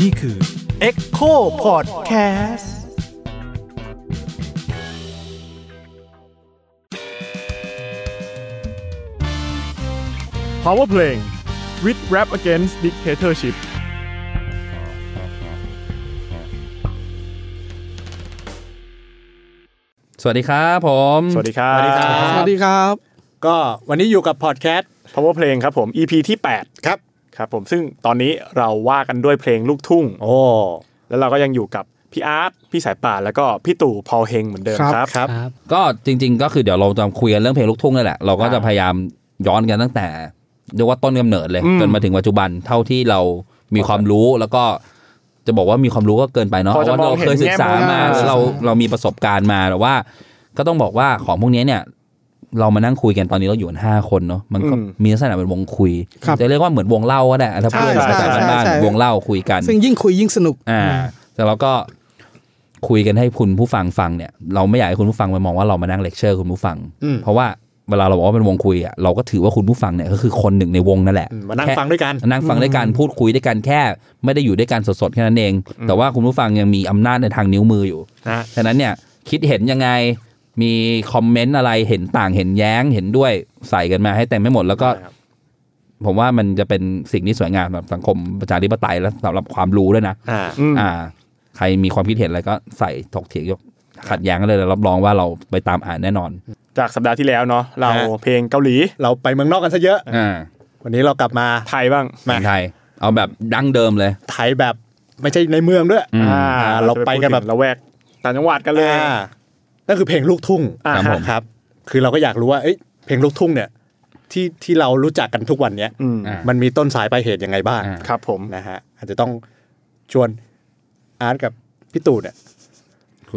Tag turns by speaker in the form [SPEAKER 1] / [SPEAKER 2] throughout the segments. [SPEAKER 1] นี่คือ
[SPEAKER 2] Echo Podcast
[SPEAKER 3] พาวเวอร์เพลง with rap against dictatorship
[SPEAKER 4] สวัสดีครับผม
[SPEAKER 3] สวัสดีครับ
[SPEAKER 5] สวัสดีครับ
[SPEAKER 2] ก็วันนี้อยู่กับพอดแคสต์
[SPEAKER 3] power เพลงครับผม EP ที่ 8
[SPEAKER 5] ครับ
[SPEAKER 3] ครับผมซึ่งตอนนี้เราว่ากันด้วยเพลงลูกทุ่ง
[SPEAKER 2] โอ้
[SPEAKER 3] แล้วเราก็ยังอยู่กับพี่อาร์ตพี่สายป่านแล้วก็พี่ตู่พอลเฮงเหมือนเดิมครับ
[SPEAKER 2] ครับ
[SPEAKER 4] ก็จริง ๆ ก็คือเดี๋ยวเราจะคุยกันเรื่องเพลงลูกทุ่งนี่แหละ เราก็จะ
[SPEAKER 3] อ่า
[SPEAKER 4] พยายามย้อนกันตั้งแต่เรียกว่าต้นกำเนิดเลย
[SPEAKER 3] อืม
[SPEAKER 4] จนมาถึงปัจจุบันเท่าที่เรามีความรู้แล้วก็จะบอกว่ามีความรู้ก็เกินไปเนาะ
[SPEAKER 3] พอจะ
[SPEAKER 4] ว่าเราเคยศึกษามา
[SPEAKER 3] แง่มุม
[SPEAKER 4] หรือเราเรามีประสบการณ์มาแต่ว่า ก็ต้องบอกว่าของพวกนี้เนี่ย เรามานั่งคุยกันตอนนี้เราอยู่กันห้าคนเนาะมันก็
[SPEAKER 3] อืม
[SPEAKER 4] มีลักษณะเป็นวงคุย
[SPEAKER 5] ครับ
[SPEAKER 4] จะเรียกว่าเหมือนวงเล่าก็ได้ถ้าพูด
[SPEAKER 3] ใช่
[SPEAKER 4] ภาษา
[SPEAKER 3] ใช่
[SPEAKER 4] บ้าน
[SPEAKER 5] ใช่
[SPEAKER 4] ๆวงเล่าคุยกัน
[SPEAKER 5] ซึ่งยิ่งคุยยิ่งสนุก
[SPEAKER 4] อ่าแต่เราก็คุยกันให้คุณผู้ฟังฟังเนี่ย เราไม่อยากให้คุณผู้ฟังไปมองว่าเรามานั่งเลคเชอร์คุณผู้ฟัง
[SPEAKER 2] อืม
[SPEAKER 4] เพราะว่าเวลาเราบอกว่าเป็นวงคุยอ่ะเราก็ถือว่าคุณผู้ฟังเนี่ยก็คือคนหนึ่งในวงนั่นแหละ
[SPEAKER 2] อืมมานั่ง
[SPEAKER 4] แค่
[SPEAKER 2] ฟังด้วยกัน
[SPEAKER 4] นั่งฟังด้วยกันพูดคุยด้วยกันแค่ ไม่ได้อยู่ด้วยกันสดๆแค่นั้นเอง แต่ว่าคุณผู้ฟังยังมีอำนาจในทางนิ้วมืออยู่
[SPEAKER 3] นะ
[SPEAKER 4] ฉะนั้นเนี่ยคิดเห็นยังไงมีคอมเมนต์อะไรเห็นต่างเห็นแย้งเห็นด้วยใส่กันมาให้เต็มไม่หมดแล้วก็
[SPEAKER 3] ครับ
[SPEAKER 4] ผมว่ามันจะเป็นสิ่งที่สวยงามสำหรับสังคมประชาธิปไตยและสำหรับความรู้ด้วยนะ
[SPEAKER 2] อ่า
[SPEAKER 3] อืม
[SPEAKER 4] อ่า ใครมีความคิดเห็นอะไรก็ใส่ถกเถียงยกขัดแย้งกันเลยแล้วรับรองว่าเราไปตามอ่านแน่นอน
[SPEAKER 3] จากสัปดาห์ที่แล้วเนาะเรา
[SPEAKER 2] ฮะ
[SPEAKER 3] เพลงเกาหลี
[SPEAKER 2] เราไปเมืองนอกกันซะเยอะ
[SPEAKER 4] อ่า
[SPEAKER 2] วันนี้เรากลับมา
[SPEAKER 3] ไทยบ้าง
[SPEAKER 4] มาไทย เอาแบบดั้งเดิมเลย
[SPEAKER 2] ไทยแบบไม่ใช่ในเมืองด้วย
[SPEAKER 4] อืม
[SPEAKER 3] อ่า
[SPEAKER 2] เราไปกันแบบ
[SPEAKER 3] เราจะพูดถึงละแวกต่างจังหวัดกันเลย
[SPEAKER 2] อ่านั่นคือเพลงลูกทุ่ง
[SPEAKER 3] อ่าครับผม
[SPEAKER 2] ครับ คือเราก็อยากรู้ว่าเอ้ยเพลงลูกทุ่งเนี่ย ที่ที่เรารู้จักกันทุกวันเนี้ย
[SPEAKER 3] อืม
[SPEAKER 4] อ่า
[SPEAKER 2] มันมีต้นสายปลายเหตุยังไงบ้าง
[SPEAKER 4] อ่า
[SPEAKER 3] ครับผม
[SPEAKER 2] นะฮะอาจจะต้องชวนอาร์ตกับพี่ตู่เนี่ย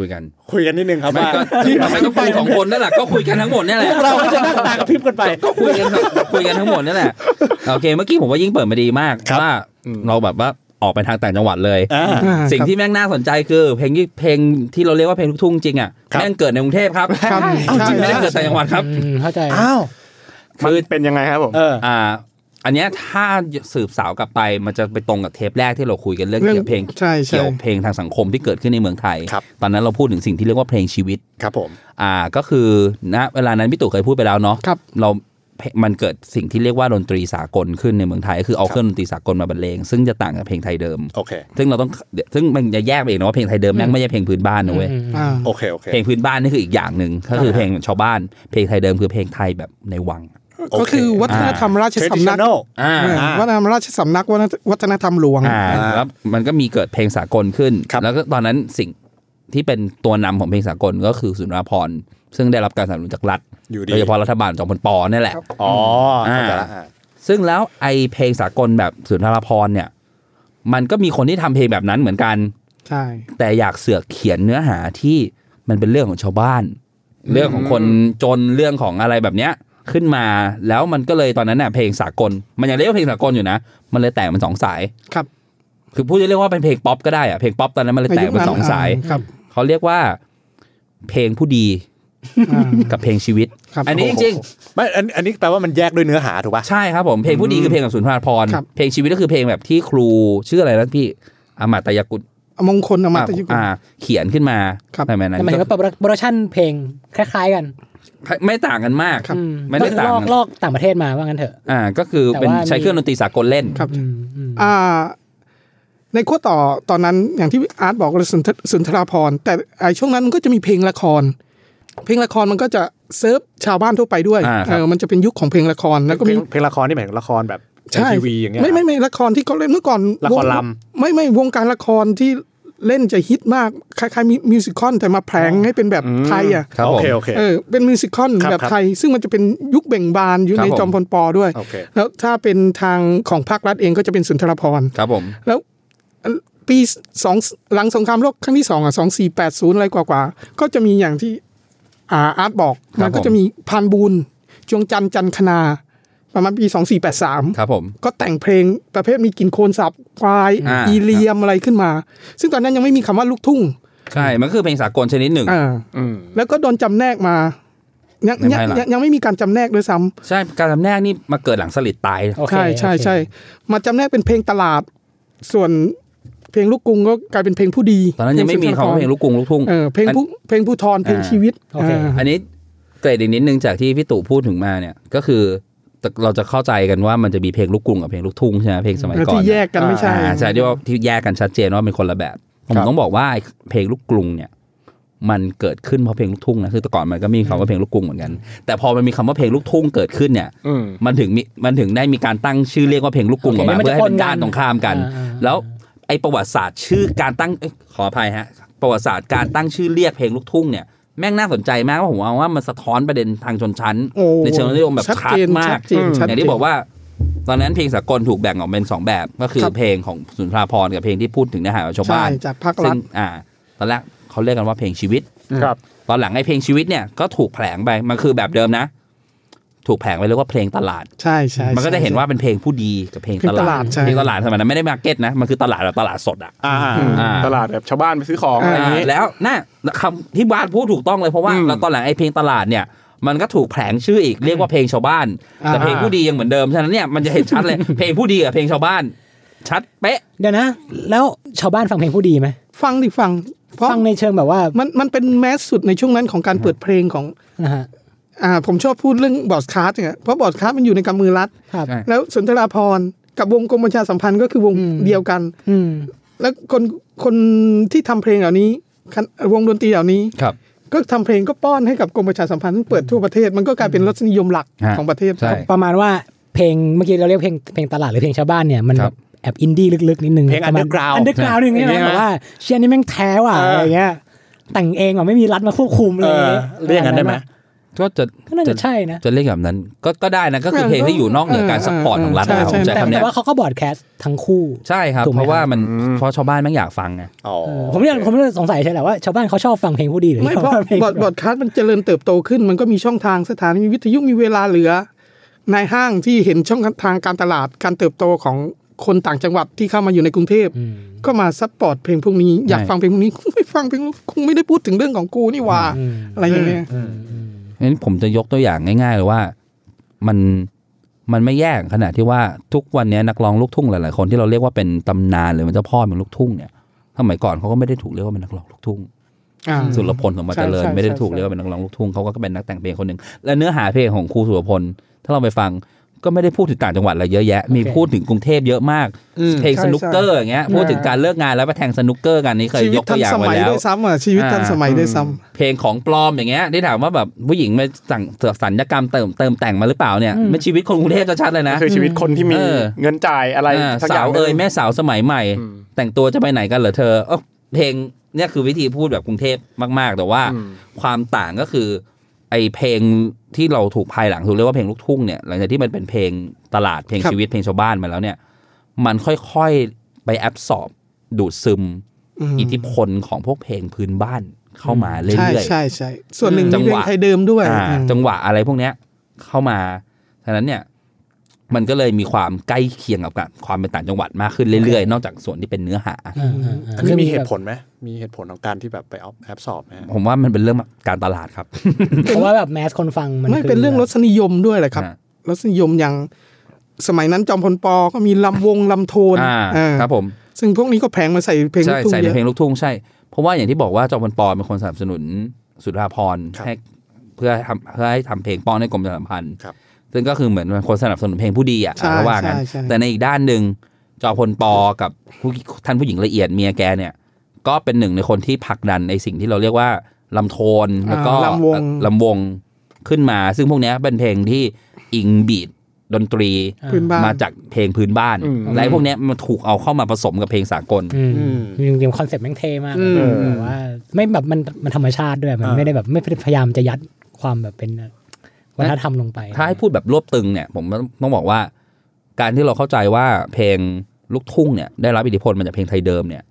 [SPEAKER 4] คุยกัน
[SPEAKER 2] คุยกันนิดนึงครับ
[SPEAKER 4] ไม่
[SPEAKER 2] ว่า
[SPEAKER 4] ก็
[SPEAKER 2] ที่
[SPEAKER 4] ทำไมต้องคุยสองคนนั่นแหละก็คุยกันทั้งหมดนี่แหละ
[SPEAKER 2] เราก็จะนั่งตากระพริบกันไป
[SPEAKER 4] ก็คุยกันทั้งคุยกันทั้งหมดนี่แหละโอเคเมื่อกี้ผมว่ายิ่งเปิดมาดีมาก
[SPEAKER 2] ครับ
[SPEAKER 4] ว่าเราแบบว่าออกไปทางต่างจังหวัดเลย
[SPEAKER 2] อ่า
[SPEAKER 4] สิ่งที่แม่งน่าสนใจคือ เพลงที่เพลงที่เราเรียกว่าเพลงลูกทุ่งจริงอ่ะ
[SPEAKER 2] ครับ
[SPEAKER 4] แม่งเกิดในกรุงเทพครับ
[SPEAKER 5] ครับ
[SPEAKER 4] เอาจริง
[SPEAKER 5] ใช่
[SPEAKER 4] แม่งเกิดต่างจังหวัดครับ
[SPEAKER 5] อืมเข้าใจ
[SPEAKER 2] อ้าว
[SPEAKER 3] มันเป็นยังไงครับผม
[SPEAKER 2] เออ
[SPEAKER 4] อ่าอันเนี้ยถ้าสืบสาวกลับไปมันจะไปตรงกับเทปแรกที่เราคุยกันเรื่อง
[SPEAKER 5] เรื่อง
[SPEAKER 4] เกี่ยวกับเพลง
[SPEAKER 5] ใช่ใช่
[SPEAKER 4] เกี่ยวเพลงทางสังคมที่เกิดขึ้นในเมืองไทย
[SPEAKER 2] ครับ
[SPEAKER 4] ตอนนั้นเราพูดถึงสิ่งที่เรียกว่าเพลงชีวิต
[SPEAKER 2] ครับผม
[SPEAKER 4] อ่าก็คือณเวลานั้นพี่ตู่เคยพูดไปแล้วเนาะ
[SPEAKER 5] ครับ
[SPEAKER 4] เรามันเกิดสิ่งที่เรียกว่าดนตรีสากลขึ้นในเมืองไทยก็คือเอาเครื่องดนตรีสากลมาบรรเลงซึ่งจะต่างกับเพลงไทยเดิม
[SPEAKER 2] โอเค
[SPEAKER 4] ซึ่งเราต้องซึ่งมันจะแยกไปเองนะว่าเพลงไทยเดิมแม่งไม่ใช่เพลงพื้นบ้านนะเว้ย
[SPEAKER 5] อ่า
[SPEAKER 2] โอเค โอเค
[SPEAKER 4] เพลงพื้นบ้านนี่คืออีกอย่างหนึ่งก็คือเพลงชาวบ้าน เพลงไทยเดิมคือเพลงไทยแบบในวัง
[SPEAKER 2] โอเค
[SPEAKER 5] ก็คือวัฒนธรรมราชสำนัก
[SPEAKER 2] traditional
[SPEAKER 4] อ่า
[SPEAKER 5] อ่าวัฒนธรรมราชสำนักวัฒนวัฒนธรรมหลวง
[SPEAKER 4] อ่าแล้วมันก็มีเกิดเพลงสากลขึ้น
[SPEAKER 2] ครับ
[SPEAKER 4] แล้วก็ตอนนั้นสิ่งที่เป็นตัวนำของเพลงสากลก็คือสุนทรภรณ์ซึ่งได้รับการสนับสนุนจากรัฐ
[SPEAKER 2] อยู่ดี
[SPEAKER 4] โดยเฉพาะรัฐบาลจอมพลปอนี่แหละ
[SPEAKER 2] อ๋อ
[SPEAKER 4] อ่า
[SPEAKER 2] เข้าใจละอ่า
[SPEAKER 4] ซึ่งแล้วไอเพลงสากลแบบสุนทรภรณ์เนี่ย มันก็มีคนที่ทำเพลงแบบนั้นเหมือนกัน
[SPEAKER 5] ใช่
[SPEAKER 4] แต่อยากเสือกเขียนเนื้อหาที่มันเป็นเรื่องของชาวบ้าน เรื่องของคนจนเรื่องของอะไรแบบเนี้ยขึ้นมาแล้วมันก็เลยตอนนั้นน่ะเพลงสากล มันยังเรียกว่าเพลงสากลอยู่นะ มันเลยแตกเป็นสองสาย
[SPEAKER 5] ครับ
[SPEAKER 4] คือพูดจะเรียกว่าเป็นเพลงป๊อปก็ได้อะเพลงป๊อปตอนนั้นมันเลยแตกเป็นสองสาย
[SPEAKER 5] ครับ
[SPEAKER 4] เขาเรียกว่า เพลงผู้ดี
[SPEAKER 5] อ่า
[SPEAKER 4] กับเพลงชีวิต
[SPEAKER 5] ครับ
[SPEAKER 4] อันนี้จริง
[SPEAKER 2] ไม่อันอันนี้แปลว่ามันแยกด้วยเนื้อหาถูกป่ะ
[SPEAKER 4] ๆใช่ครับผมเพลงผู้ดีคือเพลงกับสุนทรภรณ์
[SPEAKER 5] ครับ
[SPEAKER 4] เพลงชีวิตก็คือเพลงแบบที่ครูชื่ออะไรนะพี่อมาตยกุล
[SPEAKER 5] มงคลอมตะยุค
[SPEAKER 4] อ่า เขียนขึ้นมา
[SPEAKER 5] ครับ
[SPEAKER 4] ใช่ไหมนั้
[SPEAKER 6] แต่หมายถึงว่าโปรดักชั่นเพลงคล้ายๆกัน
[SPEAKER 4] ไม่ต่างกันมาก
[SPEAKER 5] ครับ
[SPEAKER 6] อืม
[SPEAKER 4] ไม่ได้
[SPEAKER 6] ก็คือ
[SPEAKER 4] ต่าง
[SPEAKER 6] ลอก
[SPEAKER 4] กัน
[SPEAKER 6] ลอกต่างประเทศมาว่างั้นเถอะ
[SPEAKER 4] อ่าก็คือเป็น
[SPEAKER 6] แต่ว่ามี
[SPEAKER 4] ใช้เครื่องดนตรีสากลเล่น
[SPEAKER 5] ครับ
[SPEAKER 6] อืมอืม
[SPEAKER 5] อ่า ในขั้วต่อตอนนั้นอย่างที่อาร์ตบอกว่าสุนทรสุนทราพรณ์แต่ไอช่วงนั้นมันก็จะมีเพลงละคร เพลงละครมันก็จะเซิร์ฟชาวบ้านทั่วไปด้วย
[SPEAKER 4] อ่าครับ
[SPEAKER 5] เออมันจะเป็นยุคของเพลงละครแล้วก็
[SPEAKER 3] เพล
[SPEAKER 5] มี
[SPEAKER 3] งเพลงละครนี่หมายถึงละครแบบใน
[SPEAKER 5] ใช่
[SPEAKER 3] ทีวีอย่างเงี้ย
[SPEAKER 5] ไม่ไม่ไม่ละครที่เขาเล่นเมื่อก่อน
[SPEAKER 3] ละคร
[SPEAKER 5] วง
[SPEAKER 3] ล
[SPEAKER 5] ไม่ไม่วงการละครที่เล่นจะฮิตมากคล้ายๆมิมิวสิคอนแต่มาแผลงให้เป็นแบบไทยอ่ะ
[SPEAKER 4] ครับ
[SPEAKER 3] โอ
[SPEAKER 4] ผม
[SPEAKER 3] เคโอเค
[SPEAKER 5] เออเป็นมิวสิคอน
[SPEAKER 3] ครับ
[SPEAKER 5] แบบ
[SPEAKER 3] ครับ
[SPEAKER 5] ไทย ซึ่งมันจะเป็นยุคเบ่งบานอยู่
[SPEAKER 4] ครับ
[SPEAKER 5] ใน
[SPEAKER 4] ผม
[SPEAKER 5] จอมพลปอด้วย
[SPEAKER 2] โอเค
[SPEAKER 5] แล้วถ้าเป็นทางของภาครัฐเองก็จะเป็นสุนทรภรณ์
[SPEAKER 4] ครับผม
[SPEAKER 5] แล้วอันปีสองหลังสงครามโลกครั้งที่สองอ่ะสองสี่แปดศูนย์อะไรกว่าๆก็จะมีอย่างที่อาอาร์ตบอกมันก็จะมีพานบูนจวงจันทร์จันคนาประมาณปีสองสี่แปดสาม
[SPEAKER 4] ครับผม
[SPEAKER 5] ก็แต่งเพลงประเภทมีกลิ่นโคลนสับควาย
[SPEAKER 4] อ่า
[SPEAKER 5] อีเลียมอะไรขึ้นมา ซึ่งตอนนั้นยังไม่มีคำว่าลูกทุ่ง
[SPEAKER 4] ใช่มันคือเพลงสากลชนิดหนึ่ง
[SPEAKER 5] อ่า
[SPEAKER 3] อืม
[SPEAKER 5] แล้วก็โดนจำแนกมา ยัง
[SPEAKER 4] ใน
[SPEAKER 5] ยัง
[SPEAKER 4] ภายหลัง
[SPEAKER 5] ยังยังไม่มีการจำแนกด้วยซ้ำ
[SPEAKER 4] ใช่การจำแนกนี่มาเกิดหลังสลิดตายนะ
[SPEAKER 6] โอเค
[SPEAKER 5] ใช่ใช่
[SPEAKER 6] โอเค
[SPEAKER 5] ใช่มาจำแนกเป็นเพลงตลาด ส่วนเพลงลูกกรุงก็กลายเป็นเพลงผู้ดี
[SPEAKER 4] ตอนนั้นยังไม่มีคำว่าเพลงลูกกรุงลูกทุ่ง
[SPEAKER 5] เออเพลงผู้เพลงผู้ทอนเพลง
[SPEAKER 4] อ่า
[SPEAKER 5] ชีวิต
[SPEAKER 6] โอเค
[SPEAKER 5] า
[SPEAKER 4] อันนี้เกรดอีกนิดนึงจากที่พี่ตู่พูดถึงมาเนี่ย ก็คือเราจะเข้าใจกันว่ามันจะมีเพลงลูกกรุงกับเพลงลูกทุ่งใช่ไหมเพลงสมัยก่อน
[SPEAKER 5] ที่
[SPEAKER 4] เนี่ย
[SPEAKER 5] แยกกันไม่ใช่
[SPEAKER 4] อ่าใช่ที่ว่าที่แยกกันชัดเจนว่าเป็นคนละแบบ ผม
[SPEAKER 2] ครับ
[SPEAKER 4] ต้องบอกว่าไอ้เพลงลูกกรุงเนี่ย มันเกิดขึ้นเพราะเพลงลูกทุ่งนะคือแต่ก่อนมันก็มีคำว่าเพลงลูกกรุงเหมือนกัน แต่พอมันมีคำว่าเพลงลูกทุ่งเกิดขึ้นเนี่ย
[SPEAKER 2] อืม
[SPEAKER 4] มันถึงมีมันถึงได้มีการตั้งชื่อเรียกว่าเพลงลูกกรุงออกมา
[SPEAKER 6] โอเค
[SPEAKER 4] เพื่อให้เป็
[SPEAKER 6] มั
[SPEAKER 4] น
[SPEAKER 6] นจะปนกัน
[SPEAKER 4] การตรงข้ามกัน
[SPEAKER 6] อ่าๆ
[SPEAKER 4] แล้วไอ้ประวัติศาสตร์ชื่อการตั้งเอ้ยขออภัยฮะประวัติศาสตร์การตั้งชื่อเรียกเพลงลูกทุ่งเนี่ยแม่งน่าสนใจมากว่าผมว่าว่ามันสะท้อนประเด็นทางชนชั้น
[SPEAKER 5] โอ้
[SPEAKER 4] ในเชิงนิยมแบบ
[SPEAKER 5] ชัด
[SPEAKER 4] ชัด
[SPEAKER 5] เจน
[SPEAKER 4] มา
[SPEAKER 5] ชั
[SPEAKER 4] ก
[SPEAKER 5] ดเจน
[SPEAKER 4] อืม
[SPEAKER 5] ชัดเจน
[SPEAKER 4] อย่างที่บอกว่า ตอนนั้นเพลงสากลถูกแบ่งออกเป็นสองแบบก็คือ
[SPEAKER 5] ครับ
[SPEAKER 4] เพลงของสุนทราภรณ์กับเพลงที่พูดถึงเนื้อหาของชาว
[SPEAKER 5] ใช่
[SPEAKER 4] บ้าน
[SPEAKER 5] จากภาครั
[SPEAKER 4] ซึ่
[SPEAKER 5] ฐ
[SPEAKER 4] งอ่าตอนแรกเขาเรียกกันว่าเพลงชีวิต
[SPEAKER 2] ครับ
[SPEAKER 4] ตอนหลังไอ้เพลงชีวิตเนี่ยก็ถูกแผลงไปมันคือแบบเดิมนะ ถูกแผลงไปเรียกว่าเพลงตลาด
[SPEAKER 5] ใช่ใช่
[SPEAKER 4] มันก็จะเห็นว่าเป็นเพลงผู้ดีกับเพลง
[SPEAKER 5] เพลง
[SPEAKER 4] ต
[SPEAKER 5] ต
[SPEAKER 4] ลา
[SPEAKER 5] ลา
[SPEAKER 4] ด
[SPEAKER 5] ดใช่
[SPEAKER 4] เพลงตลาดสมัยนั้นไม่ได้มาร์เก็ตนะ มันคือตลาดแบบตลาดสดอ่ะ
[SPEAKER 2] อ่า
[SPEAKER 4] อ่า
[SPEAKER 2] ตลาดแบบชาวบ้านไปซื้อของอะไรอย่างนี้
[SPEAKER 4] แล้วน่ะคำที่บ้านพูดถูกต้องเลยเพราะว่า
[SPEAKER 2] อืม
[SPEAKER 4] เราตอนหลังไอ้เพลงตลาดเนี่ย มันก็ถูกแผลงชื่ออีกเรียกว่าเพลงชาวบ้าน
[SPEAKER 5] อ่า
[SPEAKER 4] แต่เพลงผู้ดียังเหมือนเดิมฉะนั้นเนี่ยมันจะเห็นชัดเลย เพลงผู้ดีกับเพลงชาวบ้าน ชัดเป๊ะ
[SPEAKER 6] เดี๋ยวนะ แล้วชาวบ้านฟังเพลงผู้ดีไหม
[SPEAKER 5] ฟังดิฟัง เพราะ
[SPEAKER 6] ฟังในเชิงแบบว่า
[SPEAKER 5] มันมันเป็นแมสสุดในช่วงนั้นของการเปิดเพลงของ
[SPEAKER 6] อ่าฮะ
[SPEAKER 5] อ่าผมชอบพูดเรื่องบอดคาสต์เนี่ยเพราะบอดคาสต์มันอยู่ในกำมือรัฐ
[SPEAKER 6] ครับ
[SPEAKER 4] ใช่
[SPEAKER 5] แล้วสุนทราภรณ์กับวงกรมประชาสัมพันธ์ก็คือวง
[SPEAKER 6] อืม
[SPEAKER 5] เดียวกัน
[SPEAKER 6] อืม
[SPEAKER 5] แล้วคนคนที่ทำเพลงเหล่านี้คันวงดนตรีเหล่านี้
[SPEAKER 4] ครับ
[SPEAKER 5] ก็ทำเพลงก็ป้อนให้กับกรมประชาสัมพันธ์ซึ่งเปิดทั่วประเทศมันก็กลายเป็นรสนิยมหลัก
[SPEAKER 4] ฮะ
[SPEAKER 5] ของประเทศ
[SPEAKER 4] ใช่
[SPEAKER 6] ประมาณว่าเพลงเมื่อกี้เราเรียกเพลงเพลงตลาดหรือเพลงชาวบ้านเนี่ยมัน
[SPEAKER 4] ค
[SPEAKER 6] แบ
[SPEAKER 4] รับบ
[SPEAKER 6] แอบอินดี้ลึกๆนิดนึง
[SPEAKER 2] เพลง
[SPEAKER 6] ประมาณ
[SPEAKER 2] underground
[SPEAKER 6] อันเดอร์กราวนึงใช่ไหม
[SPEAKER 2] ใช่ไหม
[SPEAKER 6] แบบว่าเชียร์นี่แม่งแท้ว่ะ
[SPEAKER 2] เอออ
[SPEAKER 6] อะไรเงี้ยแต่งเองว่ะไม่มีรัฐมาควบคุมเล
[SPEAKER 2] เอย อเรียกกันได้ไหม
[SPEAKER 4] ก็จะ
[SPEAKER 6] ก็น่าจะใช่นะ
[SPEAKER 4] จะเรียกแบบนั้น ก็ก็ได้นะก็คือเพลงที่อยู่นอกเหนือการซัพพอร์ตของรัฐนะผมใช้
[SPEAKER 6] แต่
[SPEAKER 4] คำเนี้
[SPEAKER 6] แต่
[SPEAKER 4] ย
[SPEAKER 6] ว่าเขาก็บอดแคสต์ทั้งคู่
[SPEAKER 4] ใช่ครับ
[SPEAKER 6] ถูกไหม
[SPEAKER 4] เพราะว่ามัน
[SPEAKER 2] อืม
[SPEAKER 4] เพราะชาวบ้านแม่งอยากฟังไง
[SPEAKER 2] อ๋อ
[SPEAKER 6] ผมยังผมยังสงสัยใช่แหละว่าชาวบ้านเขาชอบฟังเพลงผู้ดีหรือ
[SPEAKER 5] ไม่เพราะ
[SPEAKER 6] ชอบฟังลง
[SPEAKER 5] บอดบอดคาสต์มันเจริญเติบโตขึ้น มันก็มีช่องทางสถานีวิทยุมีเวลาเหลือนายห้างที่เห็นช่องทางการตลาดการเติบโตของคนต่างจังหวัดที่เข้ามาอยู่ในกรุงเทพ
[SPEAKER 6] อืม
[SPEAKER 5] ก็มาซัพพอร์ตเพลงพวกนี้อยาก
[SPEAKER 4] ใช่
[SPEAKER 5] ฟังเพลงพวกนี้ ไม่ฟังเพลงคงไม่ได้พูดถึงเรื่องของกูนี่หว่า
[SPEAKER 6] อืม
[SPEAKER 5] อะไรอย่างเงี้ย
[SPEAKER 4] งั้นผมจะยกตัวอย่างง่าย ๆ เลยว่ามันมันไม่แย่ขนาดที่ว่าทุกวันนี้นักร้องลูกทุ่งหลายๆคนที่เราเรียกว่าเป็นตำนานหรือเป็นเจ้าพ่อเป็นลูกทุ่งเนี่ยสมัยก่อนเขาก็ไม่ได้ถูกเรียกว่าเป็นนักร้องลูกทุ่ง
[SPEAKER 5] อ่า
[SPEAKER 4] สุรพลสมบัติเจริญ
[SPEAKER 5] ใช่ใช่
[SPEAKER 4] ไม่ได้ถูก
[SPEAKER 5] ใช่
[SPEAKER 4] เรียกว่าเป็นนักร้องลูกทุ่งเขาก็เป็นนักแต่งเพลงคนหนึ่งและเนื้อหาเพลงของครูสุรพลถ้าเราไปฟังก็ไม่ได้พูดถึงต่างจังหวัดอะไรเยอะแยะ มีพูดถึงกรุงเทพเยอะมาก เพลง
[SPEAKER 5] ใช่
[SPEAKER 4] สนุกเกอร์อย่างเงี้ยพูดถึงการเลิกงานแล้วไปแทงสนุกเกอร์กันนี่เคย
[SPEAKER 5] ชีวิ
[SPEAKER 4] ย
[SPEAKER 5] ต
[SPEAKER 4] กตัว
[SPEAKER 5] ทั
[SPEAKER 4] น อย่าง
[SPEAKER 5] ส
[SPEAKER 4] ไว้
[SPEAKER 5] มัย
[SPEAKER 4] แล้ว
[SPEAKER 5] ด้วยซ้ำอ่ะชีวิตทันสมัยด้วยซ้ำ
[SPEAKER 4] เพลงของปลอมอย่างเงี้ยที่ถามว่าแบบผู้หญิงมาสั่งเสือกสัญญกรรมเติมเติมแต่งมาหรือเปล่าเนี่ยมันชีวิตคนกรุงเทพจะชัดเลยนะ
[SPEAKER 2] คือชีวิตคนที่มี
[SPEAKER 4] เออ
[SPEAKER 2] เงินจ่ายอะไร
[SPEAKER 4] อ่า
[SPEAKER 2] สักอ
[SPEAKER 4] สา
[SPEAKER 2] ย่าง
[SPEAKER 4] ว
[SPEAKER 2] หนึ่
[SPEAKER 4] เอ่ย
[SPEAKER 2] ง
[SPEAKER 4] แม่สาวสมัยใหม่
[SPEAKER 2] อืม
[SPEAKER 4] แต่งตัวจะไปไหนกันเหรอเธอเอ้าเพลงเนี่ยคือวิธีพูดแบบกรุงเทพมาก ๆ แต่ว่า
[SPEAKER 2] อืม
[SPEAKER 4] ความต่างก็คือ ไอเพลงที่เราถูกภายหลังถูกเรียกว่าเพลงลูกทุ่งเนี่ยหลังจากที่มันเป็นเพลงตลาดเพลง
[SPEAKER 5] ครับ
[SPEAKER 4] ชีวิตเพลงชาวบ้านมาแล้วเนี่ย มันค่อยๆไปแอบสอบดูดซึม อิทธิพลของพวกเพลงพื้นบ้านเข้ามาเรื่
[SPEAKER 5] ใช่
[SPEAKER 4] อยๆ
[SPEAKER 5] ใช่ใช่ส่วนหนึ่ง
[SPEAKER 4] จั
[SPEAKER 5] มี
[SPEAKER 4] ง
[SPEAKER 5] เพ
[SPEAKER 4] ห
[SPEAKER 5] ล
[SPEAKER 4] วะ
[SPEAKER 5] งไทยเดิมด้วย
[SPEAKER 4] อ่า
[SPEAKER 5] อืม
[SPEAKER 4] จังหวะอะไรพวกเนี้ยเข้ามา ฉะนั้นเนี่ยมันก็เลยมีความใกล้เคียงกับการความเป็นต่างจังหวัดมากขึ้นเรื่อยๆ นอกจากส่วนที่เป็นเนื้อหา
[SPEAKER 6] อ่าอ่าอ่า
[SPEAKER 2] อันนี้มีเหตุผลไหมมีเหตุผลของการที่แบบไปเอาแอปสอบไหมฮะ
[SPEAKER 4] ผมว่ามันเป็นเรื่องการตลาดครับ
[SPEAKER 6] เพราะว่าแบบแมสคนฟังมัน
[SPEAKER 5] ไม่
[SPEAKER 6] คื
[SPEAKER 5] เป็นเรื่องรสนิยมด้วยแหละครับ
[SPEAKER 4] ฮะ
[SPEAKER 5] รสนิยมอย่างสมัยนั้นจอมพลปอก็มีลำวง ลำโทน
[SPEAKER 4] อ่า
[SPEAKER 5] อ่า
[SPEAKER 4] ครับผม
[SPEAKER 5] ซึ่งพวกนี้ก็แผงมาใส่เพลงลู
[SPEAKER 4] ใช่
[SPEAKER 5] กทุ่ง
[SPEAKER 4] ใส่
[SPEAKER 5] เย
[SPEAKER 4] ในเพล
[SPEAKER 5] อะ
[SPEAKER 4] งลูกทุ่งใช่ เพราะว่าอย่างที่บอกว่าจอมพลปอเป็นคนสนับสนุนสุนทราพรณ์
[SPEAKER 2] ครับ
[SPEAKER 4] ให้เพื่อทำเพื่อให้ทำเพลงป้อนให้กรมประชาสัมพันธ์
[SPEAKER 2] ครับ
[SPEAKER 4] ซึ่งก็คือเหมือนเป็นคนสนับสนุนเพลงผู้ดีอ่ะ
[SPEAKER 5] ใช่
[SPEAKER 4] อ่ะระหว่างกัน
[SPEAKER 5] ใช่ใช่
[SPEAKER 4] แต่ในอีกด้านหนึ่งจอมพลปอกับผู้ท่านผู้หญิงละเอียดเมียแกเนี่ย ก็เป็นหนึ่งในคนที่ผลักดันในสิ่งที่เราเรียกว่าลำโทนแล้วก็
[SPEAKER 5] อ่าลำวง
[SPEAKER 4] ลำวงขึ้นมา ซึ่งพวกเนี้ยเป็นเพลงที่อิงบีดดนตรี
[SPEAKER 6] อ่
[SPEAKER 5] พื้นบ้าน
[SPEAKER 4] มาจากเพลงพื้นบ้าน
[SPEAKER 2] อืม
[SPEAKER 4] และไอ้พวกเนี้ยมันถูกเอาเข้ามาผสมกับเพลงสากล
[SPEAKER 6] อืม
[SPEAKER 2] อืม
[SPEAKER 6] จริงๆคอนเซ็ปต์แม่งเท่มาก
[SPEAKER 4] อืม
[SPEAKER 6] แบบว่าไม่แบบมันมันธรรมชาติด้วยมัน
[SPEAKER 2] อ่า
[SPEAKER 6] ไม่ได้แบบไม่พยายามจะยัดความแบบเป็นวัฒนธรรมลงไป
[SPEAKER 4] ถ้าให้พูดแบบรวบตึงเนี่ย ผมต้องบอกว่า การที่เราเข้าใจว่าเพลงลูกทุ่งเนี่ยได้รับอิทธิพลมาจากเพลงไทยเดิมเนี่ย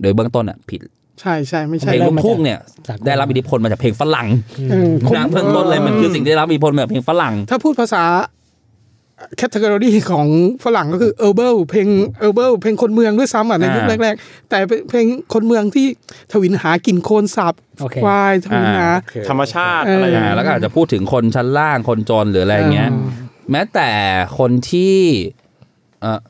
[SPEAKER 4] โดยเบื้องต้นอ่ะผิด
[SPEAKER 5] ใช่ใช่ไม่ใช่
[SPEAKER 4] เพลง
[SPEAKER 6] ริ่
[SPEAKER 4] ลู
[SPEAKER 6] ม
[SPEAKER 4] ก
[SPEAKER 6] มาจาก
[SPEAKER 4] ทุ่งเนี่ย
[SPEAKER 6] สากล
[SPEAKER 4] ได้รับอิทธิพลมาจากเพลงฝรั่ง
[SPEAKER 5] เออคน
[SPEAKER 4] นะเบื้องต้นเลยมันคือสิ่งที่ได้รับอิทธิพลมาจากเพลงฝรั่ง
[SPEAKER 5] ถ้าพูดภาษา แคตตาล็อของฝรั่งก็คือเออร์เบิลเพลงเออร์เบิลเพลงคนเมืองด้วยซ้ำอ่ะในยุค
[SPEAKER 4] อ่า
[SPEAKER 5] แรกๆ แต่เป็นเพลงคนเมืองที่ถวิลหากินโคลนสาบ
[SPEAKER 6] โอเค
[SPEAKER 5] ควายถวิลหา
[SPEAKER 4] อ่า
[SPEAKER 2] โอเค
[SPEAKER 3] ธรรมชาติ
[SPEAKER 5] เอออ
[SPEAKER 3] อะไรอย่าง
[SPEAKER 4] อ่า
[SPEAKER 3] เงี้ย
[SPEAKER 4] แล้วก็อาจจะพูดถึงคนชั้นล่างคนจนหรืออะไรอย่างเงี้ย
[SPEAKER 5] อืม
[SPEAKER 4] แม้แต่คนที่เออ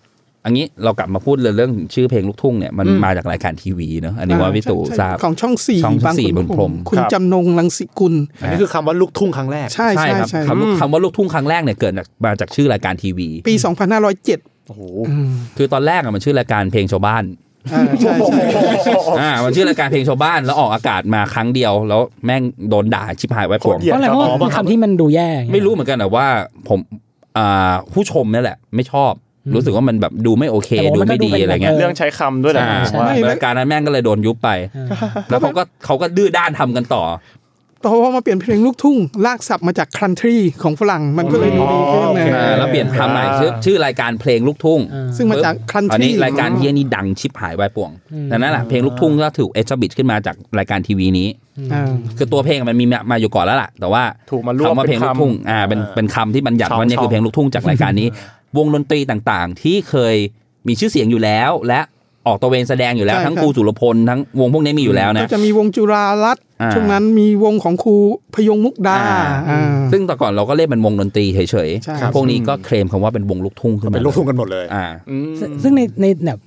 [SPEAKER 4] อันนี้เรากลับมาพูดเรื่องชื่อเพลงลูกทุ่งเนี่ยมันมาจากรายการทีวีเนอะอันนี้ว่าพี่ตู่
[SPEAKER 5] ใช่
[SPEAKER 4] ทราบ
[SPEAKER 5] ของช่องสี่
[SPEAKER 4] ช่องสี่
[SPEAKER 5] ขุน
[SPEAKER 4] บางพรหม
[SPEAKER 5] คุณจำนงลังสิกุล
[SPEAKER 2] อันนี้คือคำว่าลูกทุ่งครั้งแรก
[SPEAKER 5] ใช่ใช่
[SPEAKER 4] ครับ
[SPEAKER 5] ใช่
[SPEAKER 4] คำว่าคำว่าลูกทุ่งครั้งแรกเนี่ยเกิดจากมาจากชื่อรายการทีวี
[SPEAKER 5] ปี 2507
[SPEAKER 2] โอ้โห
[SPEAKER 4] คือตอนแรกอะมันชื่อรายการเพลงชาวบ้าน
[SPEAKER 5] อ่าใช่ใช่
[SPEAKER 4] อ่ามันชื่อรายการเพลงชาวบ้านแล้วออกอากาศมาครั้งเดียว แล้วแม่งโดนด่าชิบหายไว้ผ
[SPEAKER 2] โคต
[SPEAKER 4] ม
[SPEAKER 2] รเหี้ย
[SPEAKER 6] เพราะอะไรเพราะว่าเป็นคำที่มันดูแย่อย่างเงี้ย
[SPEAKER 4] ไม่รู้เหมือนกันแต่ว่าผมอ่าผู้ชมนี่แหละ ไม่ชอบ รู้สึกว่ามันแบบดูไม่โอเค
[SPEAKER 6] แต่ผม
[SPEAKER 4] ดู
[SPEAKER 6] ว่ามันก็
[SPEAKER 4] ไม่
[SPEAKER 6] ดู
[SPEAKER 4] ดี
[SPEAKER 6] เป็น
[SPEAKER 4] อะไรเงี้ย
[SPEAKER 6] แบบ
[SPEAKER 3] เรื่องใช้คำด้วยนะ
[SPEAKER 4] อ่า
[SPEAKER 6] ใช่
[SPEAKER 4] ว่า
[SPEAKER 3] ว่าร
[SPEAKER 4] ายการนั้นแม่งก็เลยโดนยุบไป
[SPEAKER 6] อ่า
[SPEAKER 4] แล้วเขาก็เขาก็ดื้อด้านทำกันต่อ
[SPEAKER 5] เพราะว่ามาเปลี่ยนเพลงลูกทุ่งลากศัพท์มาจากคันทรีของฝรั่งมันก็เลยดูดีขึ้น
[SPEAKER 2] โอเค
[SPEAKER 5] นะ
[SPEAKER 4] แล้วเปลี่ยนทำใหม่ชื่อชื่อรายการเพลงลูกทุ่ง
[SPEAKER 6] อ่า
[SPEAKER 5] ซึ่งมาจากคัน
[SPEAKER 4] อั
[SPEAKER 5] ท
[SPEAKER 4] น
[SPEAKER 5] รี
[SPEAKER 4] นี้รายการเฮียนี่ดังชิบหายวายป่วง
[SPEAKER 6] อืม
[SPEAKER 4] ดังนั้นแหละเพลงลูกทุ่งก็ถูกเอชบิดขึ้นมาจากรายการทีวีนี้ คือตัวเพลงมันมีมามาอยู่ก่อนแล้วล่ะ แต่ว่า
[SPEAKER 3] ถูกมารวบ
[SPEAKER 4] คำว่าเพลงลูกทุ่งอ่าเป็นเป็นคำที่บัญญัติว่าเนี่ยคือเพลงลูกทุ่งจากรายการนี้ วงดนตรีต่างๆ ที่เคยมีชื่อเสียงอยู่แล้ว และออกตะเวนแสดงอยู่แล้ว
[SPEAKER 5] ใช่
[SPEAKER 4] ทั้ง
[SPEAKER 5] ครั
[SPEAKER 4] ค
[SPEAKER 5] บ
[SPEAKER 4] รูสุรพลทั้งวงพวกนี้มีอยู่แล้วนะ
[SPEAKER 5] ก็จะมีวงจุฬารัตน์
[SPEAKER 4] อ่า
[SPEAKER 5] ช่วงนั้นมีวงของครูพยงมุกดา
[SPEAKER 4] อ่า
[SPEAKER 5] อ่า
[SPEAKER 4] ซึ่งแต่ก่อนเราก็เล่นเป็นวงดนตรีเฉย
[SPEAKER 5] ใช่
[SPEAKER 4] ๆพวกนี้ก็เคลมคำว่าเป็นวงลูกทุ่งขึ้นมา
[SPEAKER 2] เป็นลูกทุ่งกันหมดเลย
[SPEAKER 4] อ่า
[SPEAKER 3] อืม
[SPEAKER 6] ซึ่งซึ่งในในแบบ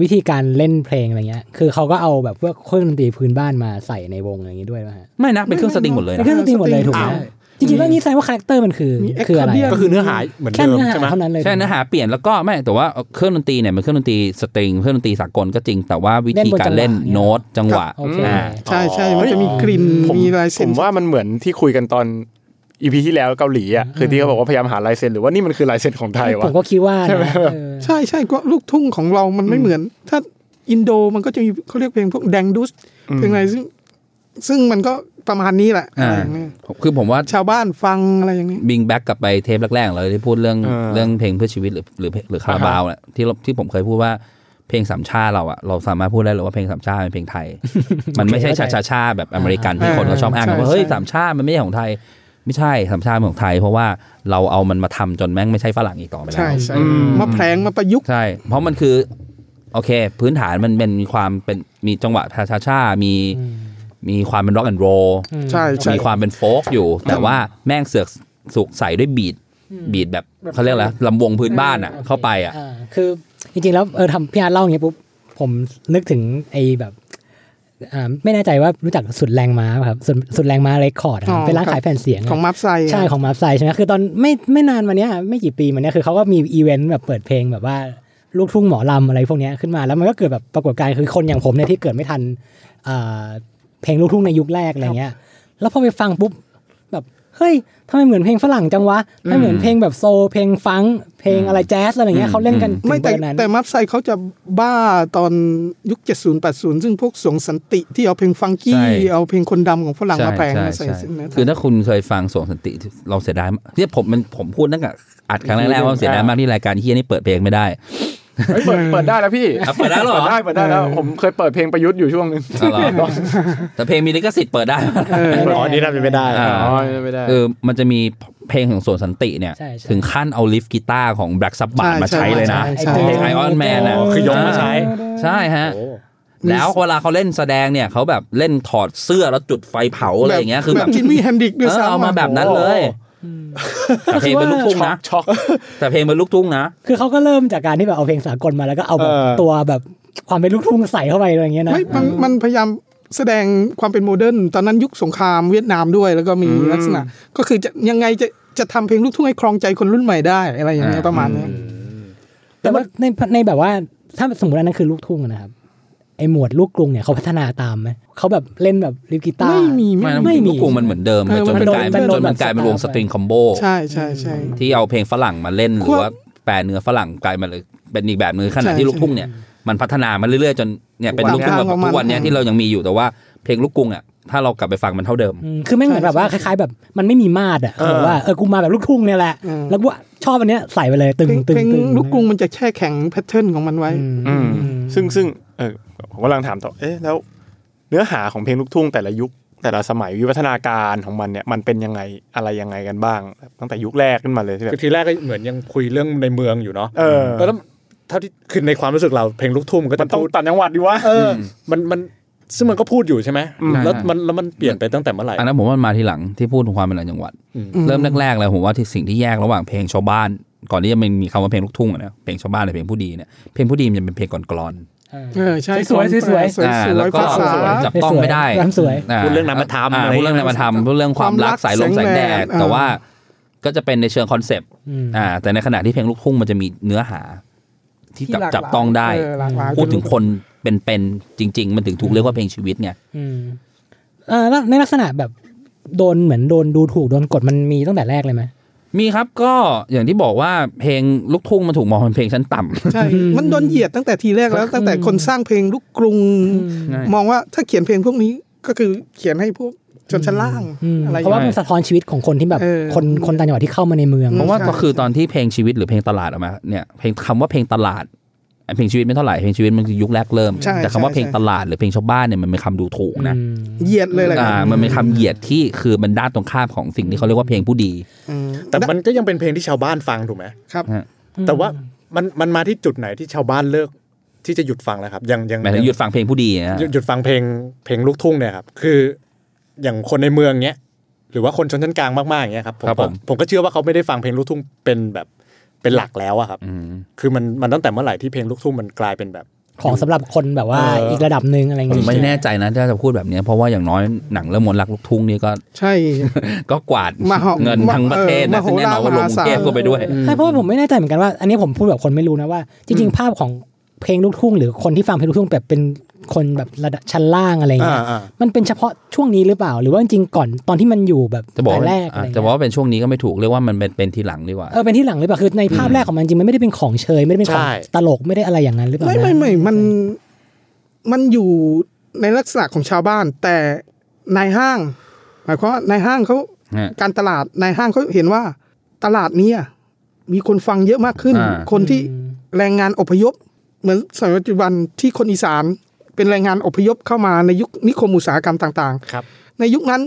[SPEAKER 6] วิธีการเล่นเพลงอะไรเงี้ย คือเขาก็เอาแบบพวกเครื่องดนตรีพื้นบ้านมาใส่ในวงอะไรอย่างงี้ด้วยป่ะฮะ
[SPEAKER 4] ไม่นะ เป็นเครื่องสตริงหมดเลย
[SPEAKER 6] เป็น
[SPEAKER 4] นะ
[SPEAKER 6] เครื่องดนตรีหมดเลยถูกไหม
[SPEAKER 5] อ้าว
[SPEAKER 6] จริงๆแล้วนี่แสดงว่าคาแรคเตอร์มันคือ
[SPEAKER 5] มี
[SPEAKER 6] คืออะไร
[SPEAKER 5] accordion
[SPEAKER 2] ก็คือเนื้อหาเหมือน
[SPEAKER 6] แค่
[SPEAKER 2] เดิม
[SPEAKER 6] เนื้อหา
[SPEAKER 2] ใช่ไหม
[SPEAKER 6] เท่านั้นเลย
[SPEAKER 4] ใช่เนื้อหาเปลี่ยนแล้วก็ไม่แต่ว่าเครื่องดนตรีเนี่ยมันเครื่องดนตรีสตริงเครื่องดนตรีสากลก็จริงแต่ว่าวิธีการเล่นโน้ตจังหวะ
[SPEAKER 6] โอเค
[SPEAKER 4] อ่า
[SPEAKER 5] ใช่ใช่มันจะมีกลิ่น
[SPEAKER 3] ผม
[SPEAKER 5] มีลาย
[SPEAKER 3] ผ
[SPEAKER 5] เส้น
[SPEAKER 3] มว่ามันเหมือนที่คุยกันตอนอีพีที่แล้วเกาหลีอ่ะคือที่เขาบอกว่าพยายามหาลายเซ็นหรือว่านี่มันคือลายเซ็นของไทย
[SPEAKER 6] ผ
[SPEAKER 3] วะ
[SPEAKER 6] มก็คิดว่า
[SPEAKER 3] ใช่ไหม
[SPEAKER 6] นะเออ
[SPEAKER 5] ใช่ใช่ก็ลูกทุ่งของเรามันไม่เหมือน ถ้าอินโดมันก็จะมีเขาเรียกเพลงพวกแดงดุสเพลงอะไรซึ่ง ซึ่งมันก็ประมาณนี้แหละ
[SPEAKER 4] อ่า
[SPEAKER 5] อะไรอย่างเงี้ย
[SPEAKER 4] คือผมว่า
[SPEAKER 5] ชาวบ้านฟังอะไรอย่างนี้ย
[SPEAKER 4] บิงแบ็กกลับไปเทปแรกๆเราที่พูดเรื่อง
[SPEAKER 3] เออ
[SPEAKER 4] เรื่องเพลงเพื่อชีวิตหรือหรือหรือคาราบาวเนี่ยที่เราที่ผมเคยพูดว่าเพลงสามชาติเราอะเราสามารถพูดได้เลยว่าเพลงสามชาติเป็นเพลงไทย มันไม่ใช่ชาชาชาแบบอเมริกันที่คนเขาชอบอ้างกันว่า
[SPEAKER 5] ใช่ใช่
[SPEAKER 4] เฮ้ยสามชาติมันไม่ใช่ของไทย ไม่ใช่สามชาติเป็นของไทย เพราะว่าเราเอามันมาทำจนแม่งไม่ใช่ฝรั่งอีกต่อไปแล้ว
[SPEAKER 5] ใช่ใช่
[SPEAKER 3] อืม
[SPEAKER 5] มาแพลงมาประยุกต์
[SPEAKER 4] ใช่ เพราะมันคือ โอเค พื้นฐานมันเป็นมีความเป็นมีจังหวะชาชาชามีมีความเป็นร็อกแอนด์โรล
[SPEAKER 5] ใช่ใช่
[SPEAKER 4] มีความเป็นโฟกอยู่ แต่ว่าแม่งเสือกสุกใส่ด้วยบีดบีดแบบเขาเรียกอะไรลำวงพื้นบ้านอ่ะ เข้าไปอ่ะ
[SPEAKER 6] อ่าคือจริงๆแล้วเออทำพี่อาร์ตเล่าอย่างเงี้ยปุ๊บผมนึกถึงไอ้แบบอ่าไม่แน่ใจว่ารู้จักสุดแรงม้าป่ะครับสุดสุดแรงม้าเรคคอร์ด
[SPEAKER 5] อ๋อ
[SPEAKER 6] เป็นร้านขายแผ่นเสียงอะ
[SPEAKER 5] ของมาร์ฟไซ
[SPEAKER 6] ใช่ของมาร์ไซใช่ไหมคือตอนไม่ไม่นานมาเนี้ยไม่กี่ปีมาเนี้ยคือเขาก็มีอีเวนต์แบบเปิดเพลงแบบว่าลูกทุ่งหมอลำอะไรพวกเนี้ยขึ้นมาแล้วมันก็เกิดแบบปรากฏการณ์คือคนอย่างผมเนี่ยที่เกิดไม่ทันเอ่อเพลงลูกทุ่งในยุคแรกอะไรเงี้ย แล้วพอไปฟังปุ๊บแบบเฮ้ยทำไมเหมือนเพลงฝรั่งจังวะไม่เหมือนเพลงแบบโซลเพลงฟังก์เพลงอะไรแจ๊สอะไรเงี้ยเขาเล่นกันถึง
[SPEAKER 5] ไม่แต่
[SPEAKER 6] เบอร์นั้น
[SPEAKER 5] แต่มาร์ฟไซเขาจะบ้าตอนยุค 70 80 ซึ่งพวกสวงสันติที่เอาเพลงฟังกี้
[SPEAKER 4] ใช่
[SPEAKER 5] เอาเพลงคนดำของฝรั่ง
[SPEAKER 4] ใช่
[SPEAKER 5] มาแพลง
[SPEAKER 4] ใช่
[SPEAKER 5] มาใส่
[SPEAKER 4] ใช่
[SPEAKER 5] เส้นนะ
[SPEAKER 4] คือถ้าคุณเคยฟังสวงสันติเราเสียดายมากเนี่ยผมมันผมพูดตั้งแต่อัดครั้งแรกๆว่าเสียดายมากที่รายการเฮียนี่เปิดเพลงไม่ ได้
[SPEAKER 3] เฮ้ยเปิดเปิดได้แล้วพี่
[SPEAKER 4] อ่ะเปิดได้แล้วเหรอ
[SPEAKER 3] เปิดได้เปิดได้แล้วผมเคยเปิดเพลงประยุทธ์อยู่ช่วงนึง
[SPEAKER 4] อ๋อเหรอแต่เพลงมีลิขสิทธิ์เปิดได้
[SPEAKER 2] อ๋ออันนี้น่าจะไม่ได้
[SPEAKER 4] อ่า
[SPEAKER 3] อ๋อไม่ได้
[SPEAKER 4] เออมันจะมีเพลงของสวนสันติเนี่ย
[SPEAKER 6] ใช่ใช่
[SPEAKER 4] ถึงขั้นเอาลิฟกีตาร์ของ Black s a b b a t มาใช้เลยนะ
[SPEAKER 5] ใช่
[SPEAKER 4] เพลง
[SPEAKER 5] ใช่
[SPEAKER 4] Iron Man นะ
[SPEAKER 2] อ๋อคือยกมาใช้
[SPEAKER 4] ใช่ฮะ
[SPEAKER 2] โอ้
[SPEAKER 4] แล้วเวลาเขาเล่นแสดงเนี่ยเขาแบบเล่นถอดเสื้อแล้วจุดไฟเผาอะไรอย่างเงี้ยคือ
[SPEAKER 5] แบ
[SPEAKER 4] แบบ บ
[SPEAKER 5] จิมมี่แฮนดิกด้วย
[SPEAKER 4] เออ
[SPEAKER 5] ซ้ำ
[SPEAKER 4] เอามา
[SPEAKER 5] อะ
[SPEAKER 4] แบบนั้นเลยแต่เพลงเป็นลูกทุ่งนะแต่เพลงเป็นลูกทุ่งนะ
[SPEAKER 6] คือเขาก็เริ่มจากการที่แบบเอาเพลงสากลมาแล้วก็เอาแบบ
[SPEAKER 2] เออ
[SPEAKER 6] ตัวแบบความเป็นลูกทุ่งใส่เข้าไปอะไรเงี้ยนะ
[SPEAKER 5] ไม่มันมันพยายามแสดงความเป็นโมเดิร์น ตอนนั้นยุคสงครามเวียดนามด้วย แล้วก็มีลักษณะ ก็คือจะยังไงจะจะทำเพลงลูกทุ่งให้ครองใจคนรุ่นใหม่ได้ อะไรอย่างเงี้ย
[SPEAKER 4] อ่า
[SPEAKER 5] ประมาณเนี้ย
[SPEAKER 6] แต่ว่าในในแบบว่าถ้าสมมติอันนั้นคือลูกทุ่งอะนะครับไอหมวดลูกกรุงเนี่ยเขาพัฒนาตามไหมเขาแบบเล่นแบบริบกีตาร์
[SPEAKER 5] ไม่มี
[SPEAKER 4] ไม่
[SPEAKER 5] ไม่
[SPEAKER 4] นะ
[SPEAKER 6] ไม่มี
[SPEAKER 4] ลูกกรุงมันเหมือนเดิมเลย
[SPEAKER 6] เออ
[SPEAKER 4] จนมันกลาย
[SPEAKER 6] มันโดน
[SPEAKER 4] จนมันกลายเป็นวง
[SPEAKER 6] มัน
[SPEAKER 4] ส
[SPEAKER 6] โดน
[SPEAKER 4] ตริงคอมโบ
[SPEAKER 5] ใช่ใช่ใช่
[SPEAKER 4] ที่เอาเพลงฝรั่งมาเล่นห
[SPEAKER 5] ค
[SPEAKER 4] รื
[SPEAKER 5] ว
[SPEAKER 4] อบ ว่าแปลเนื้อฝรั่งกลายมาเลยเป็นอีกแบบนึงขณะ
[SPEAKER 5] ใช่
[SPEAKER 4] ที่ลูกทุ่งเนี่ยมันพัฒนามาเรื่อยๆจนเนี่ยเป็นลูกทุ่งแบบ
[SPEAKER 5] วางยาว
[SPEAKER 4] ทุกวันเนี้ย
[SPEAKER 5] ประมาณ
[SPEAKER 4] ที่เรายังมีอยู่แต่ว่าเพลงลูกกรุงอ่ะถ้าเรากลับไปฟังมันเท่าเดิม
[SPEAKER 6] อืมคือไม่งเหมือนแบบว่าคล้ายๆแบบมันไม่มีมาดอ่ะแบบว่าเออกูมาแบบลูกทุ่งเนี่ยแหละ
[SPEAKER 5] อืม
[SPEAKER 6] แล้วกูชอบอันเนี้ยใส่ไปเลยตึง
[SPEAKER 5] เพลง
[SPEAKER 6] ตึ
[SPEAKER 5] เพล
[SPEAKER 6] ง
[SPEAKER 5] ง
[SPEAKER 6] ตึง
[SPEAKER 5] ลูกกรุงมันจะแช่แข็งแพทเทิร์นของมันไว้
[SPEAKER 6] อืม
[SPEAKER 3] อืมซึ่งซึ่งเออผมกำลังถามต่อ เอ๊ะแล้ว เนื้อหาของเพลงลูกทุ่งแต่ละยุค แต่ละสมัยวิวัฒนาการของมันเนี่ยมันเป็นยังไงอะไรยังไงกันบ้าง ตั้งแต่ยุคแรกขึ้นมาเลยที่แบ
[SPEAKER 2] คื
[SPEAKER 3] บ
[SPEAKER 2] อทีแรกก็เหมือนยังคุยเรื่องในเมืองอยู่เนาะ
[SPEAKER 3] เออ
[SPEAKER 2] แล้วเท่าที่คือในความรู้สึกเราเพลงลูกทุ่งมันก็
[SPEAKER 3] มัน
[SPEAKER 2] จะ
[SPEAKER 3] ต้อง
[SPEAKER 2] พูด
[SPEAKER 3] ตัดจังหวัดดีวะ
[SPEAKER 2] เออมันมันซึ่งมันก็พูดอยู่ใช่ไหม
[SPEAKER 3] อืม
[SPEAKER 2] แล้วมันแล้วมันเปลี่ยนไปตั้งแต่เมื่อไหร่
[SPEAKER 4] อันนั้นผมว่ามันมาทีหลังที่พูดถึงความเป็นหลายจังหวัด
[SPEAKER 5] อืม
[SPEAKER 4] เริ่มแรกๆเลยผมว่าที่สิ่งที่แยกระหว่างเพลงชาวบ้าน ก่อนที่จะมีคำว่าเพลงลูกทุ่งอะนะเพลงชาวบ้านหรือเพลงผู้ดีเนี่ยเพลงผู้ดีมันจะเป็นเพลงกลอน
[SPEAKER 5] เออใช่
[SPEAKER 6] สวยๆ
[SPEAKER 5] คน
[SPEAKER 6] สวยๆ
[SPEAKER 5] สวย
[SPEAKER 4] อ่า
[SPEAKER 5] ส
[SPEAKER 4] แล้ว วย ก็
[SPEAKER 5] ภาษา
[SPEAKER 4] จับต้องไม่ได้
[SPEAKER 6] สวยๆสวยๆ
[SPEAKER 4] อ่า
[SPEAKER 2] พูดเรื่องนามธรรม
[SPEAKER 4] อ่า
[SPEAKER 2] อะไร
[SPEAKER 4] พูดเรื่องนามธรรมพูดเรื่องความรักสายลม
[SPEAKER 5] ความรัก
[SPEAKER 4] สายแดด
[SPEAKER 5] แสงแดด
[SPEAKER 4] แต่
[SPEAKER 5] อ่า
[SPEAKER 4] ว่าก็จะเป็นในเชิงคอนเซปต์อ่าแต่ในขณะที่เพลงลูกทุ่งมันจะมีเนื้อหา ที่จับ
[SPEAKER 5] หลากหลาย
[SPEAKER 4] จับต้องได้
[SPEAKER 5] เออหลากหลาย
[SPEAKER 4] พูดถึงคนเป็นๆจริง ๆ มันถึงถูกเรียกว่าเพลงชีวิตไง
[SPEAKER 6] อืมเอ่อแล้วในลักษณะแบบโดนเหมือนโดนดูถูกโดนกดมันมีตั้งแต่แรกเลยไหม
[SPEAKER 4] มีครับก็อย่างที่บอกว่าเพลงลูกทุ่งมันถูกมองเป็นเพลงชั้นต่ำ
[SPEAKER 5] ใช่ มันโดนเหยียดตั้งแต่ทีแรกแล้ว ตั้งแต่คนสร้างเพลงลูกกรุง
[SPEAKER 4] ใช่
[SPEAKER 5] มองว่าถ้าเขียนเพลงพวกนี้ก็คือเขียนให้พวกชนชั้นล่าง
[SPEAKER 6] อืม
[SPEAKER 5] อะไรอย่า
[SPEAKER 6] เพราะ
[SPEAKER 5] ง
[SPEAKER 6] ว่า
[SPEAKER 5] เงี้ย
[SPEAKER 6] มันสะท้อนชีวิตของคนที่แบบ
[SPEAKER 5] เออ
[SPEAKER 6] คนคนต่างจังหวัดที่เข้ามาในเมือง
[SPEAKER 5] อื
[SPEAKER 4] เพ
[SPEAKER 5] ม
[SPEAKER 4] ราะว่า
[SPEAKER 5] ใช่
[SPEAKER 4] ก็คือตอนที่เพลงชีวิตหรือเพลงตลาดออกมาเนี่ยเพลงคำว่าเพลงตลาดไอ้เพลงชีวิตไม่เท่าไหร่เพลงชีวิตมันคือยุคแรกเริ่ม
[SPEAKER 5] ใช่
[SPEAKER 4] แต่คำว่า
[SPEAKER 5] ใช่
[SPEAKER 4] เพลงตลาดหรือเพลงชาวบ้านเนี่ยมันเป็นคำดูถูกนะ
[SPEAKER 6] อืม
[SPEAKER 5] เหยียดเลยแหละ
[SPEAKER 4] อ่ามันเป็นคำเหยียดที่คือมันด้านตรงข้ามของสิ่งที่เขาเรียกว่าเพลงผู้ดี
[SPEAKER 5] อืม
[SPEAKER 2] แต่มันก็ยังเป็นเพลงที่ชาวบ้านฟังถูกไหม
[SPEAKER 5] ครับ
[SPEAKER 2] แต่ว่ามันมันมาที่จุดไหนที่ชาวบ้านเลิกที่จะหยุดฟังแล้วครับยังยัง
[SPEAKER 4] หมายถึงหยุดฟังเพลงผู้ดีนะฮะ
[SPEAKER 2] หยุดหยุดฟังเพลงเพลงลูกทุ่งเนี่ยครับคืออย่างคนในเมืองเนี้ยหรือว่าคนชนชั้นกลางมากๆอย่างเงี้ยครับผมผมก็เชื่อว่าเขาไม่ได้ฟังเพลงลูกทุ่งเป็นแบบเป็นหลักแล้วอะครับ
[SPEAKER 4] อืม
[SPEAKER 2] คือมันมันตั้งแต่เมื่อไหร่ที่เพลงลูกทุ่งมันกลายเป็นแบบ
[SPEAKER 6] ของสำหรับคนแบบว่า
[SPEAKER 2] เอออี
[SPEAKER 6] อีกระดับหนึ่งอะไรอย่าง
[SPEAKER 4] ผม
[SPEAKER 6] เงี้ย
[SPEAKER 4] ไม่แน่ใจนะถ้าจะพูดแบบเนี้ยเพราะว่าอย่างน้อยหนังเรื่องมนต์รักลูกทุ่งนี่ก็
[SPEAKER 5] ใช่
[SPEAKER 4] ก็กวาด
[SPEAKER 5] มหา
[SPEAKER 4] เงินทั้งประเทศนะ
[SPEAKER 5] เออ
[SPEAKER 4] ซึ่งแน่นอนว่าม ล
[SPEAKER 5] หาง ศาล
[SPEAKER 4] เกมก็ไปด้วย
[SPEAKER 6] ใช่เพราะว่าผมไม่แน่ใจเหมือนกันว่า อันนี้ผมพูดแบบคนไม่รู้นะว่า จริงๆ ภาพของเพลงลูกทุ่ง หรือคนที่ฟังเพลงลูกทุ่งแบบเป็นคนแบบระดับชั้นล่างอะไรเงี้ย
[SPEAKER 2] อ่า
[SPEAKER 6] มันเป็นเฉพาะช่วงนี้หรือเปล่า หรือว่าจริงๆก่อนตอนที่มันอยู่แบบ
[SPEAKER 4] จะบอก
[SPEAKER 6] แต่
[SPEAKER 4] ว่า
[SPEAKER 6] แรกอะ
[SPEAKER 4] อ่ะ
[SPEAKER 6] ไร
[SPEAKER 4] จะบอก
[SPEAKER 6] เงี้ย
[SPEAKER 4] ว่าเป็นช่วงนี้ก็ไม่ถูกเรียกว่ามันเป็นเป็นทีหลังดีกว่า
[SPEAKER 6] เออเป็นที่หลังหรือเปล่าคือในภาพแรกของมันจริงมันไม่ได้เป็นของเชยไม่ได้เป็นของ
[SPEAKER 2] ใช่
[SPEAKER 6] ตลกไม่ได้อะไรอย่างนั้นหรือเปล่า
[SPEAKER 5] ไม่
[SPEAKER 6] นะ
[SPEAKER 5] ไม่ไม่มันมันอยู่ในลักษณะของชาวบ้าน แต่นายห้าง หมายความว่านายห้างเขา
[SPEAKER 4] ฮะ
[SPEAKER 5] การตลาดนายห้างเขาเห็นว่าตลาดเนี้มีคนฟังเยอะมากขึ้น
[SPEAKER 4] อ่า
[SPEAKER 5] คนที่
[SPEAKER 6] อืม
[SPEAKER 5] แรงงานอพยพ เหมือนสมัยปัจจุบันที่คนอีสานเป็นแรงงานอพยพเข้ามาในยุคนิคมอุตสาหกรรมต่าง ๆ
[SPEAKER 2] ครับ
[SPEAKER 5] ในยุคนั้น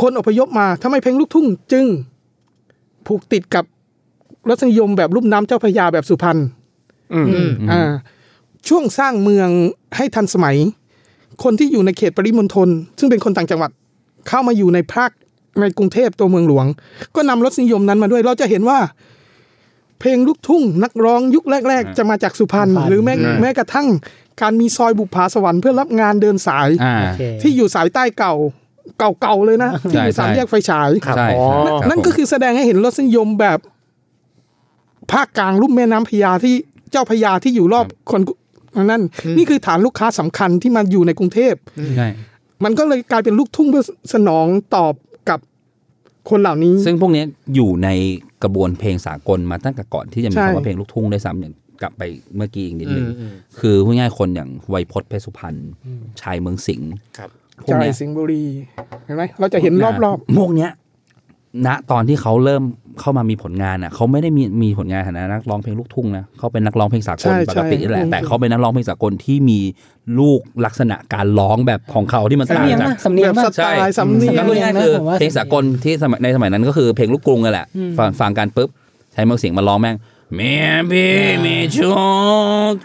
[SPEAKER 5] คนอพยพมาทำไมเพลงลูกทุ่งจึง ผูกติดกับรสนิยมแบบรูปน้ำเจ้าพระยาแบบสุพรรณ
[SPEAKER 3] อืม
[SPEAKER 5] อ่า ช่วงสร้างเมืองให้ทันสมัย คนที่อยู่ในเขตปริมณฑลซึ่งเป็นคนต่างจังหวัด เข้ามาอยู่ในภาคในกรุงเทพตัวเมืองหลวง ก็นำรสนิยมนั้นมาด้วย เราจะเห็นว่า เพลงลูกทุ่ง นักร้องยุคแรก ๆ จะมาจากสุพรรณ
[SPEAKER 6] สุพรรณ
[SPEAKER 5] หรือแม้แม้กระทั่ง การมีซอยบุปผาสวรรค์เพื่อรับงานเดินสาย
[SPEAKER 4] อ่า
[SPEAKER 6] โอเค
[SPEAKER 5] ที่อยู่สายใต้เก่าเก่าๆเลยนะ ที่อยู่
[SPEAKER 4] ใช่
[SPEAKER 5] สาม
[SPEAKER 4] ใช่
[SPEAKER 5] แยกไฟฉาย
[SPEAKER 4] ใช่
[SPEAKER 3] อ๋อ
[SPEAKER 4] ใช่รับ
[SPEAKER 5] นั่นก็คือแสดงให้เห็นรสนิยมแบบภาคกลางลุ่มแม่น้ำพระยาที่เจ้าพระยาที่อยู่รอบคนนั่น นี่คือฐานลูกค้าสำคัญที่มาอยู่ในกรุงเทพ
[SPEAKER 4] ผมใช่
[SPEAKER 5] มันก็เลยกลายเป็นลูกทุ่งเพื่อสนองตอบกับคนเหล่านี้
[SPEAKER 4] ซึ่งพวกเนี้ยอยู่ในกระบวนเพลงสากลมาตั้งแต่ก่อนที่จะมี
[SPEAKER 5] ใช่
[SPEAKER 4] คำว่าเพลงลูกทุ่งด้วยซ้ำอย่างกลับไปเมื่อกี้อีกนิดนึง
[SPEAKER 2] อืมอืม
[SPEAKER 4] คือพูดง่ายๆคนอย่างไวยพจน์เพชรสุพรรณชายเมืองสิงห์
[SPEAKER 2] ครับ
[SPEAKER 4] พวก
[SPEAKER 5] จาย
[SPEAKER 4] เนี้ย
[SPEAKER 5] สิงห์บุรีเห็นไหมเราจะเห็นรอบ
[SPEAKER 4] พวกเนี้ยณตอนที่เขาเริ่มเข้ามามีผลงานอ่ะเขาไม่ได้มีมีผลงานในฐานะนักร้องเพลงลูกทุ่งนะเขาเป็นนักร้องเพลงสาก
[SPEAKER 5] ใช่
[SPEAKER 4] ล
[SPEAKER 5] ใช่
[SPEAKER 4] ปกตินี่แหละ
[SPEAKER 5] อืม
[SPEAKER 4] แต่เขาเป็นนักร้องเพลงสากลที่มีลูกลักษณะการร้องแบบของเขาที่มันต่า
[SPEAKER 6] สำ
[SPEAKER 4] ง
[SPEAKER 6] เนียง
[SPEAKER 4] จาก
[SPEAKER 6] นะสำเนี
[SPEAKER 5] แบ
[SPEAKER 6] ยง
[SPEAKER 5] บ
[SPEAKER 6] นะ
[SPEAKER 5] สไตล์สำเนีย
[SPEAKER 4] ก็
[SPEAKER 5] ง
[SPEAKER 4] พูดง่ายๆคือ
[SPEAKER 6] ผมว่า
[SPEAKER 4] เพลงสากลที่สมัยในสมัยนั้นก็คือเพลงลูกกรุงนั่นแหละ
[SPEAKER 6] อืม
[SPEAKER 4] ฟังฟังกันปุ๊บใช้เมืองเสียงมาร้องแม่งเมียพี่มีชู้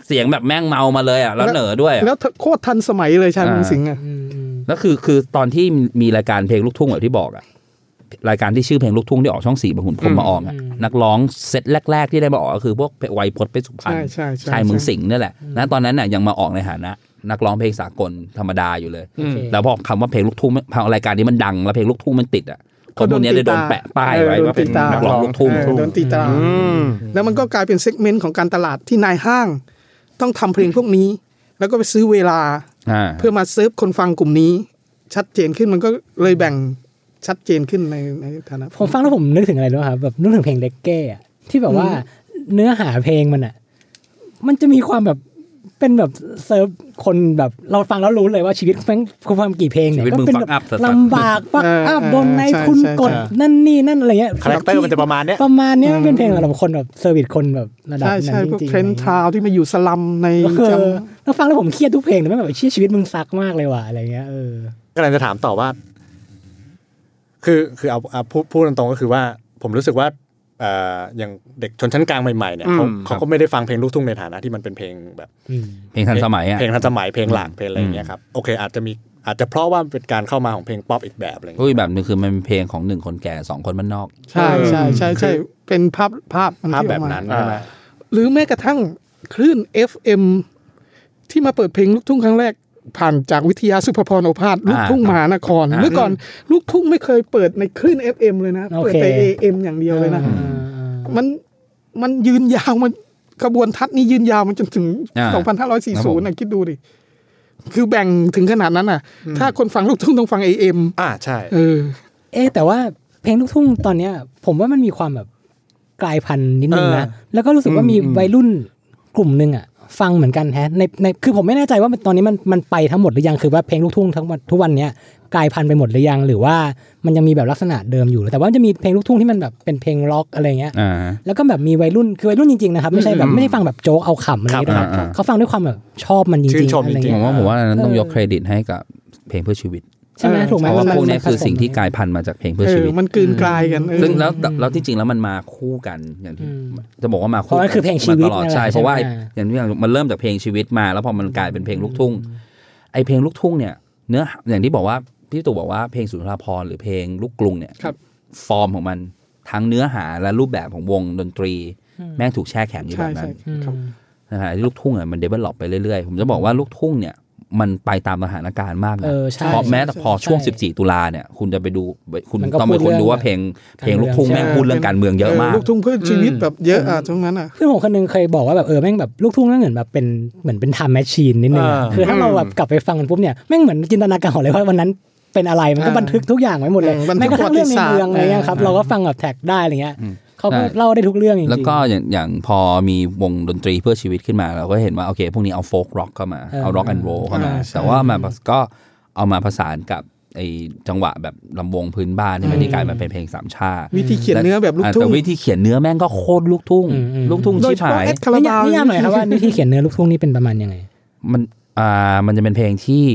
[SPEAKER 4] เสียงแบบแม่งเมามาเลยอ่ะแล้วเหนอด้วยอะ
[SPEAKER 5] แล้วโคตรทันสมัยเลยชายเมืองสิงห์อ่ะ
[SPEAKER 6] อืมอืม
[SPEAKER 4] แล้วคือคือตอนที่มีรายการเพลงลูกทุ่งแบบที่บอกอะรายการที่ชื่อเพลงลูกทุ่งที่ออกช่องสี่บางขุนพรหมมาออกอะ
[SPEAKER 6] อืม
[SPEAKER 4] นักร้องเซตแรก ๆ ที่ได้มาออกก็คือพวกไวยพจน์เพชรสุพรรณ
[SPEAKER 5] ใช่ใช่ใช่
[SPEAKER 4] ยเมืองสิงห์นี่แหละนะตอนนั้นน่ะยังมาออกในฐานะ นักร้องเพลงสากลธรรมดาอยู่เลย
[SPEAKER 2] อืม
[SPEAKER 4] แล้วพอคำว่าเพลงลูกทุ่งพอรายการนี้มันดังแล้วเพลงลูกทุ่งมันติดอ่ะคนพวกเนี้ยได้โดนแปะป้ายไว้
[SPEAKER 5] ออ
[SPEAKER 4] ว่าเป็น
[SPEAKER 5] โดตีต
[SPEAKER 4] นักร้องลูกทุ่ง
[SPEAKER 5] เออโดนตีตรา
[SPEAKER 3] อืม
[SPEAKER 5] แล้วมันก็กลายเป็นเซกเมนต์ของการตลาดที่นายห้าง ต้องทำเพลงพวกนี้ แล้วก็ไปซื้อเวลา
[SPEAKER 4] อ่า
[SPEAKER 5] เพื่อมาเซิร์ฟคนฟังกลุ่มนี้ ชัดเจนขึ้นมันก็เลยแบ่งชัดเจนขึ้นในในฐานะ
[SPEAKER 6] ผมฟังแล้วผมนึกถึงอะไรรู้ไหมครับแบบนึกถึงเพลงเด็กเก้อะที่แบบว่าเนื้อหาเพลงมันอ่ะ มันจะมีความแบบเป็นแบบเซิร์ฟคนแบบเราฟังแล้วรู้เลยว่าชีวิตแม่งความกี่เพลง
[SPEAKER 4] ชี
[SPEAKER 6] เนี่ย
[SPEAKER 4] วิตมึง
[SPEAKER 6] เป็น
[SPEAKER 4] ฟั
[SPEAKER 6] แบ
[SPEAKER 4] กอั
[SPEAKER 6] บ
[SPEAKER 4] พสัส
[SPEAKER 6] ลำบากปัก
[SPEAKER 5] เออ
[SPEAKER 6] อัพ
[SPEAKER 5] เออ
[SPEAKER 6] โดนในาย
[SPEAKER 5] ใช่
[SPEAKER 6] คุณ
[SPEAKER 5] ใช่
[SPEAKER 6] กด
[SPEAKER 5] ใช่
[SPEAKER 6] นั่นนี่นั่นอะไรเงี้ย
[SPEAKER 2] คาแรคเตอร์มันจะประมาณเนี้ย
[SPEAKER 6] ประมาณเนี้ยเป็นเพลงสำหรับคนแบบเซอร์วิสคนแบบระดับ
[SPEAKER 5] ใช่
[SPEAKER 6] นั้
[SPEAKER 5] ใช่
[SPEAKER 6] น
[SPEAKER 5] พวก
[SPEAKER 6] จริง
[SPEAKER 5] เท
[SPEAKER 6] ๆ
[SPEAKER 5] รนทราวที่มาอยู่สลัมใน
[SPEAKER 6] เอ
[SPEAKER 5] จ
[SPEAKER 6] อแล้วฟังแล้วผมเครียดทุกเพลงแต่แม่งแบบเชี่ยชีวิตมึงซักมากเลยว่ะอะไรเงี้ยเออ
[SPEAKER 2] ก็เลยจะถามต่อว่า คือคือเอาเอาพูดพูดตรงๆก็คือว่า ผมรู้สึกว่าเอ่ออย่างเด็กชนชั้นกลางใหม่ๆเนี่ยเขา
[SPEAKER 3] อืม
[SPEAKER 2] เขาก็ไม่ได้ฟังเพลงลูกทุ่งในฐานะที่มันเป็นเพลงแบบ
[SPEAKER 6] อืม
[SPEAKER 4] เพลงทันสมัยอ่ะ
[SPEAKER 2] เพลงทันสมัยเพลงหลัก
[SPEAKER 4] อืม
[SPEAKER 2] เพลงอะไรอย่างเงี้ยครับโอเคอาจจะมีอาจจะเพราะว่าเป็นการเข้ามาของเพลงป๊อปอีกแบบอะไรอย่าง
[SPEAKER 4] อุ้ย
[SPEAKER 2] เงี้ย
[SPEAKER 4] แบบหนึงคือมันเป็นเพลงของหนึ่งคนแก่สองคนบ้านนอก
[SPEAKER 5] ใช่ใช่ใช่ใช่เป็นภาพภาพมัน
[SPEAKER 2] ภาพ
[SPEAKER 5] ที่อ
[SPEAKER 2] แบ
[SPEAKER 5] อบกม
[SPEAKER 2] นั้นใช่ไหม
[SPEAKER 5] หรือแม้กระทั่งคลื่น FM ที่มาเปิดเพลงลูกทุ่งครั้งแรก ผ่านจากวิทยาสุภพรโอภาสลูกทุ่งมหานคร
[SPEAKER 4] อ่า
[SPEAKER 5] เมื่อก่อนลูกทุ่งไม่เคยเปิดในคลื่น FM เลยนะ
[SPEAKER 6] โอ
[SPEAKER 5] เปิด
[SPEAKER 6] เค
[SPEAKER 5] แต่ AM อย่างเดียวเลยนะ
[SPEAKER 6] อ่า
[SPEAKER 5] มันมันยืนยาวมันกระบวนทัศน์นี่ยืนยาวมันจนถึง
[SPEAKER 4] อ่าครับผม
[SPEAKER 5] 2540นะคิดดูดิ คือแบ่งถึงขนาดนั้นน่ะ ถ้าคนฟังลูกทุ่งต้องฟัง AM
[SPEAKER 2] อ่าใช่
[SPEAKER 5] เออ
[SPEAKER 6] เอ๊ะแต่ว่าเพลงลูกทุ่งตอนเนี้ย ผมว่ามันมีความแบบกลายพันธุ์นิดนึงนะ แล้วก็รู้สึกว่ามีวัยรุ่นกลุ่มหนึ่งอะฟังเหมือนกันแฮะในในคือผมไม่แน่ใจว่ามันตอนนี้มันมันไปทั้งหมดหรือยังคือว่าเพลงลูกทุ่งทั้งวันทุกวันเนี้ยกลายพันธุ์ไปหมดหรือยัง หรือว่ามันยังมีแบบลักษณะเดิมอยู่ แต่ว่ามันจะมีเพลงลูกทุ่งที่มันแบบเป็นเพลงล็อกอะไรเงี้ย
[SPEAKER 4] อ่า
[SPEAKER 6] แล้วก็แบบมีวัยรุ่นคือวัยรุ่นจริงๆนะครับไม่ใช่แบบไม่ได้ฟังแบบโจ๊กเอาขำอะไรอย่างเงี้ย
[SPEAKER 4] ครับ
[SPEAKER 6] นะ
[SPEAKER 4] อ่า
[SPEAKER 6] เขาฟังด้วยความแบบชอบมันจ
[SPEAKER 2] ชื่
[SPEAKER 6] ริง
[SPEAKER 2] นชม
[SPEAKER 6] ๆอะไร
[SPEAKER 2] จริ
[SPEAKER 4] ผ
[SPEAKER 2] ง
[SPEAKER 6] เงี้
[SPEAKER 4] ม
[SPEAKER 6] ย
[SPEAKER 4] ว่าผมว่าอันนั้นต้องยกเครดิตให้กับเพลงเพื่อชีวิต
[SPEAKER 6] ใช่ไหมถูกไหม
[SPEAKER 4] เพราะว่าพวกเนี้ยคือ
[SPEAKER 6] ผสม
[SPEAKER 4] สิ่งที่กลายพันธุ์มาจากเพลงเพื่อ
[SPEAKER 5] เอ
[SPEAKER 4] ชี
[SPEAKER 5] อ
[SPEAKER 4] วิต
[SPEAKER 5] มันกลืนกลายกันเออ
[SPEAKER 4] ซึ่งแล้วแล้วที่จริงแล้วมันมาคู่กันอย่างที่
[SPEAKER 6] อืม
[SPEAKER 4] จะบอกว่ามา
[SPEAKER 6] เพ
[SPEAKER 4] คู่
[SPEAKER 6] ราะว่าคือเพลงชีวิต
[SPEAKER 4] มาตลอด
[SPEAKER 6] นั่นแหละ
[SPEAKER 4] ใช่เพราะว่า
[SPEAKER 6] ใช่ไหม
[SPEAKER 4] ไอ้อย่างที่อย่างมันเริ่มจากเพลงชีวิตมา แล้วพอมันกลายเป็นเพลงลูกทุ่งไอเพลงลูกทุ่งเนี่ยเนื้ออย่างที่บอกว่าพี่ตู่บอกว่าเพลงสุนทรภพหรือเพลงลูกกรุงเนี่ย
[SPEAKER 5] ครับ
[SPEAKER 4] ฟอร์มของมันทั้งเนื้อหาและรูปแบบของวงดนตรี แม่งถูกแช่แข็งอยู่แบ
[SPEAKER 5] ใช่
[SPEAKER 4] บนั้
[SPEAKER 5] ใช่
[SPEAKER 4] น
[SPEAKER 5] ครับ
[SPEAKER 4] นะฮะลูกทุ่งอ่ะมันเดเวลลอปไปเรื่อยๆ ผมจะบอกว่าลูกทุ่งเนี่ยมันไปตามสถานการณ์มากนะ
[SPEAKER 6] เออใช่
[SPEAKER 4] เพราะแม้แต่พอช่วง
[SPEAKER 6] ใช่
[SPEAKER 4] 14 ตุลาเนี่ย คุณจะไปดูคุณ
[SPEAKER 6] มันก็
[SPEAKER 4] ต้องไป
[SPEAKER 6] พูด
[SPEAKER 4] คุณ
[SPEAKER 6] เรื่อง
[SPEAKER 4] ดูว่าเพลง
[SPEAKER 6] การ
[SPEAKER 4] เพลงลูกทุ่ง
[SPEAKER 6] เมื
[SPEAKER 4] แม่
[SPEAKER 6] อง
[SPEAKER 4] งพูดเรื่องการเมืองเยอะมาก
[SPEAKER 5] ลูกทุ่งเพื่อชีวิตแบบเยอะอ่ะตรงนั้นอ่ะ
[SPEAKER 6] เพื่อนผมคนหนึงเคยบอกว่าแบบเออแม่งแบบลูกทุ่งนั่นเหมือนแบบเป็นเหมือนเป็นท m มแมชชีนนิดนึงอะ
[SPEAKER 2] อ่า
[SPEAKER 6] คือถ้าเราแบบกลับไปฟังมันปุ๊บเนี่ยแม่งเหมือนจินตนาการของเลยว่าวันนั้นเป็นอะไรมันก็
[SPEAKER 5] อ่า
[SPEAKER 6] บันทึกทุกอย่างไว้หมดเลย
[SPEAKER 5] อืมบันทึ
[SPEAKER 6] แม้
[SPEAKER 5] ก
[SPEAKER 6] กระทั่งเรื่องในเมือง
[SPEAKER 5] ประวัติศาสตร์
[SPEAKER 6] อะไรเงี้ยครับเราก็ฟังแบบแท็กได้อะไรเงี้ย
[SPEAKER 4] อืม
[SPEAKER 6] เขาก็
[SPEAKER 4] ใช่
[SPEAKER 6] เล่าได้ทุกเรื่องจริงๆ
[SPEAKER 4] แล้วก็อย่างอย่างพอมีวงดนตรีเพื่อชีวิตขึ้นมาเราก็เห็นว่าโอเค พวกนี้เอาโฟกร็อกเข้ามา
[SPEAKER 6] เออ
[SPEAKER 4] เอาร็อกแอนด์โรเข้ามา
[SPEAKER 5] อ่าใช่
[SPEAKER 4] แต่ว่ามาก็เอามาผสานกับไอจังหวะแบบลำวงพื้นบ้านที่มันที่กลายมาเป็นเพลงสามชาติ
[SPEAKER 5] วิธีเขียนเนื้อแบบลูกทุ่
[SPEAKER 4] แต่
[SPEAKER 5] ง
[SPEAKER 4] วิธีเขียนเนื้อแม่งก็โคตรลูกทุ่ง
[SPEAKER 6] อืมอืม
[SPEAKER 4] ลูกทุ่ง
[SPEAKER 5] โดย
[SPEAKER 4] ชิบ
[SPEAKER 5] เฉพาะ
[SPEAKER 4] หาย
[SPEAKER 5] แอดคารา
[SPEAKER 6] นิยา
[SPEAKER 5] บาม ว
[SPEAKER 6] นิยามหน่อยครับว่านี่ที่เขียนเนื้อลูกทุ่งนี่เป็นประมาณยังไง
[SPEAKER 4] มันอ่ามันจะเป็นเพลงที่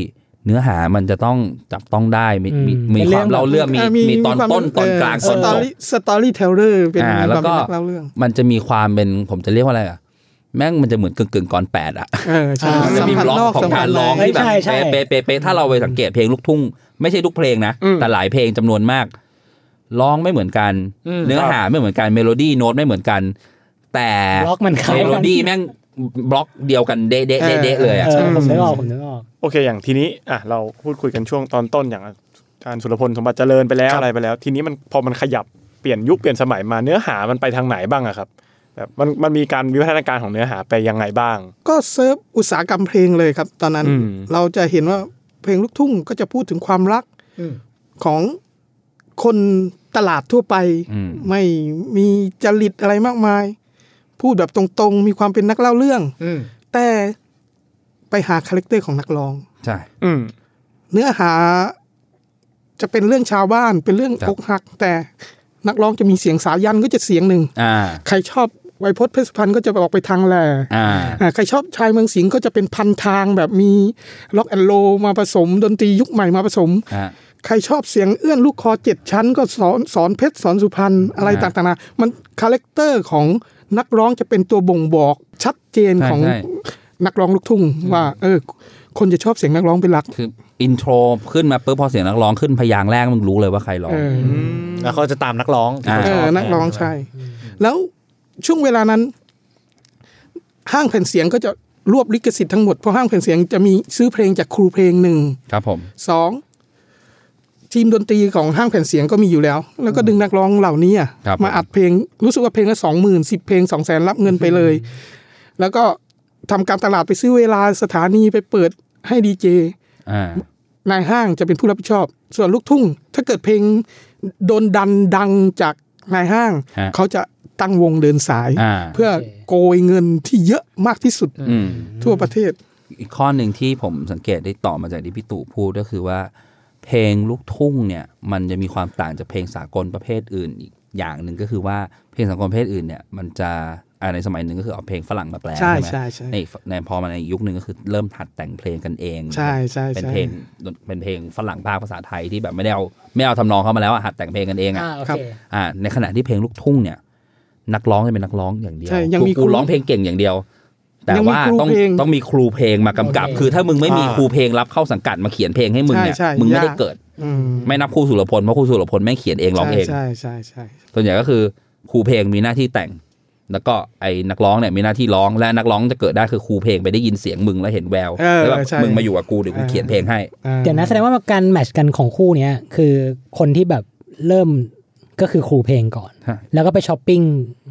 [SPEAKER 4] เนื้อหามันจะต้องจับต้องได้มี
[SPEAKER 6] อืม
[SPEAKER 4] มีมี
[SPEAKER 6] เป็น
[SPEAKER 4] ค
[SPEAKER 6] เรื่อ
[SPEAKER 4] วา
[SPEAKER 6] ง
[SPEAKER 4] มเล่าเรื่องมี
[SPEAKER 5] ะ
[SPEAKER 4] มีตอนต้นตอนกลางตอนจบ
[SPEAKER 5] สตอรี่เทเลอร์เป็น
[SPEAKER 4] อ่า
[SPEAKER 5] มี
[SPEAKER 4] แล้ว
[SPEAKER 5] ความ
[SPEAKER 4] ก็
[SPEAKER 5] เป็นนักเล่าเรื่อง
[SPEAKER 4] มันจะมีความเป็นผมจะเรียกว่าอะไรอ่ะ แม่งมันจะเหมือนกึ่งกึ่งๆก่อนแปดอ่ะ
[SPEAKER 5] เออใช่
[SPEAKER 6] อ่า
[SPEAKER 4] มันจะ
[SPEAKER 5] สัม
[SPEAKER 4] มี
[SPEAKER 5] ผัส
[SPEAKER 4] บล็อก
[SPEAKER 5] นอก
[SPEAKER 4] ของ
[SPEAKER 5] สัมผั
[SPEAKER 4] กา
[SPEAKER 5] ส
[SPEAKER 4] ร
[SPEAKER 5] ใน
[SPEAKER 4] ร้องที่แบบ
[SPEAKER 6] ใช่ใช่
[SPEAKER 4] เป๊ะเป๊ะเป๊ะถ้าเราไปสังเกตเพลงลูกทุ่ง ไม่ใช่ทุกเพลงนะ แต่หลายเพลงจำนวนมากร้องไม่เหมือนกัน เนื้อหาไม่เหมือนกันเมโลดี้โน้ตไม่เหมือนกัน แต่
[SPEAKER 6] บล็อกมันคล้ายกัน
[SPEAKER 4] เมโลดี้แม่งบล็อกเดียวกันเดะเดะเดะเดะเลยอ่ะ
[SPEAKER 6] เออผมนึกออกผมนึกออก
[SPEAKER 3] โอเค อย่างทีนี้อ่ะเราพูดคุยกันช่วงตอนต้นอย่างอาจารย์สุรพลสมบัติเจริญไปแล้วอะไรไปแล้ว ทีนี้มันพอมันขยับเปลี่ยนยุคเปลี่ยนสมัยมาเนื้อหามันไปทางไหนบ้างอะครับแบบมันมันมีการวิวัฒนาการของเนื้อหาไปยังไงบ้าง
[SPEAKER 5] ก็เซิร์ฟอุตสาหกรรมเพลงเลยครับ ตอนนั้น
[SPEAKER 3] อืม
[SPEAKER 5] เราจะเห็นว่าเพลงลูกทุ่งก็จะพูดถึงความรัก
[SPEAKER 2] อืม
[SPEAKER 5] ของคนตลาดทั่วไป
[SPEAKER 4] อืม
[SPEAKER 5] ไม่มีจริตอะไรมากมาย พูดแบบตรงๆ มีความเป็นนักเล่าเรื่อง
[SPEAKER 2] อืม
[SPEAKER 5] แต่ไปหาคาแรคเตอร์ของนักร้อง
[SPEAKER 4] ใช่
[SPEAKER 3] อืม
[SPEAKER 5] เนื้อหาจะเป็นเรื่องชาวบ้านเป็นเรื่อง
[SPEAKER 4] ครับ
[SPEAKER 5] อกหัก แต่นักร้องจะมีเสียงสาวยันก็จะเสียงหนึ่ง
[SPEAKER 4] อ่า
[SPEAKER 5] ใครชอบไวยพจน์เพชรสุพรรณก็จะออกไปทางแหล่
[SPEAKER 4] อ่า
[SPEAKER 5] อ่าใครชอบชายเมืองสิงห์ก็จะเป็นพันทางแบบมีล็อกแอนโลมาผสม ดนตรียุคใหม่มาผสม
[SPEAKER 4] ฮะ
[SPEAKER 5] ใครชอบเสียงเอื้อนลูกคอเจ็ดชั้น ก็สอนสอนเพชรสอนสุพรรณอะไร
[SPEAKER 4] อ่า
[SPEAKER 5] ต่างๆนามันคาแรคเตอร์ของนักร้องจะเป็นตัวบ่งบอกชัดเจน
[SPEAKER 4] ใช่
[SPEAKER 5] ของ
[SPEAKER 4] ใช่
[SPEAKER 5] นักร้องลูกทุ่งว่าเออคนจะชอบเสียงนักร้องเป็นหลัก
[SPEAKER 4] คืออินโทรขึ้นมาปุ๊บพอเสียงนักร้องขึ้นพยางค์แรกมึงรู้เลยว่าใครร้อง
[SPEAKER 5] เออ
[SPEAKER 2] แล้วเขาจะตามนักร้องที่เขาช
[SPEAKER 5] เอ
[SPEAKER 2] อบ
[SPEAKER 5] อ นักร้องใช่ แล้วช่วงเวลานั้น ห้างแผ่นเสียงก็จะรวบลิขสิทธิ์ทั้งหมด เพราะห้างแผ่นเสียงจะมีซื้อเพลงจากครูเพลงหนึ่ง
[SPEAKER 4] ครับผม
[SPEAKER 5] สอง ทีมดนตรีของห้างแผ่นเสียงก็มีอยู่แล้ว แล้วก็ดึงนักร้องเหล่านี้อะ
[SPEAKER 4] ครับ
[SPEAKER 5] มาอัดเพลง รู้สึกว่าเพลงละสองหมื่นสิบเพลงสองแสนรับเงินไปเลย แล้วก็ทำการตลาดไปซื้อเวลาสถานีไปเปิดให้ดีเจ
[SPEAKER 4] อ่าน
[SPEAKER 5] ายห้างจะเป็นผู้รับผิดชอบ ส่วนลูกทุ่ง ถ้าเกิดเพลงโดนดันดังจากนายห้าง
[SPEAKER 4] ฮะ
[SPEAKER 5] เขาจะตั้งวงเดินสาย
[SPEAKER 4] อ่า
[SPEAKER 5] เพื่อ
[SPEAKER 6] โอเค
[SPEAKER 5] โกยเงินที่เยอะมากที่สุด
[SPEAKER 4] อืม
[SPEAKER 5] ทั่วประเทศ
[SPEAKER 4] อีกข้อหนึ่งที่ผมสังเกตได้ต่อมาจากที่พี่ตู่พูดก็คือว่า เพลงลูกทุ่งเนี่ย มันจะมีความต่างจากเพลงสากลประเภทอื่นอีกอย่างหนึ่งก็คือว่าเพลงสากลประเภทอื่นเนี่ย มันจะ อ่าในสมัยหนึ่งก็คือเอาเพลงฝรั่งมาแปล
[SPEAKER 5] ใช่
[SPEAKER 4] ใช่ไหม
[SPEAKER 5] ใช่ใช่
[SPEAKER 4] ในในพอมาในยุคหนึ่งก็คือเริ่มหัดแต่งเพลงกันเอง
[SPEAKER 5] ใช่ใช่
[SPEAKER 4] เป็น
[SPEAKER 5] ใช่
[SPEAKER 4] เพลงเป็นเพลงฝรั่งภาคภาษาไทยที่แบบไม่ได้เอาไม่เอาทำนองเข้ามาแล้วอะหัดแต่งเพลงกันเองอะ
[SPEAKER 6] อ่าโอ
[SPEAKER 5] ครับ
[SPEAKER 6] เค
[SPEAKER 4] อ่าในขณะที่เพลงลูกทุ่งเนี่ย นักร้องเนี่ยเป็นนักร้องอย่างเดียว
[SPEAKER 5] ใช่ยังมี
[SPEAKER 4] กูกูร้องเพลงเก่งอย่างเดียว แต่
[SPEAKER 5] ยังมี
[SPEAKER 4] ว่า
[SPEAKER 5] ครู
[SPEAKER 4] ต้อง
[SPEAKER 5] เพลง
[SPEAKER 4] ต้องมีครูเพลงมากำกับ
[SPEAKER 6] โอเค
[SPEAKER 4] คือถ้ามึงไม่มี
[SPEAKER 3] อ่า
[SPEAKER 4] ครูเพลงรับเข้าสังกัดมาเขียนเพลงให้มึงเนี่ย
[SPEAKER 5] ใช่ใช่
[SPEAKER 4] มึงไม่ได้
[SPEAKER 5] ยาก
[SPEAKER 4] เกิด
[SPEAKER 5] อืม
[SPEAKER 4] ไม่นับครูสุรพลเพราะครูสุรพลแม่งเขียนเองร้องเอง
[SPEAKER 5] ใช่ใช่ใช่
[SPEAKER 4] ส่วนใหญ่ก็คือครูเพลงมีหน้าที่แต่ง แล้วก็ไอ้นักร้องเนี่ยมีหน้าที่ร้องและนักร้องจะเกิดได้คือครูเพลงไปได้ยินเสียงมึงแล้วเห็นแวว
[SPEAKER 5] เออ
[SPEAKER 4] แล้วแบบ
[SPEAKER 5] ใช่
[SPEAKER 4] มึงมาอยู่กับกูเดี๋ยวกูเขียนเพลงให้
[SPEAKER 5] อ่า
[SPEAKER 6] เดี๋ยวนะแสดงว่าการแมทชกันของคู่เนี้ยคือคนที่แบบเริ่มก็คือครูเพลงก่อน
[SPEAKER 4] ฮะ
[SPEAKER 6] แล้วก็ไปช้อปปิ้ง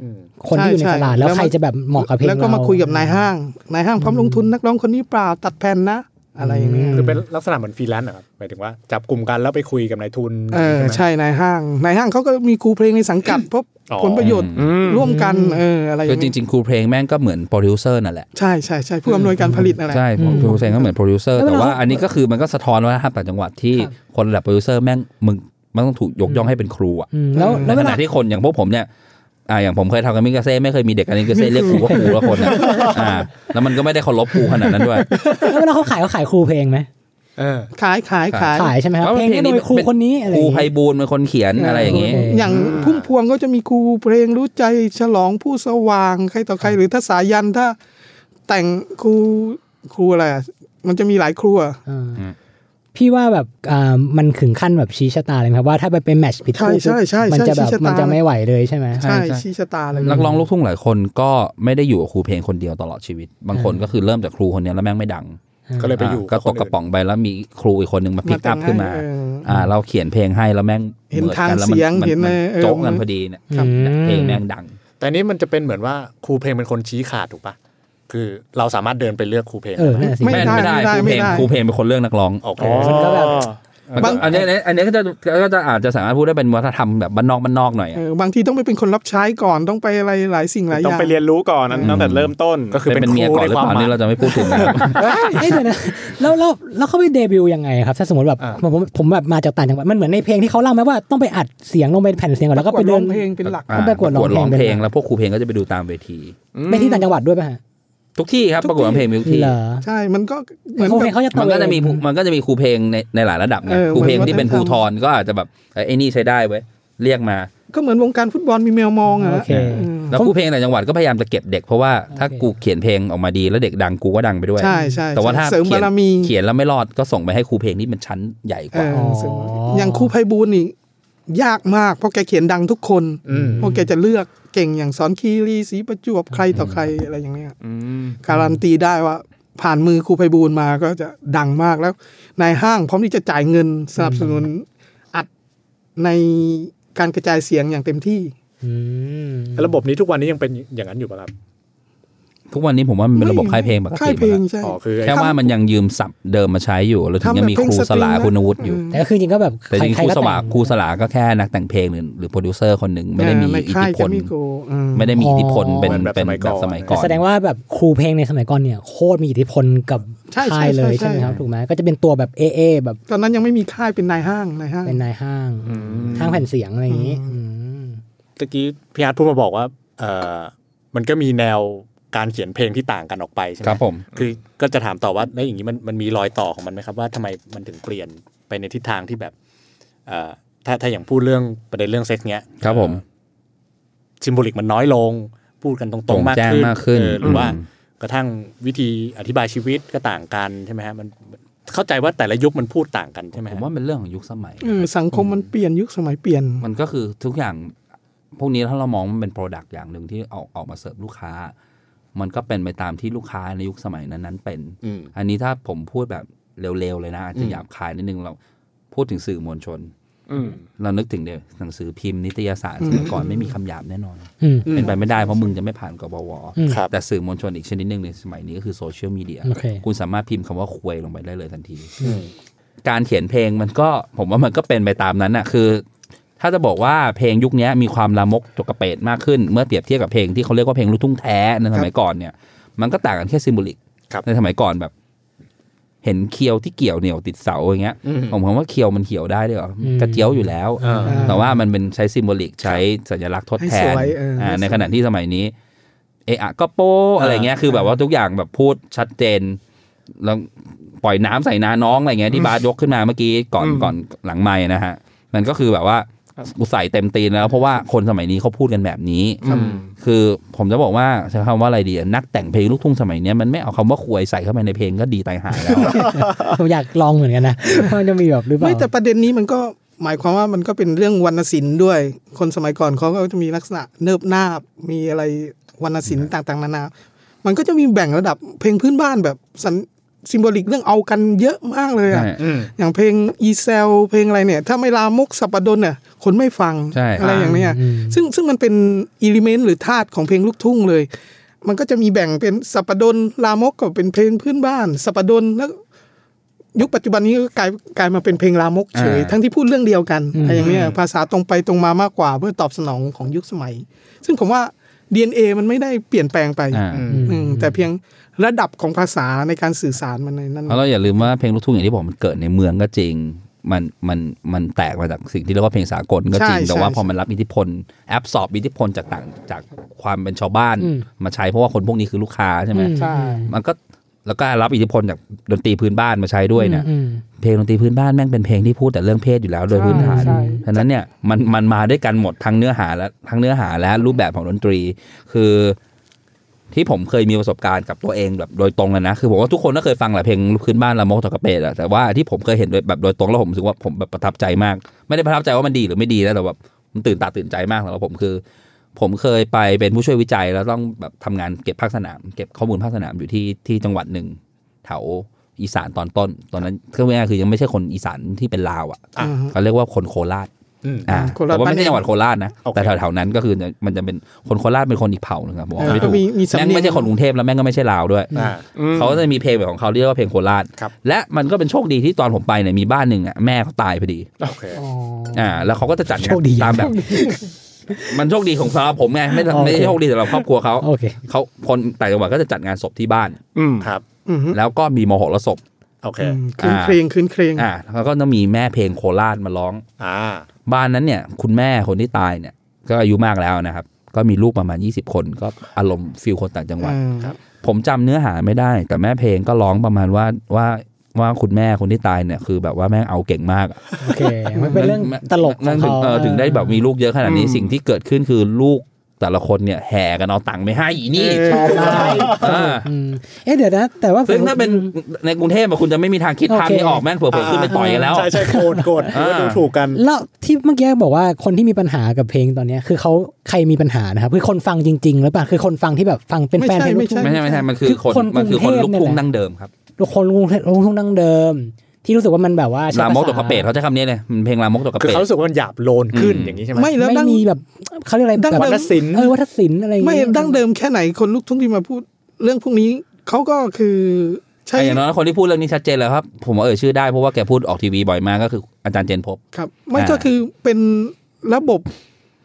[SPEAKER 2] อืม
[SPEAKER 6] คนที่อยู่ในตลาดแล้ว
[SPEAKER 5] ช่
[SPEAKER 6] ใครจะแบบเหมาะกับเพลง
[SPEAKER 5] แล้วก็มา
[SPEAKER 6] เร
[SPEAKER 5] คุยกับนายห้างนายห้างพร้อมลงทุนนักร้องคนนี้เปล่าตัดแผ่นนะ อะไรอย่างเงี้ย
[SPEAKER 6] อืม
[SPEAKER 2] คือเป็นลักษณะเหมือนฟรีแลนซ์อะครับหมายถึงว่าจับกลุ่มกันแล้วไปคุยกับนายทุน
[SPEAKER 5] เออ
[SPEAKER 2] ไหม
[SPEAKER 5] ใช่นายห้างนายห้างเขาก็มีครูเพลงในสังกัด พบ
[SPEAKER 2] อ๋อ
[SPEAKER 5] ผลประโยชน์
[SPEAKER 3] อืม
[SPEAKER 5] ร่วมกันเอออะไรอ
[SPEAKER 4] คือย่าง จ
[SPEAKER 5] เงี้ย
[SPEAKER 4] ริงๆครูเพลงแม่งก็เหมือนโปรดิวเซอร์นั่นแหละ
[SPEAKER 5] ใช่ใช่ใช่ผู้อำนวยการผลิตนั่นแหละ
[SPEAKER 4] ใช่
[SPEAKER 6] อืม
[SPEAKER 4] ครูเพลงก็เหมือนโปรดิวเซอร์
[SPEAKER 6] แล้ว
[SPEAKER 4] แต่
[SPEAKER 6] เวลา
[SPEAKER 4] ว่า
[SPEAKER 6] เขา
[SPEAKER 4] อันนี้ก็คือมันก็สะท้อนว่าครับต่างจังหวัดที่
[SPEAKER 6] ครับ
[SPEAKER 4] คนระดับโปรดิวเซอร์แม่งมึงมันต้องถูกยกย่องให้เป็นครูอะ
[SPEAKER 6] อืมแล้ว
[SPEAKER 5] เออ
[SPEAKER 6] แล้ว
[SPEAKER 4] ข
[SPEAKER 6] เว
[SPEAKER 4] ณะ
[SPEAKER 6] ลา
[SPEAKER 4] ที่คนอย่างพวกผมเนี่ยอ่าอย่างผมเคยทำกับมิกาเซ่ไม่เคยมีเด็กกัน มิกาเซ่เรียกครูว่าครูละคนนะอ่าแล้วมันก็ไม่ได้เคารพครูขนาดนั้นด้วย
[SPEAKER 6] แล้วเวลาเขาขายเขาขายครูเพลงไหม
[SPEAKER 2] เออ
[SPEAKER 5] ขายขายขาย
[SPEAKER 6] ขายใช่ไหมครับ
[SPEAKER 4] ว่า
[SPEAKER 6] เพลงนี้โดยครู
[SPEAKER 4] เป็น
[SPEAKER 6] คนนี้อะไรอ
[SPEAKER 4] ครู
[SPEAKER 6] ย่าง
[SPEAKER 4] ไพ
[SPEAKER 6] เงี้ย
[SPEAKER 4] บูลย์เป็นคนเขียนอะไรอย่างงี้
[SPEAKER 6] เออ
[SPEAKER 5] อย่างพุ่มพวงก็จะมีครูเพลงรู้ใจฉลองผู้สว่างใครต่อใครหรือถ้าสายันถ้าแต่งครูครูอะไรอะมันจะมีหลายครูอะ
[SPEAKER 6] อ่า
[SPEAKER 4] อืม
[SPEAKER 6] พี่ว่าแบบอ่ามันถึงขั้นแบบชี้ชะตาเลยไหมครับว่าถ้าไปเป็นแมทชผิดคู่
[SPEAKER 5] ใช่ใช่ใช่
[SPEAKER 6] มันจะ
[SPEAKER 5] ใช่
[SPEAKER 6] แบบ
[SPEAKER 5] ชี้ชะตามั
[SPEAKER 6] มันจะไม่ไหวเลยใช่ไหม
[SPEAKER 4] ใช่
[SPEAKER 5] ใช่
[SPEAKER 4] ใช่
[SPEAKER 5] ชี้ชะตาเลย
[SPEAKER 4] นักร้องลูกทุ่งหลายคนก็ไม่ได้อยู่กับครูเพลงคนเดียวตลอดชีวิต บางคนก็คือเริ่มจากครูคนเนี้ยแล้วแม่งไม่ดัง
[SPEAKER 2] ก็เลยไปอยู่
[SPEAKER 4] อ่าก็ตกกระป๋องไปแล้วมีครูอีกคนหนึ่งมาพิกอัพขึ้นมา
[SPEAKER 5] แต่งให้เออ
[SPEAKER 4] อ่าเราเขียนเพลงให้แล้วแม่ง
[SPEAKER 5] เห็น
[SPEAKER 4] มือกั
[SPEAKER 5] ทาง
[SPEAKER 4] แล้ว
[SPEAKER 5] เสี
[SPEAKER 4] มั
[SPEAKER 5] ยง
[SPEAKER 4] มั
[SPEAKER 5] เห็น
[SPEAKER 4] มั
[SPEAKER 5] อะไรเออ
[SPEAKER 4] โจ๊กกันพอดีเนี่ย
[SPEAKER 6] ครับ
[SPEAKER 4] เพลงแม่งดัง
[SPEAKER 2] แต่อันนี้มันจะเป็นเหมือนว่าครูเพลงเป็นคนชี้ขาดถูกปะคือเราสามารถเดินไปเลือกครูเพลง
[SPEAKER 6] เออ
[SPEAKER 2] ได้ไหม
[SPEAKER 6] นั่นนะสิ
[SPEAKER 5] ไม่
[SPEAKER 4] ไม่ได้ครู
[SPEAKER 5] ไม่
[SPEAKER 4] เพลง
[SPEAKER 5] ได้
[SPEAKER 4] ครูเพลงเป็นคนเรื่องนักร้อง
[SPEAKER 2] โอเค
[SPEAKER 3] อ๋อ
[SPEAKER 6] มันก็แบบ
[SPEAKER 4] มันก็อันนี้อันนี้อันนี้ก็จะก็จะอาจจะสามารถพูดได้เป็นวัฒนธรรมแบบบ้านนอกบ้านนอกหน่อยอะ
[SPEAKER 5] เออบางทีต้องไปเป็นคนรับใช้ก่อนต้องไปอะไรหลายสิ่งหลายอ
[SPEAKER 3] ต้อง
[SPEAKER 5] ย่าง
[SPEAKER 3] ไปเรียนรู้ก่อนอัน
[SPEAKER 4] อืม
[SPEAKER 3] ตั้งแต่เริ่มต้น
[SPEAKER 2] ก็คือเป็น
[SPEAKER 4] เป็นเมีย
[SPEAKER 2] ครู
[SPEAKER 4] ก่อน
[SPEAKER 2] ใน
[SPEAKER 4] หรือ
[SPEAKER 2] ความ
[SPEAKER 4] เปล่าอัน
[SPEAKER 2] หมา
[SPEAKER 4] นี้
[SPEAKER 2] ย
[SPEAKER 4] เราจะไม่พูดถึงนะครับ
[SPEAKER 6] เอ้ยเดี๋ยวนะแล้วแล้วแล้วเขาไปเดบิวต์ยังไงครับ ถ้าสมมติแบบ
[SPEAKER 2] อ่า
[SPEAKER 6] ผมผมผมแบบมาจากต่างจังหวัดมันเหมือนในเพลงที่เขาเล่าไหมว่าต้องไปอัดเสียงลงเป็นแผ่นเสียงก่อนแล้วก็ไปเดิน
[SPEAKER 5] ระกวร้องเพลงเป็นหลัก
[SPEAKER 4] อ่า
[SPEAKER 6] ต้องประกวดร้องเพลง
[SPEAKER 4] ร้องเพลงแล้วพวกครูเพลงก็จะไปดูตามเวที
[SPEAKER 6] ไปที่ต่างจังหวัดด้วยป่ะฮะ
[SPEAKER 4] ทุกที่ครับ
[SPEAKER 5] ทุ
[SPEAKER 4] ป
[SPEAKER 5] กที่
[SPEAKER 4] ระกวดร้องเพลงมีทุกที่
[SPEAKER 6] เหรอ
[SPEAKER 5] ใช่มันก็เหมือน
[SPEAKER 6] ครูเพล
[SPEAKER 5] กั
[SPEAKER 6] ง
[SPEAKER 5] บ
[SPEAKER 6] เขาจะต
[SPEAKER 4] มันก็จะมี
[SPEAKER 6] เว
[SPEAKER 4] ผู้มันก็จะมีครูเพลงในในหลายระดับไง
[SPEAKER 5] เออ
[SPEAKER 4] ครูเพลง
[SPEAKER 5] มันก็
[SPEAKER 4] ที่เป็น
[SPEAKER 5] จะ
[SPEAKER 4] ครู
[SPEAKER 5] ทำ
[SPEAKER 4] ทอนก็อาจจะแบบเอ้ยไอ้นี่ใช้ได้เว้ยเรียกมา
[SPEAKER 5] ก็เหมือนวงการฟุตบอลมีแมวมองอะ
[SPEAKER 6] โอเค
[SPEAKER 5] อืม
[SPEAKER 4] แล้วครูเพลงต่างจังหวัดก็พยายามจะเก็บเด็กเพราะว่าถ้า
[SPEAKER 6] โอเค
[SPEAKER 4] กูเขียนเพลงออกมาดีแล้วเด็กดังกูก็ดังไปด้วย
[SPEAKER 5] ใช่ใช่
[SPEAKER 4] แต่ว่าถ้า
[SPEAKER 5] เสริมบารมี
[SPEAKER 4] เขียนแล้วไม่รอดก็ส่งไปให้ครูเพลงที่มันชั้นใหญ่ก
[SPEAKER 5] เอ
[SPEAKER 4] ว่า
[SPEAKER 5] อ
[SPEAKER 6] อ๋อ
[SPEAKER 5] เสริมอย่างครูไพบูลย์นี่ยากมากเพราะแกเขียนดังทุกคน
[SPEAKER 2] อืม
[SPEAKER 5] เพราะแกจะเลือกเก่งอย่างสอนคีรีสีประจวบใครต่อใครอะไรอย่างเนี้ย
[SPEAKER 3] อืม
[SPEAKER 5] การันตีได้ว่าผ่านมือครูไพบูลย์มาก็จะดังมากแล้วนายห้างพร้อมที่จะจ่ายเงินสนับสนุนอัดในการกระจายเสียงอย่างเต็มที่
[SPEAKER 6] อืม
[SPEAKER 2] แล้วระบบนี้ทุกวันนี้ยังเป็นอย่างนั้นอยู่ปะครับ
[SPEAKER 4] ทุกวันนี้ผมว่ามันเป็นระบบค่ายเพลงปก
[SPEAKER 5] ค่า
[SPEAKER 4] ติ
[SPEAKER 5] ยเพลงใช่
[SPEAKER 2] อ๋อคือ
[SPEAKER 4] แค่
[SPEAKER 2] ไอ้
[SPEAKER 4] ว่ามันยังยืมศัพท์เดิมมาใช้อยู่แล้วถึง
[SPEAKER 5] ทำ
[SPEAKER 4] ยังมี
[SPEAKER 5] แบบ
[SPEAKER 4] ครู
[SPEAKER 5] เพลง
[SPEAKER 4] สลา
[SPEAKER 5] สตริงนะ
[SPEAKER 4] คุณวุฒิอยู่
[SPEAKER 6] แต่ก็คือจริงก็แบบ
[SPEAKER 4] แต่จริงๆครู
[SPEAKER 6] ก็
[SPEAKER 4] ส
[SPEAKER 6] แต่
[SPEAKER 4] ลาครูสลาก็แค่นักแต่งเพลงหรือหรือโปรดิวเซอร์คนหนึ่งไม่ได้มี
[SPEAKER 5] ใน
[SPEAKER 4] อิท
[SPEAKER 5] ค่า
[SPEAKER 4] ธิ
[SPEAKER 5] ย
[SPEAKER 4] พ
[SPEAKER 5] แกร
[SPEAKER 4] ล
[SPEAKER 5] มมี่โกลด์อืม
[SPEAKER 4] ไม่ได้มีอิทธิพลเป็นเป็นแบบสมัยก่อน
[SPEAKER 6] แสดงว่าแบบครูเพลงในสมัยก่อนเนี่ยโคตรมีอิทธิพลกับ
[SPEAKER 5] ใช่ใช่
[SPEAKER 6] ค่ายเลย
[SPEAKER 5] ใช่
[SPEAKER 6] ใช่ไหมครับ
[SPEAKER 5] ใช่
[SPEAKER 6] ถูกไหมก็จะเป็นตัวแบบเอเอแบบ
[SPEAKER 5] ตอนนั้นยังไม่มีค่ายเป็นนายห้างนายห้าง
[SPEAKER 6] เป็นนายห้างห้างแผ่นเสียงอะไรอย่างนี้อืม
[SPEAKER 2] ตะกี้พี่อาร์ตพูดมาบอกว่าเออมันก็มีแนวการเขียนเพลงที่ต่างกันออกไปใช่ไหม
[SPEAKER 4] ครับผม
[SPEAKER 2] คือก็จะถามต่อว่าแล้วอย่างนี้มันมันมีรอยต่อของมันไหมครับว่าทำไมมันถึงเปลี่ยนไปในทิศทางที่แบบเอ่อถ้าถ้าอย่างพูดเรื่องประเด็นเรื่องเซ็กซ์เนี้ย
[SPEAKER 4] ครับผม
[SPEAKER 2] ซิมโบลิกมันน้อยลง พูดกันตร
[SPEAKER 4] โปร่
[SPEAKER 2] ง
[SPEAKER 4] ง
[SPEAKER 2] ๆ มาก
[SPEAKER 4] แจ้ง
[SPEAKER 2] ขึ้น
[SPEAKER 4] มากขึ้น
[SPEAKER 2] เออหรือว่า
[SPEAKER 4] อืม
[SPEAKER 2] กระทั่งวิธีอธิบายชีวิตก็ต่างกันใช่ไหมฮะมันเข้าใจว่าแต่ละยุคมันพูดต่างกันใช่ไหม
[SPEAKER 4] ผ
[SPEAKER 2] ฮะ
[SPEAKER 4] มว่าเป็นเรื่องของยุคสมัย
[SPEAKER 5] เออสังคมมันเปลี่ยนยุคสมัยเปลี่ยน
[SPEAKER 4] มันก็คือทุกอย่างพวกนี้ถ้าเรามองมันเป็นโปรดักต์อย่างหนึ่งที่ออกออกมาเสิร์ฟลูกค้า มันก็เป็นไปตามที่ลูกค้าในยุคสมัยนั้นๆเป็น
[SPEAKER 2] อืม
[SPEAKER 4] อันนี้ถ้าผมพูดแบบเร็วๆเลยนะ อาจ
[SPEAKER 2] อื
[SPEAKER 4] จะ
[SPEAKER 2] ม
[SPEAKER 4] หยาบคายนิดนึงเราพูดถึงสื่อมวลชน
[SPEAKER 3] อืม
[SPEAKER 4] เรานึกถึงเดี๋ยวหนังสือพิมพ์นิตยสารสมัยก่อนไม่มีคำหยาบแน่นอน
[SPEAKER 6] อืม
[SPEAKER 4] เป็นไปไม่ได้เพราะมึงจะไม่ผ่านกบว
[SPEAKER 6] อืม
[SPEAKER 2] ครับ
[SPEAKER 4] แต่สื่อมวลชนอีกชนิดหนึ่งในสมัยนี้ก็คือโซเชียลมีเดีย
[SPEAKER 6] โอเค
[SPEAKER 4] คุณสามารถพิมพ์คำว่าควยลงไปได้เลยทันที การเขียนเพลงมันก็ผมว่ามันก็เป็นไปตามนั้นน่ะคือ ถ้าจะบอกว่าเพลงยุคนี้มีความลามกจกกระเปดมากขึ้น เมื่อเปรียบเทียบกับเพลงที่เขาเรียกว่าเพลงลูกทุ่งแท้ในสมัยก่อนเนี่ยมันก็ต่างกันแค่ซิมโบลิก
[SPEAKER 2] ครับ
[SPEAKER 4] ในสมัยก่อนแบบ เห็นเคียวที่เกี่ยวเหนี่ยวติดเสาอย่างเงี้ย
[SPEAKER 2] อืม
[SPEAKER 4] ผมผมว่าเคียวมันเขียวได้ด้วยเหรอ
[SPEAKER 6] อืม
[SPEAKER 4] กระเจียวอยู่แล้ว
[SPEAKER 2] อ่า
[SPEAKER 4] แต่ว่ามันเป็นใช้ซิมโบลิกใช้สัญลักษณ์ทดแทน
[SPEAKER 5] ให้สวยเออ
[SPEAKER 4] อ่าในขณะที่สมัยนี้ เอะอะก็โปอะไรเงี้ยคือแบบว่าทุกอย่างแบบพูดชัดเจน แล้วปล่อยน้ำใส่นาน้องอะไรเงี้ยที่บาสยกขึ้นมาเมื่อกี้ก่อนก่อนหลังไม่นะฮะ มันก็คือแบบว่ากูใส่เต็มตีนแล้ว เพราะว่าคนสมัยนี้เขาพูดกันแบบนี้ คือผมจะบอกว่าใช้คำว่าอะไรดีอะนักแต่งเพลงลูกทุ่งสมัยเนี้ยมันไม่เอาคำว่าควยใส่เข้าไปในเพลงก็ดีตายหายแล้ว
[SPEAKER 6] ผมอยากลองเหมือนกันนะ ว่ามันจะมีแบบหรือเปล่า
[SPEAKER 5] ไม่แต่ประเด็นนี้มันก็หมายความว่ามันก็เป็นเรื่องวรรณศิลป์ด้วย คนสมัยก่อนเขาก็จะมีลักษณะเนิบนาบมีอะไรวรรณศิลป์ต่างๆนานา มันก็จะมีแบ่งระดับเพลงพื้นบ้านแบบสันซิมโบลิกเรื่องเอากันเยอะมากเลยอะ
[SPEAKER 4] ใช่
[SPEAKER 5] อย่างเพลงอีเซลเพลงอะไรเนี่ย ถ้าไม่ลามกสัปปดนเนี่ยคนไม่ฟัง
[SPEAKER 4] ใช่
[SPEAKER 5] อะไรอย่างเนี้ยซึ่งซึ่งมันเป็นอิเลเมนต์หรือธาตุของเพลงลูกทุ่งเลย มันก็จะมีแบ่งเป็นสัปปดนลามกก็เป็นเพลงพื้นบ้าน สัปปดนแล้ว ยุคปัจจุบันนี้ก็กลายกลายมาเป็นเพลงลามกเฉย
[SPEAKER 4] อ่า
[SPEAKER 5] ทั้งที่พูดเรื่องเดียวกันอะไรอย่างเนี้ยภาษาตรงไปตรงมามากกว่าเพื่อตอบสนองของยุคสมัย ซึ่งผมว่า DNA มันไม่ได้เปลี่ยนแปลงไป
[SPEAKER 4] อ่า
[SPEAKER 5] อืมแต่เพียงระดับของภาษาในการสื่อสารมันในนั้น
[SPEAKER 4] เพราะเราอย่าลืมว่าเพลงลูกทุ่งอย่างที่บอกมันเกิดในเมืองก็จริง มันมันมันแตกมาจากสิ่งที่เรียกว่าเพลงสากลก็จริง
[SPEAKER 5] ใช่
[SPEAKER 4] แต่ว่า
[SPEAKER 5] ใช่
[SPEAKER 4] พอมันรับอิทธิพลแอบสอบอิทธิพลจากต่างจากความเป็นชาวบ้านมาใช้เพราะว่าคนพวกนี้คือลูกค้าใช่ไหม
[SPEAKER 5] ใช่
[SPEAKER 4] มันก็แล้วก็รับอิทธิพลจากดนตรีพื้นบ้านมาใช้ด้วยเนี่ย
[SPEAKER 6] อืม
[SPEAKER 4] เพลงดนตรีพื้นบ้านแม่งเป็นเพลงที่พูดแต่เรื่องเพศอยู่แล้วโดยพื้นฐาน
[SPEAKER 5] ใช่
[SPEAKER 4] ฉะนั้นเนี่ยมันมันมาด้วยกันหมดทั้งเนื้อหาและทั้งเนื้อหาและรูปแบบของดนตรี คือที่ผมเคยมีประสบการณ์กับตัวเองแบบโดยตรงเลยนะ คือผมว่าทุกคนก็เคยฟังแหละเพลงลูกพื้นบ้านละมกตะกะเปดอะแต่ว่าที่ผมเคยเห็นโดยแบบโดยตรงแล้วผมรู้สึกว่าผมแบบประทับใจมาก ไม่ได้ประทับใจว่ามันดีหรือไม่ดีนะแต่แบบมันตื่นตาตื่นใจมากสำหรับผมคือ ผมเคยไปเป็นผู้ช่วยวิจัยแล้วต้องแบบทำงานเก็บภาคสนาม เก็บข้อมูลภาคสนามอยู่ที่ที่จังหวัดหนึ่งแถวอีสานตอนต้น ตอนนั้นก็ง่ายๆคือยังไม่ใช่คนอีสานที่เป็นลาวอ่ะ
[SPEAKER 2] อ่ะ
[SPEAKER 4] เขาเรียกว่าคนโคราช
[SPEAKER 2] อืม
[SPEAKER 4] อ่า
[SPEAKER 5] โคราช
[SPEAKER 4] แต่ว่าไม่ใช่จังหวัดโคราชนะ
[SPEAKER 2] โอเค
[SPEAKER 4] แต่แถวๆนั้นก็คือจะมันจะเป็นคนโคราชเป็นคนอีกเผ่าหนึงครับบอกไม่ถูก
[SPEAKER 5] เออมีมีสำเนียง
[SPEAKER 4] แม่งไม่ใช่คนกรุงเทพแล้วแม่งก็ไม่ใช่ลาวด้วย
[SPEAKER 2] อ่า
[SPEAKER 4] เขาก็จะมีเพลงแบบของเขาเรียกว่าเพลงโคราช
[SPEAKER 2] ครับ
[SPEAKER 4] และมันก็เป็นโชคดีที่ตอนผมไปเนี่ยมีบ้านหนึ่งอ่ะแม่เขาตายพอดี
[SPEAKER 2] โอเค
[SPEAKER 4] อ่าแล้วเขาก็จะจัดงาน
[SPEAKER 6] โชคดี
[SPEAKER 4] ตามแบบ มันโชคดีของสำหรับผมไงไม่
[SPEAKER 6] โอเค
[SPEAKER 4] ไม่ใช่โชคดีสำหรับครอบครัวเขา
[SPEAKER 6] โอเค
[SPEAKER 4] เขาคนต่างจังหวัดก็จะจัดงานศพที่บ้าน
[SPEAKER 3] อืม
[SPEAKER 2] ครับ
[SPEAKER 5] อืมฮึ
[SPEAKER 4] แล้วก็มีมโหรสพ
[SPEAKER 2] โอเค
[SPEAKER 5] อืมคืนเครงคืนเครง
[SPEAKER 4] อ่าแล้วก็ต้องมีแม่เพลงโคราชมาร้อง
[SPEAKER 2] อ่า
[SPEAKER 4] บ้านนั้นเนี่ย คุณแม่คนที่ตายเนี่ย ก็อายุมากแล้วนะครับ ก็มีลูกประมาณ 20 คนก็อารมณ์ฟิลคนต่างจังหวัด ผมจำเนื้อหาไม่ได้ แต่แม่เพลงก็ร้องประมาณว่าว่าว่าคุณแม่คนที่ตายเนี่ยคือแบบว่าแม่งเอาเก่งมากอะ
[SPEAKER 6] โอเค มันเป็นเรื่องตลกข
[SPEAKER 4] นั่
[SPEAKER 6] อง
[SPEAKER 4] นถึง
[SPEAKER 6] เขา
[SPEAKER 4] เออถึงได้แบบมีลูกเยอะขนาดนี้
[SPEAKER 5] อืม
[SPEAKER 4] สิ่งที่เกิดขึ้นคือลูกแต่ละคนเนี่ยแห่กันเอาตังค์ไปให้อีนี่
[SPEAKER 6] ชอบมาก
[SPEAKER 4] อ่า
[SPEAKER 6] อืมเอ๊ะเดี๋ยวนะ แต่ว่าผม
[SPEAKER 4] ซึ่งถ้าเป็นในกรุงเทพอะคุณจะไม่มีทางคิด
[SPEAKER 6] โอเค
[SPEAKER 4] ทางนี้ออกแม่งเผื่อๆขึ้นไปต่อยกันแล้ว
[SPEAKER 2] ใช่ใช่โกรธโกรธ
[SPEAKER 4] อ่า
[SPEAKER 2] ดูถูกกัน
[SPEAKER 6] แล้วที่เมื่อกี้บอกว่าคนที่มีปัญหากับเพลงตอนเนี้ยคือเขาใครมีปัญหานะครับคือคนฟังจริงๆหรือเปล่าคือคนฟังที่แบบฟังเป็นแฟนเพลงลูกทุ่ง
[SPEAKER 4] ไม่ใช่ไม่ใช่มันคือ
[SPEAKER 6] คือ
[SPEAKER 4] คน
[SPEAKER 6] คน
[SPEAKER 4] มันคือคน
[SPEAKER 6] กรุ
[SPEAKER 4] ลู
[SPEAKER 6] ง
[SPEAKER 4] ก
[SPEAKER 6] เทพ
[SPEAKER 4] ทุ่ง
[SPEAKER 6] เนี่ยแหละ
[SPEAKER 4] ดั้งเดิมครับ
[SPEAKER 6] ลูกคนลุงลุงทุ่งดั้งเดิม ที่รู้สึกว่ามันแบบว่าใช้
[SPEAKER 4] ลาม
[SPEAKER 6] ภ
[SPEAKER 4] ก
[SPEAKER 6] ษ
[SPEAKER 4] ตกกระเปดเขาใช้คำนี้เลยมันเพลงลามกตกกระ
[SPEAKER 2] คือ
[SPEAKER 4] เปด
[SPEAKER 2] เขารู้สึกว่ามันหยาบโลนขึ้น
[SPEAKER 4] อืม
[SPEAKER 2] อย่างนี้ใช่ไหม
[SPEAKER 5] ไม่แล้ว
[SPEAKER 6] ไม่
[SPEAKER 5] ดั้ง
[SPEAKER 6] มีแบบเขาเรียกอะไร
[SPEAKER 5] ดั้งเดิม
[SPEAKER 6] แบบ
[SPEAKER 2] วรรณศิลป์
[SPEAKER 6] เออวัฒนศิลป์อะไรอย่าง
[SPEAKER 5] ไม่
[SPEAKER 6] เงี้ย
[SPEAKER 5] ดั้งเดิมแค่ไหนคนลูกทุ่งที่มาพูดเรื่องพวกนี้เขาก็คือใช่
[SPEAKER 4] แต่อย่างน้อยคนที่พูดเรื่องนี้ชัดเจนแล้วครับ ผมเอ่ยชื่อได้เพราะว่าแกพูดออกทีวีบ่อยมากก็คืออาจารย์เจนพบ
[SPEAKER 5] ครับ ไม่
[SPEAKER 4] อ่า
[SPEAKER 5] ก็คือเป็นระบบ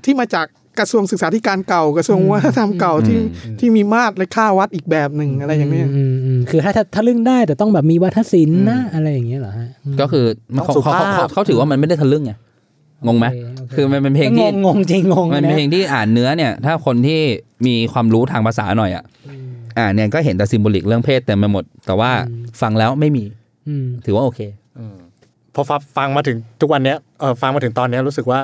[SPEAKER 5] ที่มาจากกระทรวงศึกษาธิการเก่ากระทรวงวัฒนธรรมเก่าที่ที่มีมาตรและค่าวัดอีกแบบหนึ่งอะไรอย่างเนี้ย
[SPEAKER 6] มอืมคือถ้าถ้าถ้าเรื่องได้แต่ต้องแบบมีวัฒนศิลป์นะอะไรอย่างเงี้ยเหรอฮะ
[SPEAKER 4] ก็คือมันเขา
[SPEAKER 2] ต้องสุ
[SPEAKER 4] เขา
[SPEAKER 2] ภาพ
[SPEAKER 4] เขาเขาถือว่ามันไม่ได้ทะลึ่งไงงงไหม
[SPEAKER 6] โอเคโอเค
[SPEAKER 4] คือมันเป็นเพลงที่
[SPEAKER 6] งงงจริงงง
[SPEAKER 4] มันเป็น
[SPEAKER 6] นะ
[SPEAKER 4] เพลงที่อ่านเนื้อเนี่ย ถ้าคนที่มีความรู้ทางภาษาหน่อยอ่ะอ่านเนี่ยก็เห็นแต่ซิมโบลิกเรื่องเพศเต็มไปหมด แต่ว่าฟังแล้วไม่มี
[SPEAKER 6] อืม
[SPEAKER 4] ถือว่าโอเค
[SPEAKER 2] พอฟังฟังมาถึงทุกวันเนี้ยเออฟังมาถึงตอนเนี้ยรู้สึกว่า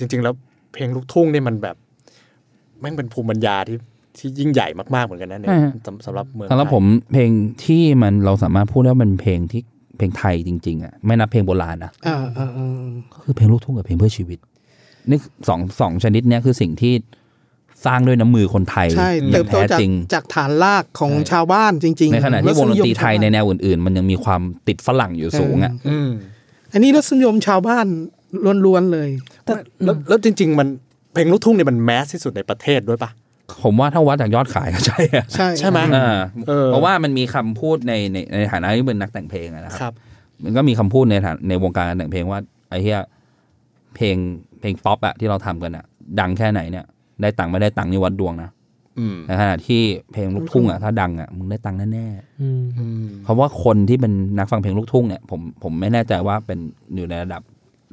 [SPEAKER 2] จริง ๆ แล้วเพลงลูกทุ่งนี่มันแบบแม่งเป็นภูมิปัญญาที่ที่ยิ่งใหญ่มากๆเหมือนกันนะเนี่ย
[SPEAKER 4] ใช่ฮะ
[SPEAKER 2] สำสำหรับเมือง
[SPEAKER 4] สำหรับ
[SPEAKER 2] ไทย
[SPEAKER 4] ผมเพลงที่มันเราสามารถพูดได้ว่ามันเพลงที่เพลงไทยจริง ๆอ่ะไม่นับเพลงโบราณนะ
[SPEAKER 5] อ่าอ่าอ่า
[SPEAKER 4] ก็คือเพลงลูกทุ่งกับเพลงเพื่อชีวิตนี่สองสองชนิดเนี่ยคือสิ่งที่สร้างด้วยน้ำมือคนไทย
[SPEAKER 5] ใช่
[SPEAKER 4] อ
[SPEAKER 5] เติ
[SPEAKER 4] ย่าง
[SPEAKER 5] บโต
[SPEAKER 4] แท้
[SPEAKER 5] จาก
[SPEAKER 4] จริง
[SPEAKER 5] จากฐานรากของชาวบ้านจริง ๆ
[SPEAKER 4] ในขณะที่วงดนตรีไทยในแนวอื่น ๆ มันยังมีความติดฝรั่งอยู่สูงอ่ะ
[SPEAKER 2] อืม
[SPEAKER 5] อันนี้รสนิยมชาวบ้านล้วนๆเลย
[SPEAKER 2] แล้วแล้วจริง ๆ มันเพลงลูกทุ่งเนี่ยมันแมสที่สุดในประเทศด้วยปะ
[SPEAKER 4] ผมว่าถ้าวัดจากยอดขายก็ใช่อะ
[SPEAKER 5] ใช่
[SPEAKER 2] ใช่ไหม
[SPEAKER 4] อ่า
[SPEAKER 2] เออ
[SPEAKER 4] เพราะว่ามันมีคำพูดในในในฐานะที่เป็นนักแต่งเพลงอะนะค
[SPEAKER 2] ครับ รับ
[SPEAKER 4] มันก็มีคำพูดในฐานในวงการการแต่งเพลงว่าไอ้เหี้ยเพลงเพลงป๊อปอะที่เราทำกันอะดังแค่ไหนเนี่ย ได้ตังค์ไม่ได้ตังค์นี่วัดดวงนะ
[SPEAKER 2] อืม
[SPEAKER 4] ในขณะที่เพลงลูกทุ่งอะถ้าดังอะมึงได้ตังค์แน่
[SPEAKER 6] อืม
[SPEAKER 2] อืม
[SPEAKER 4] ๆเพราะว่าคนที่เป็นนักฟังเพลงลูกทุ่งเนี่ยผมผมไม่แน่ใจว่าเป็นอยู่ในระดับ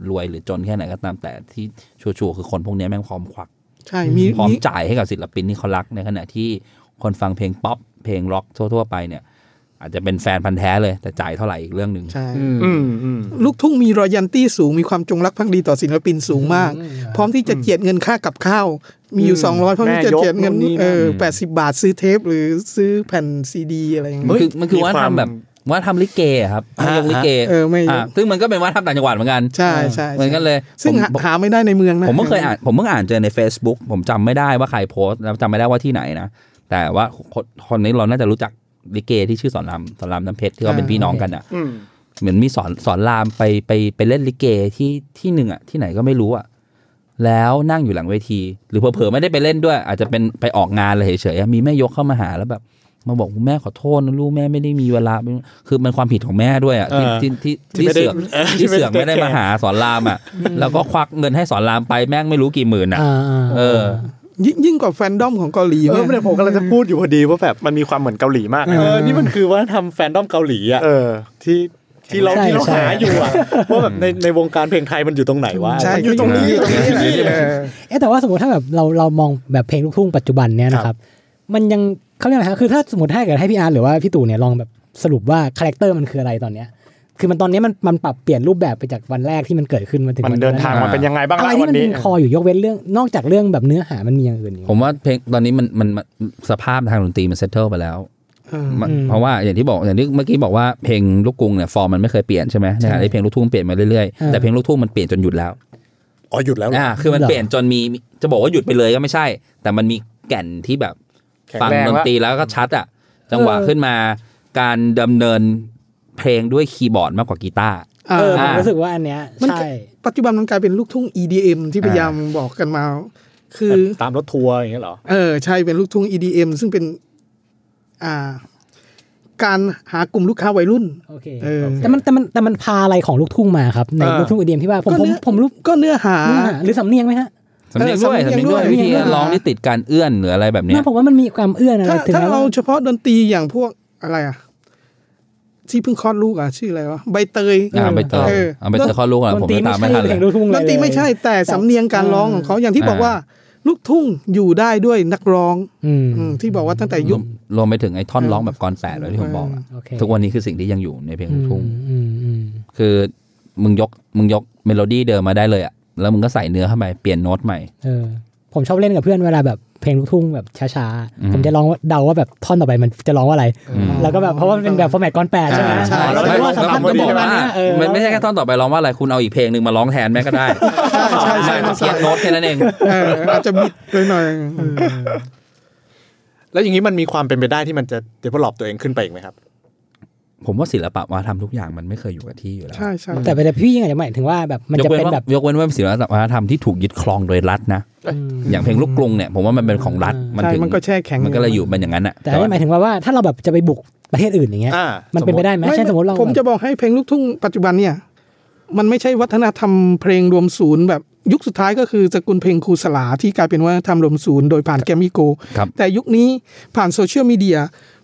[SPEAKER 4] รวยหรือจนแค่ไหนก็ตามแต่ที่ชัวร์ๆคือคนพวกเนี้ยแม่งพร้อมควัก
[SPEAKER 5] ใช่มี
[SPEAKER 4] พร้อม
[SPEAKER 5] มี
[SPEAKER 4] จ่ายให้กับศิลปินที่เขารักในขณะที่คนฟังเพลงป๊อปเพลงร็อกทั่ว ๆ ไปเนี่ย อาจจะเป็นแฟนพันธ์แท้เลย แต่จ่ายเท่าไหร่อีกเรื่องหนึ่ง
[SPEAKER 5] ใช่
[SPEAKER 3] อืมอืม
[SPEAKER 5] ลูกทุ่งมีรอยันตี้สูงมีความจงรักภักดีต่อศิลปินสูงมาก พร้อมที่จะเจียดเงินค่ากับข้าว มีอยู่ 200 พร้อมที่จะเจียดเงินเออแปดสิบาทซื้อเทปหรือซื้อแผ่นซีดีอะไรอย่าง
[SPEAKER 4] มั
[SPEAKER 5] เงี้ย
[SPEAKER 4] นคือมันคือว่าทำแบบว่าทำลิเกอะครับ
[SPEAKER 2] อ่า
[SPEAKER 4] ยกลิเก
[SPEAKER 5] เออไม่ยก
[SPEAKER 4] ะซึ่งมันก็เป็นว่าทำต่างจังหวัดเหมือนกัน
[SPEAKER 5] ใช่ใช่
[SPEAKER 4] เหมือนกันเลย
[SPEAKER 5] ซึ่ง
[SPEAKER 4] ผม
[SPEAKER 5] หา
[SPEAKER 4] ผม
[SPEAKER 5] หาไม่ได้ในเมืองนะ
[SPEAKER 4] ผมเพิ่งเคยอ่านผมเพิ่งอ่านเจอใน Facebook ผมจำไม่ได้ว่าใครโพสต์แล้วจำไม่ได้ว่าที่ไหนนะแต่ว่าคนคนนี้เราน่าจะรู้จักลิเกที่ชื่อสอนรามสอนรามน้ำเพชรที่เขาเป็น
[SPEAKER 5] อ่า
[SPEAKER 4] พี่น้องกันอ่ะ
[SPEAKER 3] อืม
[SPEAKER 4] เหมือนมีสอนสอนรามไปไปไปเล่นลิเกที่ที่หนึ่งอ่ะที่ไหนก็ไม่รู้อ่ะแล้วนั่งอยู่หลังเวที หรือเผลอๆไม่ได้ไปเล่นด้วย อาจจะเป็นไปออกงานเลยเฉยๆอะมีแม่ยกเข้ามาหาแล้วแบบมาบอกแม่ขอโทษนะลูกแม่ไม่ได้มีเวลาคือมันความผิดของแม่ด้วยอ่ะที่
[SPEAKER 2] เออ
[SPEAKER 4] ที่ที่ที่เสือกที่เสือกไม่ได้มาหาสอนรามอ่ะแล้วก็ควักเงินให้สอนรามไปแม่งไม่รู้กี่หมื่นอ่ะ
[SPEAKER 6] อ่า
[SPEAKER 4] เออ
[SPEAKER 5] ยิ่งยิ่งกว่าแฟนดอมของเกาหลี
[SPEAKER 2] เออ
[SPEAKER 5] นะ
[SPEAKER 2] ไม่ได้ผมกำลังจะพูดอยู่พอดีว่าแบบ
[SPEAKER 3] มันมีความเหมือนเกาหลีมาก
[SPEAKER 2] เอ
[SPEAKER 3] นะ
[SPEAKER 2] อนี่มันคือว่าทำแฟนดอมเกาหลีอ่ะ
[SPEAKER 3] เออ
[SPEAKER 2] ที่ที่เรา
[SPEAKER 3] ใช่
[SPEAKER 2] ที่เราหาอยู่อ่ะว่าแบบในในวงการเพลงไทยมันอยู่ตรงไหนวะ
[SPEAKER 5] ใช่
[SPEAKER 2] มันอยู่ตรงนี้อยู่ตรงนี้อยู่ตรงนี้
[SPEAKER 5] เออ
[SPEAKER 6] เอ๊ะแต่ว่าสมมติถ้าแบบเราเรามองแบบเพลงลูกทุ่งปัจจุบันเนี่ยนะครับมันยังเขาเรียกอะไรฮะคือถ้าสมมติให้เกิดให้พี่อาร์ตหรือว่าพี่ตู่เนี่ยลองแบบสรุปว่าคาแรคเตอร์มันคืออะไรตอนเนี้ยคือมันตอนเนี้ยมันมันปรับเปลี่ยนรูปแบบไปจากวันแรกที่มันเกิดขึ้นมาถึง
[SPEAKER 3] มัน
[SPEAKER 6] วั
[SPEAKER 3] เดินทางมาเป็นยังไงบ้าง
[SPEAKER 6] อะไร
[SPEAKER 3] ล่ะ
[SPEAKER 6] ที่
[SPEAKER 3] วัน
[SPEAKER 6] มัน
[SPEAKER 3] นี้
[SPEAKER 6] มีคออยู่ยกเว้นเรื่องนอกจากเรื่องแบบเนื้อหามันมีอย่างอื่นอีก
[SPEAKER 4] ผมว่าเพลงตอนนี้มันมันมันสภาพทางดนตรีมันเซตเทิลไปแล้ว
[SPEAKER 5] เออ
[SPEAKER 4] มัน
[SPEAKER 6] อืม
[SPEAKER 4] เพราะว่าอย่างที่บอกอย่างที่เมื่อกี้บอกว่าเพลงลูกกรุงเนี่ยฟอร์มมันไม่เคยเปลี่ยนใช่ไหมในขณะที่เพลงลูกทุ่งเปลี่ยนมาเรื่อย
[SPEAKER 6] อ่า
[SPEAKER 4] ๆแต่เพลงลูกทุ่งมันเปลี่ยนจนหยุดแล้ว
[SPEAKER 2] อ๋อหยุดแล้วเหรอ
[SPEAKER 4] อ่าคือมัน
[SPEAKER 6] เหรอ
[SPEAKER 4] เปลี่ยนจนมีจะบอกว่าหยุดไปเลยก็ไม่ใช่ แต่มันมีแก่นที่แบบ
[SPEAKER 3] แข็
[SPEAKER 4] ฟัง
[SPEAKER 3] แร
[SPEAKER 4] ดนตรีแล้วก็ชัดอ่ะจังหวะขึ้นมาการดำเนินเพลงด้วยคีย์บอร์ดมากกว่ากีตาร์
[SPEAKER 6] เออผม
[SPEAKER 4] อ่า
[SPEAKER 6] รู้สึกว่าอันเนี้ย
[SPEAKER 5] มัน
[SPEAKER 6] ใช่
[SPEAKER 5] ปัจจุบันมันกลายเป็นลูกทุ่ง EDM ที่พยายามบอกกันมา คือ
[SPEAKER 2] ตามรถทัวร์อย่างเงี้ยเหรอ
[SPEAKER 5] เออใช่เป็นลูกทุ่ง EDM ซึ่งเป็น อ่า การหากลุ่มลูกค้าวัยรุ่น
[SPEAKER 6] โอเค
[SPEAKER 5] เออ
[SPEAKER 6] แต่มันแต่มันแต่มันพาอะไรของลูกทุ่งมาครับใน
[SPEAKER 3] อ่า
[SPEAKER 6] ลูกทุ่งอีเดียมที่ว่าผมผ
[SPEAKER 5] ก็
[SPEAKER 6] ม
[SPEAKER 5] เนื้อ
[SPEAKER 6] ผมรู้
[SPEAKER 5] ก็เนื้อหา
[SPEAKER 6] เนื้อหาหรือสำเนียงไหมฮะ
[SPEAKER 4] สำเนียงด้วย
[SPEAKER 5] เออ
[SPEAKER 4] สำ
[SPEAKER 5] สำเนี
[SPEAKER 4] เนีย
[SPEAKER 5] ย
[SPEAKER 4] ง
[SPEAKER 5] ง
[SPEAKER 4] ด้วย
[SPEAKER 5] ด้วย
[SPEAKER 4] วิธี
[SPEAKER 5] เนี่ย
[SPEAKER 4] ร้องที่ติดการเอื้อนหรืออะไรแบบเนี้ย
[SPEAKER 6] ไม่ผมว่ามันมีความเอื้อนอะไร
[SPEAKER 5] ถ้า
[SPEAKER 6] ถึง
[SPEAKER 5] ถ้า
[SPEAKER 6] แม้
[SPEAKER 5] เอา
[SPEAKER 6] ว่า
[SPEAKER 5] เฉพาะดนตรีอย่างพวกอะไรอ่ะ ที่เพิ่งคลอดลูกอ่ะ ชื่ออะไรวะ ใบเตย
[SPEAKER 4] อ่าไปเตย
[SPEAKER 5] เออ
[SPEAKER 4] เอาไปเตยข้อลูกอ่ะ
[SPEAKER 6] ดน
[SPEAKER 4] ผม
[SPEAKER 6] ตรี
[SPEAKER 4] ก็
[SPEAKER 6] ไม่ใช่
[SPEAKER 4] ตามไม่ทัน
[SPEAKER 6] เพล
[SPEAKER 4] เลย
[SPEAKER 6] งลูกทุ่ง
[SPEAKER 5] ด
[SPEAKER 6] เลย
[SPEAKER 5] นตรีไม่ใช่แต่สำเนียงการร้องของเขาอย่างที่บอกว่า ลูกทุ่งอยู่ได้ด้วยนักร้อง
[SPEAKER 6] อืม
[SPEAKER 5] อืมที่บอกว่าตั้งแต่ยุค
[SPEAKER 4] รวมไปถึงไอ้ท่อนร้องแบบกลอนแปดเลยที่ผมบอกอะ
[SPEAKER 6] โอเค
[SPEAKER 4] ทุกวันนี้คือสิ่งที่ยังอยู่ในเพลงลูกทุ่ง
[SPEAKER 6] อืมอืม
[SPEAKER 4] คือมึงยกมึงยกเมโลดี้เดิมมาได้เลยอะแล้วมึงก็ใส่เนื้อเข้าไปเปลี่ยนโน้ตใหม่
[SPEAKER 6] เออผมชอบเล่นกับเพื่อนเวลาแบบเพลงลูกทุ่งแบบช้า
[SPEAKER 4] อืม
[SPEAKER 6] ๆ ผมจะร้องว่าเดาว่าแบบท่อนต่อไปมันจะร้องว่าอะไร
[SPEAKER 4] ม
[SPEAKER 6] แล้วก็แบบเพราะว่ามันเป็นแบบฟอร์แมตก้อนแปดใช่ไหม
[SPEAKER 5] อ่าใช่
[SPEAKER 6] แล้ว
[SPEAKER 4] ไม่
[SPEAKER 6] ก็ว่าสัม
[SPEAKER 4] แล้ว
[SPEAKER 6] พั
[SPEAKER 4] ผ
[SPEAKER 6] น
[SPEAKER 4] ม
[SPEAKER 6] ธ์ก็บบ อ
[SPEAKER 4] ก็อกก
[SPEAKER 6] มา
[SPEAKER 4] ว่า
[SPEAKER 6] เออ
[SPEAKER 4] มันไม่ใช่แค่ท่อนต่อไปร้องว่าอะไรคุณเอาอีกเพลงหนึ่งมาร้องแทนแม่ก็ได้
[SPEAKER 5] ใช่ใช่ใช่
[SPEAKER 4] ไม่มันเปลี่ยนโน้ตแค่นั้นเอง
[SPEAKER 5] เอออาจจะบิดไปหน่อยเออ
[SPEAKER 2] แล้วอย่างนี้มันมีความเป็นไปได้ที่มันจะ develop ตัวเองขึ้นไปอีกไหมครับ
[SPEAKER 4] ผมว่าศิลปะวัฒนธรรมทุกอย่างมันไม่เคยอยู่กับที่อยู่แล้ว
[SPEAKER 5] ใช่ใช่
[SPEAKER 6] แต่แต่พี่ยิ่งอาจจะหมายถึงว่าแบบมัน
[SPEAKER 4] ย
[SPEAKER 6] จะ
[SPEAKER 4] กเว้
[SPEAKER 6] เป็น น
[SPEAKER 4] ว่า
[SPEAKER 6] แบบ
[SPEAKER 4] ยกเว้นว่าศิลปะวัฒนธรรมที่ถูกยึดครองโดยรัฐนะอย่างเพลงลูกกรุงเนี่ยผมว่ามันเป็นของรัฐมัน
[SPEAKER 5] ใช่
[SPEAKER 4] ถึง
[SPEAKER 5] มันก็แช่แข็ง
[SPEAKER 4] มันก็เลยอยู่มันอย่างนั้นอะ
[SPEAKER 6] แต่ไม่หมายถึงว่าว่าถ้าเราแบบจะไปบุกประเทศอื่นอย่างเงี้ย
[SPEAKER 2] อ่า
[SPEAKER 6] มันเป็นไปได้ไหมเช่นสมมติเรา
[SPEAKER 5] ผมจะบอกให้เพลงลูกทุ่งปัจจุบันเนี่ย มันไม่ใช่วัฒนธรรมเพลงรวมศูนย์แบบยุคสุดท้ายก็คือสกุลเพลงครูสลาที่กลายเป็นวัฒนธรรมรวมศูนย์โดยผ่านแกรมมี่โกลด์
[SPEAKER 4] ครับ
[SPEAKER 5] แต่ยุคนี้ผ่านโซเชียลมีเดีย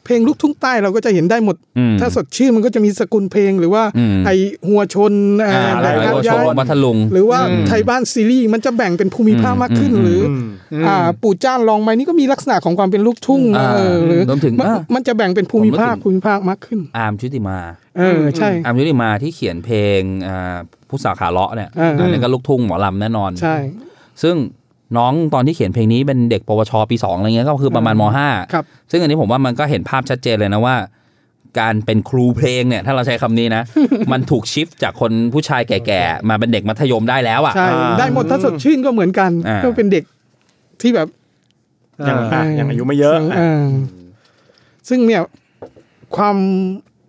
[SPEAKER 5] เพลงลูกทุ่งใต้เราก็จะเห็นได้หมด
[SPEAKER 4] อืม
[SPEAKER 5] ถ้าสดชื่นมันก็จะมีสกุลเพลงหรือว่า
[SPEAKER 4] อืม
[SPEAKER 5] ไอหัวชนเอ่ออ
[SPEAKER 3] อ่า
[SPEAKER 5] แบ
[SPEAKER 4] แล้
[SPEAKER 5] บ
[SPEAKER 4] ว
[SPEAKER 5] นั้น
[SPEAKER 4] ก็โช
[SPEAKER 5] ย้า
[SPEAKER 4] ว์
[SPEAKER 5] ย
[SPEAKER 4] วัทลุง
[SPEAKER 5] หรือว่าไทยบ้านซีรีส์มันจะแบ่งเป็นภูมิภาคมากขึ้น หรืออ
[SPEAKER 3] อืม
[SPEAKER 5] อ่าปู่จ้านลองไหมนี่ก็มีลักษณะของความเป็นลูกทุ่ง
[SPEAKER 4] อ่า
[SPEAKER 5] เออหรือ
[SPEAKER 4] รวมถึง
[SPEAKER 5] น
[SPEAKER 4] อ่ามั
[SPEAKER 5] มันจะแบ่งเป็นภูมิภาค
[SPEAKER 4] ผมนึกถึง
[SPEAKER 5] ภูมิภาคมากขึ้น
[SPEAKER 4] อาร์มชุติมา
[SPEAKER 5] เออใช่
[SPEAKER 4] อาร์มยุริมาที่เขียนเพลงอ่าผู้สาวขาเลาะเนี่ย
[SPEAKER 5] เอออั
[SPEAKER 4] อันนั้นก็ลูกทุ่งหมอลำแน่นอน
[SPEAKER 5] ใช่
[SPEAKER 4] ซึ่งน้องตอนที่เขียนเพลงนี้เป็นเด็กปวชปีสองอะไรเงี้ยก็คือประมาณมห้า
[SPEAKER 5] ครับ
[SPEAKER 4] ซึ่งอันนี้ผมว่ามันก็เห็นภาพชัดเจนเลยนะว่า การเป็นครูเพลงเนี่ยถ้าเราใช้คำนี้นะ มันถูกชิฟต์จากคนผู้ชายแก่ๆ มาเป็นเด็กมัธยมได้แล้วอ่ะ
[SPEAKER 5] ใช่
[SPEAKER 2] อ่า
[SPEAKER 5] ได้หมดถ้าสดชื่นก็เหมือนกัน
[SPEAKER 4] อ่า
[SPEAKER 5] ก็เป็นเด็กที่แบบ
[SPEAKER 3] อย่างอ่ะอย่างอายุไม่เยอะ
[SPEAKER 5] เอ
[SPEAKER 3] อ่ะ
[SPEAKER 5] อซึ่งเนี่ยความ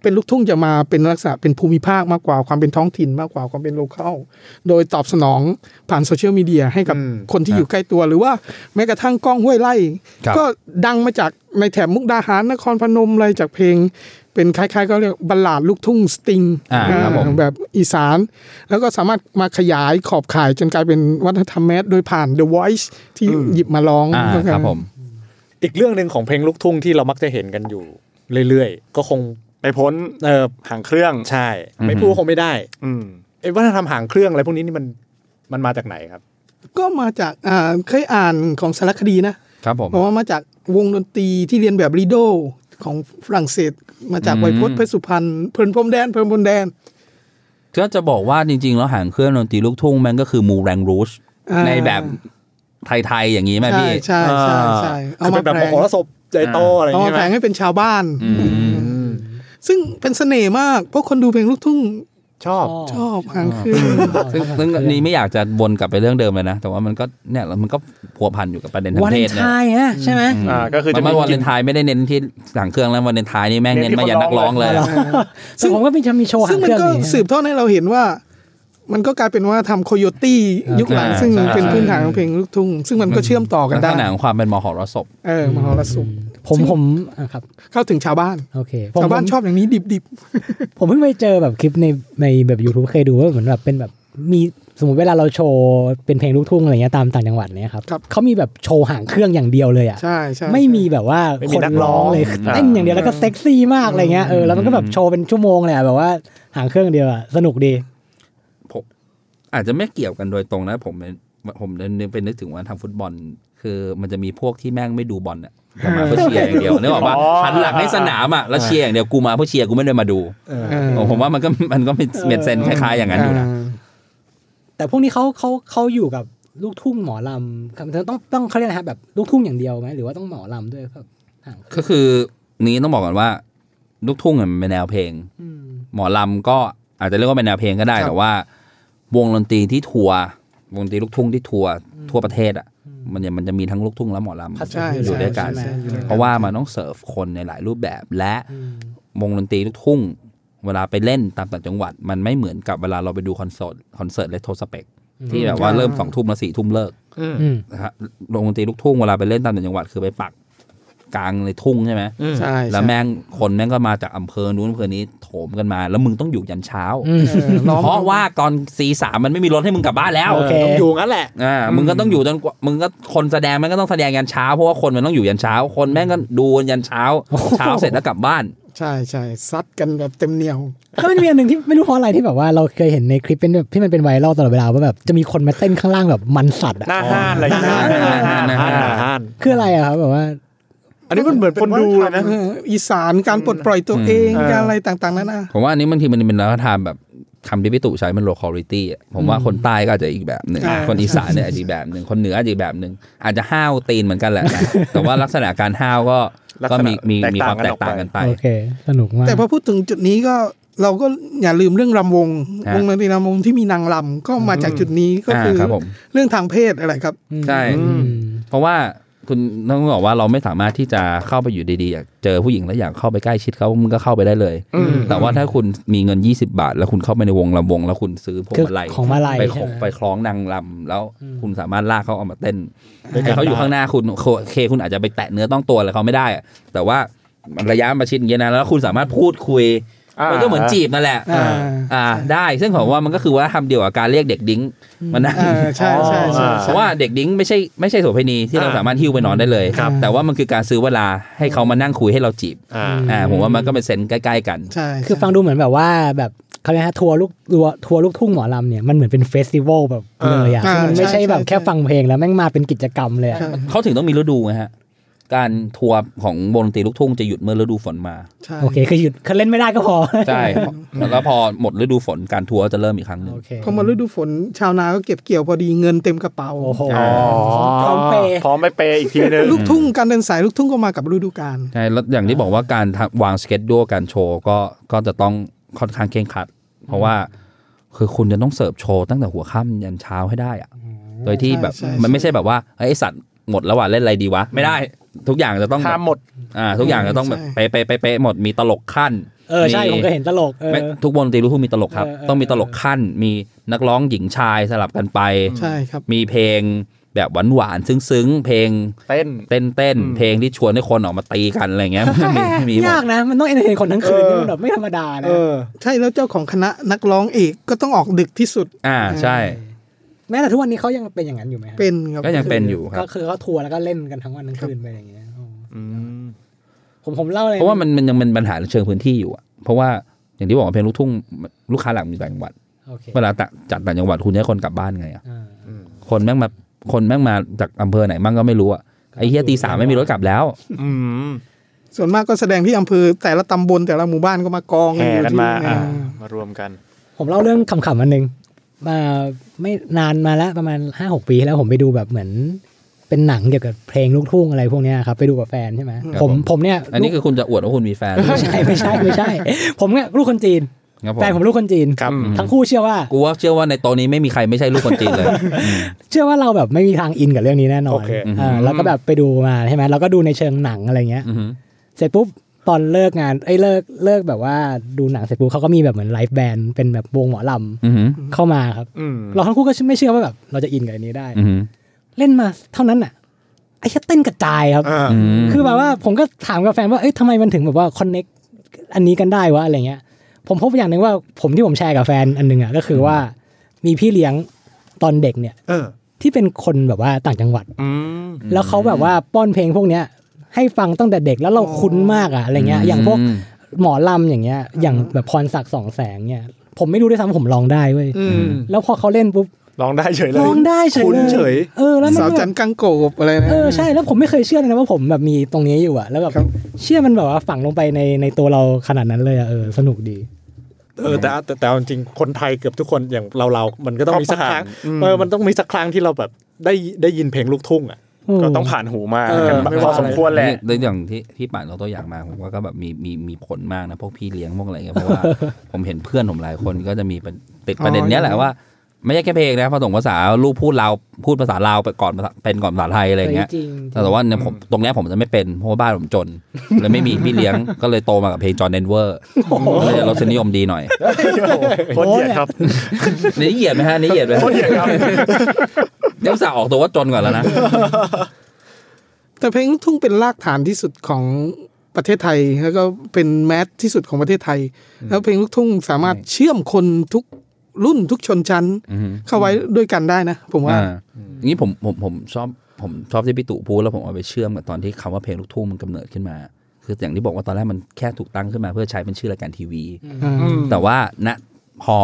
[SPEAKER 5] เป็นลูกทุ่งจะมาเป็นลักษณะเป็นภูมิภาคมากกว่าความเป็นท้องถิ่นมากกว่าความเป็นโลเคอลโดยตอบสนองผ่านโซเชียลมีเดียให้กับ
[SPEAKER 2] อืม
[SPEAKER 5] คนที่อยู่ใกล้ตัว หรือว่าแม้กระทั่งกล้องห้วยไล่
[SPEAKER 4] ครับ
[SPEAKER 5] ก็ดังมาจากในแถบมุกดาหารนครพนมอะไรจากเพลง เป็นคล้ายๆก็เรียกบัลลาดลูกทุ่งสติง
[SPEAKER 4] อ่าครับผม
[SPEAKER 5] แบบอีสาน แล้วก็สามารถมาขยายขอบข่ายจนกลายเป็นวัฒนธรรมแมสโดยผ่าน The Voice ที่หยิบมาร้อง
[SPEAKER 4] อ่า
[SPEAKER 5] แล้วกัน
[SPEAKER 4] ครับผม
[SPEAKER 2] อีกเรื่องหนึ่งของเพลงลูกทุ่งที่เรามักจะเห็นกันอยู่เรื่อยๆ ก็คง
[SPEAKER 3] ไปพ้น
[SPEAKER 2] เออ
[SPEAKER 3] หางเครื่อง
[SPEAKER 2] ใช่
[SPEAKER 4] อืม
[SPEAKER 2] ไม่พูดก็คงไม่ได้
[SPEAKER 3] อืม
[SPEAKER 2] ไอ้วัฒนธรรมหางเครื่องอะไรพวกนี้นี่มันมันมาจากไหนครับ
[SPEAKER 5] ก็มาจากอ่าเคยอ่านของสารคดีนะ
[SPEAKER 4] ครับผม
[SPEAKER 5] บอกว่ามาจากวงดนตรีที่เรียนแบบรีโดของฝรั่งเศส มาจาก
[SPEAKER 4] อืม
[SPEAKER 5] ไวยพจน์เพชรสุพรรณเพลินพรหมแดนเพลินพรหมแดน
[SPEAKER 4] ก็จะบอกว่าจริง ๆ แล้วหางเครื่องดนตรีลูกทุ่งมันก็คือมูแรงรูช
[SPEAKER 5] อ่า
[SPEAKER 4] ในแบบไทย ๆ อย่างนี้ไหม
[SPEAKER 5] ใช่
[SPEAKER 4] พี่
[SPEAKER 5] ใช่ใช่ใช่
[SPEAKER 2] คือเป็นแบบ
[SPEAKER 5] แพ
[SPEAKER 2] ม
[SPEAKER 5] ง
[SPEAKER 2] โหรสพใหญ่โตอะไรอย่า
[SPEAKER 5] เอา
[SPEAKER 2] งเงี้ย
[SPEAKER 5] มาแพ
[SPEAKER 2] ใช่
[SPEAKER 5] ง
[SPEAKER 2] ไหม
[SPEAKER 5] ให้เป็นชาวบ้าน
[SPEAKER 4] อืม
[SPEAKER 2] อืม
[SPEAKER 5] ซึ่งเป็นเสน่ห์มากเพราะคนดูเพลงลูกทุ่ง
[SPEAKER 2] ชอบ
[SPEAKER 5] ช อบหางคือ
[SPEAKER 4] ซึ่งซึ่งอันนี้ไม่อยากจะวนกลับไปเรื่องเดิมเลยนะ แต่ว่ามันก็เนี่ยแล้วมันก็พัวพันอยู่กับประเด็นทาง
[SPEAKER 6] วัน
[SPEAKER 4] เพ
[SPEAKER 6] เล
[SPEAKER 4] ศ
[SPEAKER 6] น
[SPEAKER 4] เนี่ย
[SPEAKER 6] ไทายนะใช่ไหม
[SPEAKER 4] ม
[SPEAKER 3] อ่าก็คือจะมี
[SPEAKER 4] มันวันเลนไทายไม่ได้เน้นที่หางเครื่องแล้ววันเลนไทายนี่แม่ง
[SPEAKER 3] เน้
[SPEAKER 4] เน้
[SPEAKER 3] น
[SPEAKER 4] น
[SPEAKER 3] ที่
[SPEAKER 4] มาอย่างนักร้องเลย
[SPEAKER 3] คนร้อง
[SPEAKER 6] ซึ่งผมก็มีจะมีโชว์หา
[SPEAKER 5] ซึ่
[SPEAKER 6] ง
[SPEAKER 5] ง
[SPEAKER 6] เค
[SPEAKER 5] มัน
[SPEAKER 6] รื่อง
[SPEAKER 5] ก็
[SPEAKER 6] นี้
[SPEAKER 5] สืบทอดให้เราเห็นว่า มันก็กลายเป็นว่าทำโคโยตี้ยุคหลัง
[SPEAKER 4] อ่า
[SPEAKER 5] ซึ่ง
[SPEAKER 4] ใช่
[SPEAKER 5] เป็นพื้นฐานของเพลงลูกทุ่งซึ่งมันก็เชื่อมต่อกัน
[SPEAKER 4] ลัก
[SPEAKER 5] ได้
[SPEAKER 4] ษณะของความเป็นมหรสพ
[SPEAKER 5] เออมหรสพ
[SPEAKER 6] ผมผมอ่ะครับ
[SPEAKER 5] เข้าถึงชาวบ้าน
[SPEAKER 6] โอเค ผม
[SPEAKER 5] ชาวบ้าน
[SPEAKER 6] ผม
[SPEAKER 5] ชอบอย่างนี้ดิบ
[SPEAKER 6] ผมเพิ่งไปเจอแบบคลิปในในแบบ YouTube เคยดูว่าเหมือนแบบเป็นแบบมีสมมติเวลาเราโชว์เป็นเพลงลูกทุ่งอะไรเงี้ยตามต่างจังหวัดเนี่ยครับเขามีแบบโชว์หางเครื่องอย่างเดียวเลยอ่ะ
[SPEAKER 5] ๆใช่ใช่
[SPEAKER 6] ไม่มีแบบว่า
[SPEAKER 2] ไม่มี
[SPEAKER 6] คน
[SPEAKER 2] นักร้
[SPEAKER 6] ร้อ
[SPEAKER 2] อง ง
[SPEAKER 6] เลย
[SPEAKER 3] อ่า
[SPEAKER 6] เต้นอย่างเดียวแล้วก็เซ็กซี่มากอะไรเงี้ยเออแล้วมันก็แบบโชว์เป็นชั่วโมงเลยอะแบบว่าหางเครื่องเดียวอะสนุกดี
[SPEAKER 4] อาจจะไม่เกี่ยวกันโดยตรงนะ ผมเป็นผมเนี่ยเป็นนึกถึงว่าทางฟุตบอล คือมันจะมีพวกที่แม่งไม่ดูบอลอะแต่มาเพื่อเชียร์อย่างเดียวนึกออกปะ
[SPEAKER 3] อ๋อ
[SPEAKER 4] หันหลังให้สนามอะแล้วเชียร์อย่างเดียวกูมาเพื่อเชียร์กูไม่ได้มาดูผมว่ามันก็มันก็เป็นเมดเซนคล้ายๆอย่างนั้นอยู่นะ
[SPEAKER 6] แต่พวกนี้เขาเขาเขาอยู่กับลูกทุ่งหมอลำครับต้องต้องเขาเรียกนะฮะแบบลูกทุ่งอย่างเดียวไหมหรือว่าต้องหมอลำด้วยครับหางเครื่อง
[SPEAKER 4] ก็คือนี้ต้องบอกก่อนว่า ลูกทุ่งอะมันเป็นแนวเพลง
[SPEAKER 6] อืม
[SPEAKER 4] หมอลำก็อาจจะเรียกว่าเป็นแนวเพลงก็ได้
[SPEAKER 5] ครับ
[SPEAKER 4] แต่ว่า วงดนตรีที่ทัวร์วงดนตรีลูกทุ่งที่ทัวร์ทั่วประเทศอ่ะ มันเนี่ยมันจะมีทั้งลูกทุ่งและหมอลำ
[SPEAKER 6] ครับ
[SPEAKER 5] ใช่
[SPEAKER 4] อยู่ด้วยกัน
[SPEAKER 5] ใช่ใช่
[SPEAKER 4] เพราะว่ามันต้องเสิร์ฟคนในหลายรูปแบบและ
[SPEAKER 6] อืม
[SPEAKER 4] วงดนตรีลูกทุ่ง เวลาไปเล่นตามต่างจังหวัด มันไม่เหมือนกับเวลาเราไปดูคอนเสิร์ตคอนเสิร์ตเลโทสเปกที่แบบว่าเริ่มสองทุ่มแล้วสี่ทุ่มเลิก
[SPEAKER 6] อืม
[SPEAKER 4] นะฮะวงดนตรีลูกทุ่งเวลาไปเล่นตามต่างจังหวัดคือไปปักกลางในทุ่งใช่ไหม
[SPEAKER 2] อืม
[SPEAKER 5] ใช่ใช่
[SPEAKER 4] แล้วแม่งคนแม่งก็มาจากอำเภอนู้นอำเภอนี้โถมกันมา แล้วมึงต้องอยู่ยันเช้า
[SPEAKER 6] อืม
[SPEAKER 5] เออล้อม
[SPEAKER 4] เพราะว่าตอนซีสามมันไม่มีรถให้มึงกลับบ้านแล้ว
[SPEAKER 6] โอเค
[SPEAKER 2] ต้องอยู่งั้นแหละ
[SPEAKER 4] อ่ามึงก็ต้องอยู่จนกว่ามึงก็คนแสดงแม่งก็ต้องแสดงยันเช้าเพราะว่าคนมันต้องอยู่ยันเช้า คนแม่งก็ดูยันเช้าเช้าเสร็จแล้วกลับบ้าน
[SPEAKER 5] ใช่ใช่ซัดกันแบบเต็มเหนียว
[SPEAKER 6] แล้วมันมีอันหนึ่งที่ไม่รู้เพราะอะไรที่แบบว่าเราเคยเห็นในคลิปเป็นแบบที่มันเป็นไวรัลตลอดเวลาว่าแบบจะมีคนมาเต้นข้างล่างแบบมันสัตว์อะ
[SPEAKER 3] หน้าห้านอะไรอย่างเงี้ย
[SPEAKER 4] หน้าห้าน
[SPEAKER 2] ห้านห้าน
[SPEAKER 6] คืออะไรอะครับแบบว่า
[SPEAKER 2] อันนี้มันเหมือน
[SPEAKER 3] คนดูเลยนะ
[SPEAKER 5] เอออีสานการปลดปล่อยตัวเอง
[SPEAKER 3] เออ
[SPEAKER 5] การอะไรต่างๆนั่นนะ
[SPEAKER 4] ผมว่าอันนี้บางทีมันเป็นวัฒนธรรมแบบคำที่พี่ตู่ใช้มัน locality อะผมว่าคนใต้ก็อาจจะอีกแบบหนึ่งคนอีสานเนี่ยอาจจะอีกแบบหนึ่งคนเหนืออาจจะอีกแบบหนึ่งอาจจะห้าวตีนเหมือนกันแหละ แต่ว่าลักษณะการห้าวก็
[SPEAKER 3] ลัก
[SPEAKER 4] ก็
[SPEAKER 3] ษณะ
[SPEAKER 4] มีมีมีความแต
[SPEAKER 3] แต
[SPEAKER 4] ก
[SPEAKER 3] ก
[SPEAKER 4] ต่า
[SPEAKER 3] ต่าง งกั
[SPEAKER 4] กัน
[SPEAKER 3] น
[SPEAKER 4] ไป
[SPEAKER 3] ไป
[SPEAKER 6] โอเค สนุกมาก
[SPEAKER 5] แต่พอพูดถึงจุดนี้ก็เราก็อย่าลืมเรื่องรำวง
[SPEAKER 4] ฮะ
[SPEAKER 5] วงดนตรีรำวงที่มีนางรำก็มาจากจุดนี้ก็
[SPEAKER 4] อ่า
[SPEAKER 5] คือ
[SPEAKER 4] ครับผม
[SPEAKER 5] เรื่องทางเพศอะไรครับ
[SPEAKER 4] ใช่
[SPEAKER 6] อืม
[SPEAKER 4] เพราะว่าคุณต้องบอกว่าเราไม่สามารถที่จะเข้าไปอยู่ดีๆอยากเจอผู้หญิงแล้วอยากเข้าไปใกล้ชิดเขามึงก็เข้าไปได้เลย แต่ว่าถ้าคุณมีเงิน 20 บาท แล้วคุณเข้าไปในวงลำวง แล้วคุณซื้อพวงมาลัย
[SPEAKER 6] คือของมาลัย
[SPEAKER 4] ไป
[SPEAKER 6] ใช่ไหม
[SPEAKER 4] ไปคล้องนางลำแล้วคุณสามารถลากเขาเอามาเต้นให้เขาอยู่ข้างหน้าคุณโอเคคุณอาจจะไปแตะเนื้อต้องตัวอะไรเขาไม่ได้อะแต่ว่ามันระยะประชิดอย่างเงี้ยนะแล้วคุณสามารถพูดคุย
[SPEAKER 3] อ่ามั
[SPEAKER 4] มันก็เหมือนจีบนั่นแหละ
[SPEAKER 5] อ่า
[SPEAKER 4] อ่าได้ซึ่งผมว่ามันก็คือว่าทำเดียวกับการเรียกเด็กดิ้งมานั่ง
[SPEAKER 5] เออใช่ใช่ใช่
[SPEAKER 4] เพ
[SPEAKER 5] ใช่
[SPEAKER 4] ราะว่าเด็กดิ้งไม่ใช่ไม่ใช่โสเภณีที่เรา
[SPEAKER 2] อ่า
[SPEAKER 4] สามารถหิ้วไปนอนได้เลย
[SPEAKER 2] ครับ
[SPEAKER 4] แต่ว่ามันคือการซื้อเวลาให้เขามานั่งคุยให้เราจีบ
[SPEAKER 2] อ่า
[SPEAKER 4] อ่าผมว่ามันก็เป็นเซนส์ใกล้ๆกัน
[SPEAKER 5] ใช่
[SPEAKER 6] คือฟังดูเหมือนแบบว่าแบบเขาเรียกฮะทัวร์ลูกทัวร์ทัวร์ลูกทุ่งหมอลำเนี่ยมันเหมือนเป็นเฟสติวัลแบบ
[SPEAKER 2] เออ
[SPEAKER 6] เลยอะคือมันไม่ใช่แบบแค่ฟังเพลงแล้วแม่งมาเป็นกิจกรรมเลยอะ
[SPEAKER 5] ใช่
[SPEAKER 4] เขาถึงต้องมีฤดูไงฮะ การทัวร์ของวงดนตรีลูกทุ่งจะหยุดเมื่อฤดูฝนมา
[SPEAKER 5] ใช่
[SPEAKER 6] โอเค คือหยุดเขาเล่นไม่ได้ก็พอ
[SPEAKER 4] ใช่ แล้วพอหมดฤดูฝนการทัวร์จะเริ่มอีกครั้งหนึ่ง
[SPEAKER 6] โอเค
[SPEAKER 5] พอมาฤดูฝนชาวนาก็เก็บเกี่ยวพอดีเงินเต็มกระเป๋า
[SPEAKER 6] โอ้โห
[SPEAKER 2] อ๋อ
[SPEAKER 6] พร้อมเปย์
[SPEAKER 3] พร้อมไปเปย์อีกทีนึง
[SPEAKER 5] ลูกทุ่งการเดินสายลูกทุ่งก็มากับฤดูกาล
[SPEAKER 4] ใช่แล้วอย่างที่บอกว่าการทำวางสเก็ตดูการโชว์ก็ก็จะต้องค่อนข้างเคร่งครัด เพราะว่าคือคุณจะต้องเสิร์ฟโชว์ตั้งแต่หัวค่ำยันเช้าให้ได้อะ โดยที่แบบ
[SPEAKER 5] ใช่
[SPEAKER 4] มันไม่
[SPEAKER 5] ใช่
[SPEAKER 4] ใช่แบบว่าเฮ้ยไอ้สัตว์หมดแล้วว่ะเล่นอะไรดีวะ ไม่ได้ ทุกอย่างจะต้องแบบ
[SPEAKER 3] ห้ามหมด
[SPEAKER 4] อ่า ทุกอย่างจะต้องแบบเป๊ะเป๊ะเป๊ะเป๊ะหมดมีตลกขั้น
[SPEAKER 6] เออ ใช่ ผมก็เห็นตลกเออ
[SPEAKER 4] ไม่ทุกวงดนตรีลูกทุ่งมีตลกครับ
[SPEAKER 6] เออเออ
[SPEAKER 4] ต้องมีตลกขั้น มีนักร้องหญิงชายสลับกันไป
[SPEAKER 5] ใช่ครับ
[SPEAKER 4] มีเพลงแบบหวานหวานๆซึ้งๆ เพลง
[SPEAKER 3] เต้น
[SPEAKER 4] เต้นเต้นๆเพลงที่ชวนให้คนออกมาตีกันอะไรเงี้ย มีมีหม
[SPEAKER 6] ยา
[SPEAKER 4] ด
[SPEAKER 6] กนะ มันต้องเอนเตอร์เทนคนทั้งคืน
[SPEAKER 2] เออ
[SPEAKER 6] นี่มันแบบไม่ธรรมดานะ
[SPEAKER 2] เออ
[SPEAKER 5] ใช่แล้วเจ้าของคณะนักร้องเอกก็ต้องออกดึกที่สุด
[SPEAKER 4] อ่าใช่
[SPEAKER 6] แม้แต่ทุกวันนี้เขายังเป็นอย่างนั้นอยู่ไหมฮะ
[SPEAKER 5] เป็นครับ
[SPEAKER 4] ก็ยังเป็นอยู่ครั
[SPEAKER 6] ก็
[SPEAKER 4] บ
[SPEAKER 6] คือเขาทัวร์แล้วก็เล่นกันทั้งวันทั้งคืนไปอย่างเงี้ยอ๋อ
[SPEAKER 3] อืม
[SPEAKER 6] ผมผมเล่าเลย
[SPEAKER 4] เพราะว่ามันมันยังเป็นปัญหาเชิงพื้นที่อยู่อะเพราะว่าอย่างที่บอกว่าเพลงลูกทุ่งลูกค้าหลักมีต่างจังหวัด
[SPEAKER 6] โอเค
[SPEAKER 4] เวลาจัดต่างจังหวัดคุณจะให้คนกลับบ้านไงอะ
[SPEAKER 6] อ่า
[SPEAKER 4] คนแม่งมาคนแม่งมาจากอำเภอไหนบ้างก็ไม่รู้อะไอ้เฮียตีสามไม่มีรถกลับแล้ว
[SPEAKER 3] อืม
[SPEAKER 5] ส่วนมากก็แสดงที่อำเภอแต่ละตำบลแต่ละหมู่บ้านก็มากอง
[SPEAKER 3] แห่กันมา
[SPEAKER 5] อยู่ที่
[SPEAKER 3] อ่า
[SPEAKER 5] เออ
[SPEAKER 3] มารวมกัน
[SPEAKER 6] ผมเล่าเรื่องขำๆอันหนึ่งมาไม่นานมาแล้วประมาณห้าหกปีที่แล้วผมไปดูแบบเหมือน เป็นหนังเกี่ยวกับเพลงลูกทุ่งอะไรพวกเนี้ยครับไปดูกับแฟนใช่ไหม
[SPEAKER 4] ครับ
[SPEAKER 6] ผม
[SPEAKER 4] ผม
[SPEAKER 6] ผมเนี่ย
[SPEAKER 4] อันนี้คือคุณจะอวดว่าคุณมีแฟน
[SPEAKER 6] ไม่ใช่ไม่ใช่ไม่ใช่ ผมเนี่ยลูกคนจีน
[SPEAKER 4] ครับผ
[SPEAKER 6] แฟนผมลูกคนจีน
[SPEAKER 3] ครับ
[SPEAKER 6] ทั้งคู่เชื่อว่า
[SPEAKER 4] กูว่าเชื่อว่าในโตะนี้ไม่มีใครไม่ใช่ลูกคนจี นเลย
[SPEAKER 6] เชื่อว่าเราแบบไม่มีทางอินกับเรื่องนี้แน่นอ
[SPEAKER 2] โอน เค
[SPEAKER 6] เออแล้วก็แบบไปดูมาใช่ไหมเราก็ดูในเชิงหนังอะไรเงี้ย
[SPEAKER 4] อือหือ
[SPEAKER 6] เสร็จปุ๊บตอนเลิกงานไอ้ยเลิกเลิกแบบว่าดูหนังเสร็จปุ๊บเขาก็มีแบบเหมือนไลฟ์แบนด์เป็นแบบวงหมอล
[SPEAKER 4] อือหือ
[SPEAKER 6] ำเข้ามาครับ
[SPEAKER 3] อืม
[SPEAKER 6] เราทั้งคู่ก็ไม่เชื่อว่าแบบเราจะอินกับอันนี้ได้
[SPEAKER 4] อือหือ
[SPEAKER 6] เล่นมาเท่านั้นน่ะไอ้แค่เต้นกระจายครับ
[SPEAKER 3] อ่า
[SPEAKER 4] อือหือ
[SPEAKER 6] คือแบบว่าผมก็ถามกับแฟนว่าเอ้ยทำไมมันถึงแบบว่าคอนเน็กอันนี้กันได้วะอะไรเงี้ย ผมพบอย่างหนึ่งว่าผมที่ผมแชร์กับแฟนอันหนึ่งอ่ะก็คือว่ามีพี่เลี้ยงตอนเด็กเนี่ย
[SPEAKER 2] เออ
[SPEAKER 6] ที่เป็นคนแบบว่าต่างจังหวัด
[SPEAKER 3] อืม
[SPEAKER 6] แล้วเขาแบบว่าป้อนเพลงพวกเนี้ยให้ฟังตั้งแต่เด็กแล้วเราคุ้นมากอะอะไรเงี้ย อย่างพวกหมอลำอย่างเงี้ย อย่างแบบพรศักดิ์สองแสงเนี่ย ผมไม่รู้ด้วยซ้ำว่าผมลองได้เว้ย
[SPEAKER 5] อืม
[SPEAKER 6] แล้วพอเขาเล่นปุ๊บ
[SPEAKER 3] ลองได้เฉยเล
[SPEAKER 6] ล
[SPEAKER 3] ย
[SPEAKER 6] องได้เฉย
[SPEAKER 3] คุ้น
[SPEAKER 6] เลย
[SPEAKER 3] เฉย
[SPEAKER 6] เออแล้วมัน
[SPEAKER 5] สาว
[SPEAKER 6] ก็แบ
[SPEAKER 5] จั
[SPEAKER 6] บ
[SPEAKER 5] นกังโกบอะไรนะ
[SPEAKER 6] เออใช่แล้วผมไม่เคยเชื่อเลยนะว่าผมแบบมีตรงนี้อยู่อะแล้วแบบ
[SPEAKER 5] ครับ
[SPEAKER 6] เชื่อมันแบบว่าฝังลงไปในในตัวเราขนาดนั้นเลยอะเออสนุกดี
[SPEAKER 2] เออแต่แต่แต่เอาจริงๆคนไทยเกือบทุกคนอย่างเราเราๆมันก็ต้องมีสักครั้ง
[SPEAKER 3] อืม
[SPEAKER 2] เออมันต้องมีสักครั้งที่เราแบบได้ได้ยินเพลงลูกทุ่งอ่ะ
[SPEAKER 3] ก็ต้องผ่านหูมา
[SPEAKER 2] เออ
[SPEAKER 3] กัน
[SPEAKER 2] ไม่
[SPEAKER 3] พอ
[SPEAKER 2] ว่า
[SPEAKER 3] สมควรแหละ
[SPEAKER 4] นี่แล้วอย่างที่ที่ป่านยกตัวอย่างมาผมว่าก็แบบมีมีมีผลมากนะพวกพี่เลี้ยงพวกอะไรเงี้ยเพราะว่า ผมเห็นเพื่อนผมหลายคนก็จะมีประติดประเด็นเนี้ยแหละว่า ไม่ใช่แค่เพลงนะผสมภาษาลูกพูดลาวพูดภาษาลาวไปก่อนภาษาเป็นก่อนภาษาไทยอะไรเงี้ย
[SPEAKER 6] จริงๆ
[SPEAKER 4] แต่ว่าเนี่ยผมตรงเนี้ยผมจะไม่เป็นเพราะว่าบ้านผมจนเลยไม่มีพี่เลี้ยง ก็เลยโตมากับเพลงจอห์นเดนเวอร์ก็เลยรสนิยมดี หน่อย
[SPEAKER 3] โคตรเหยียดครับ
[SPEAKER 4] นี่เหยียดไหมฮะนี่เหยียดไหม
[SPEAKER 3] โค
[SPEAKER 4] ฮะ
[SPEAKER 3] ตรเหยียดครับ
[SPEAKER 4] เดี๋ยวสาวออกตัวว่าจนก่อนแล้วนะ
[SPEAKER 5] แต่เพลงลูกทุ่งเป็นรากฐานที่สุดของประเทศไทย แล้วก็เป็นแมสที่สุดของประเทศไทย แล้วเพลงลูกทุ่งสามารถเชื่อมคนทุกรุ่นทุกชนชั้น
[SPEAKER 4] อือฮึ
[SPEAKER 5] เข้าไว้ด้วยกันได้นะ ผมว่า
[SPEAKER 4] อ่านี่ผมผมผมชอบผมชอบที่พี่ตู่พูดแล้วผมเอาไปเชื่อมกับตอนที่คำว่าเพลงลูกทุ่งมันกำเนิดขึ้นมา คืออย่างที่บอกว่าตอนแรกมันแค่ถูกตั้งขึ้นมาเพื่อใช้เป็นชื่อรายการทีวี แต่ว่าณพอ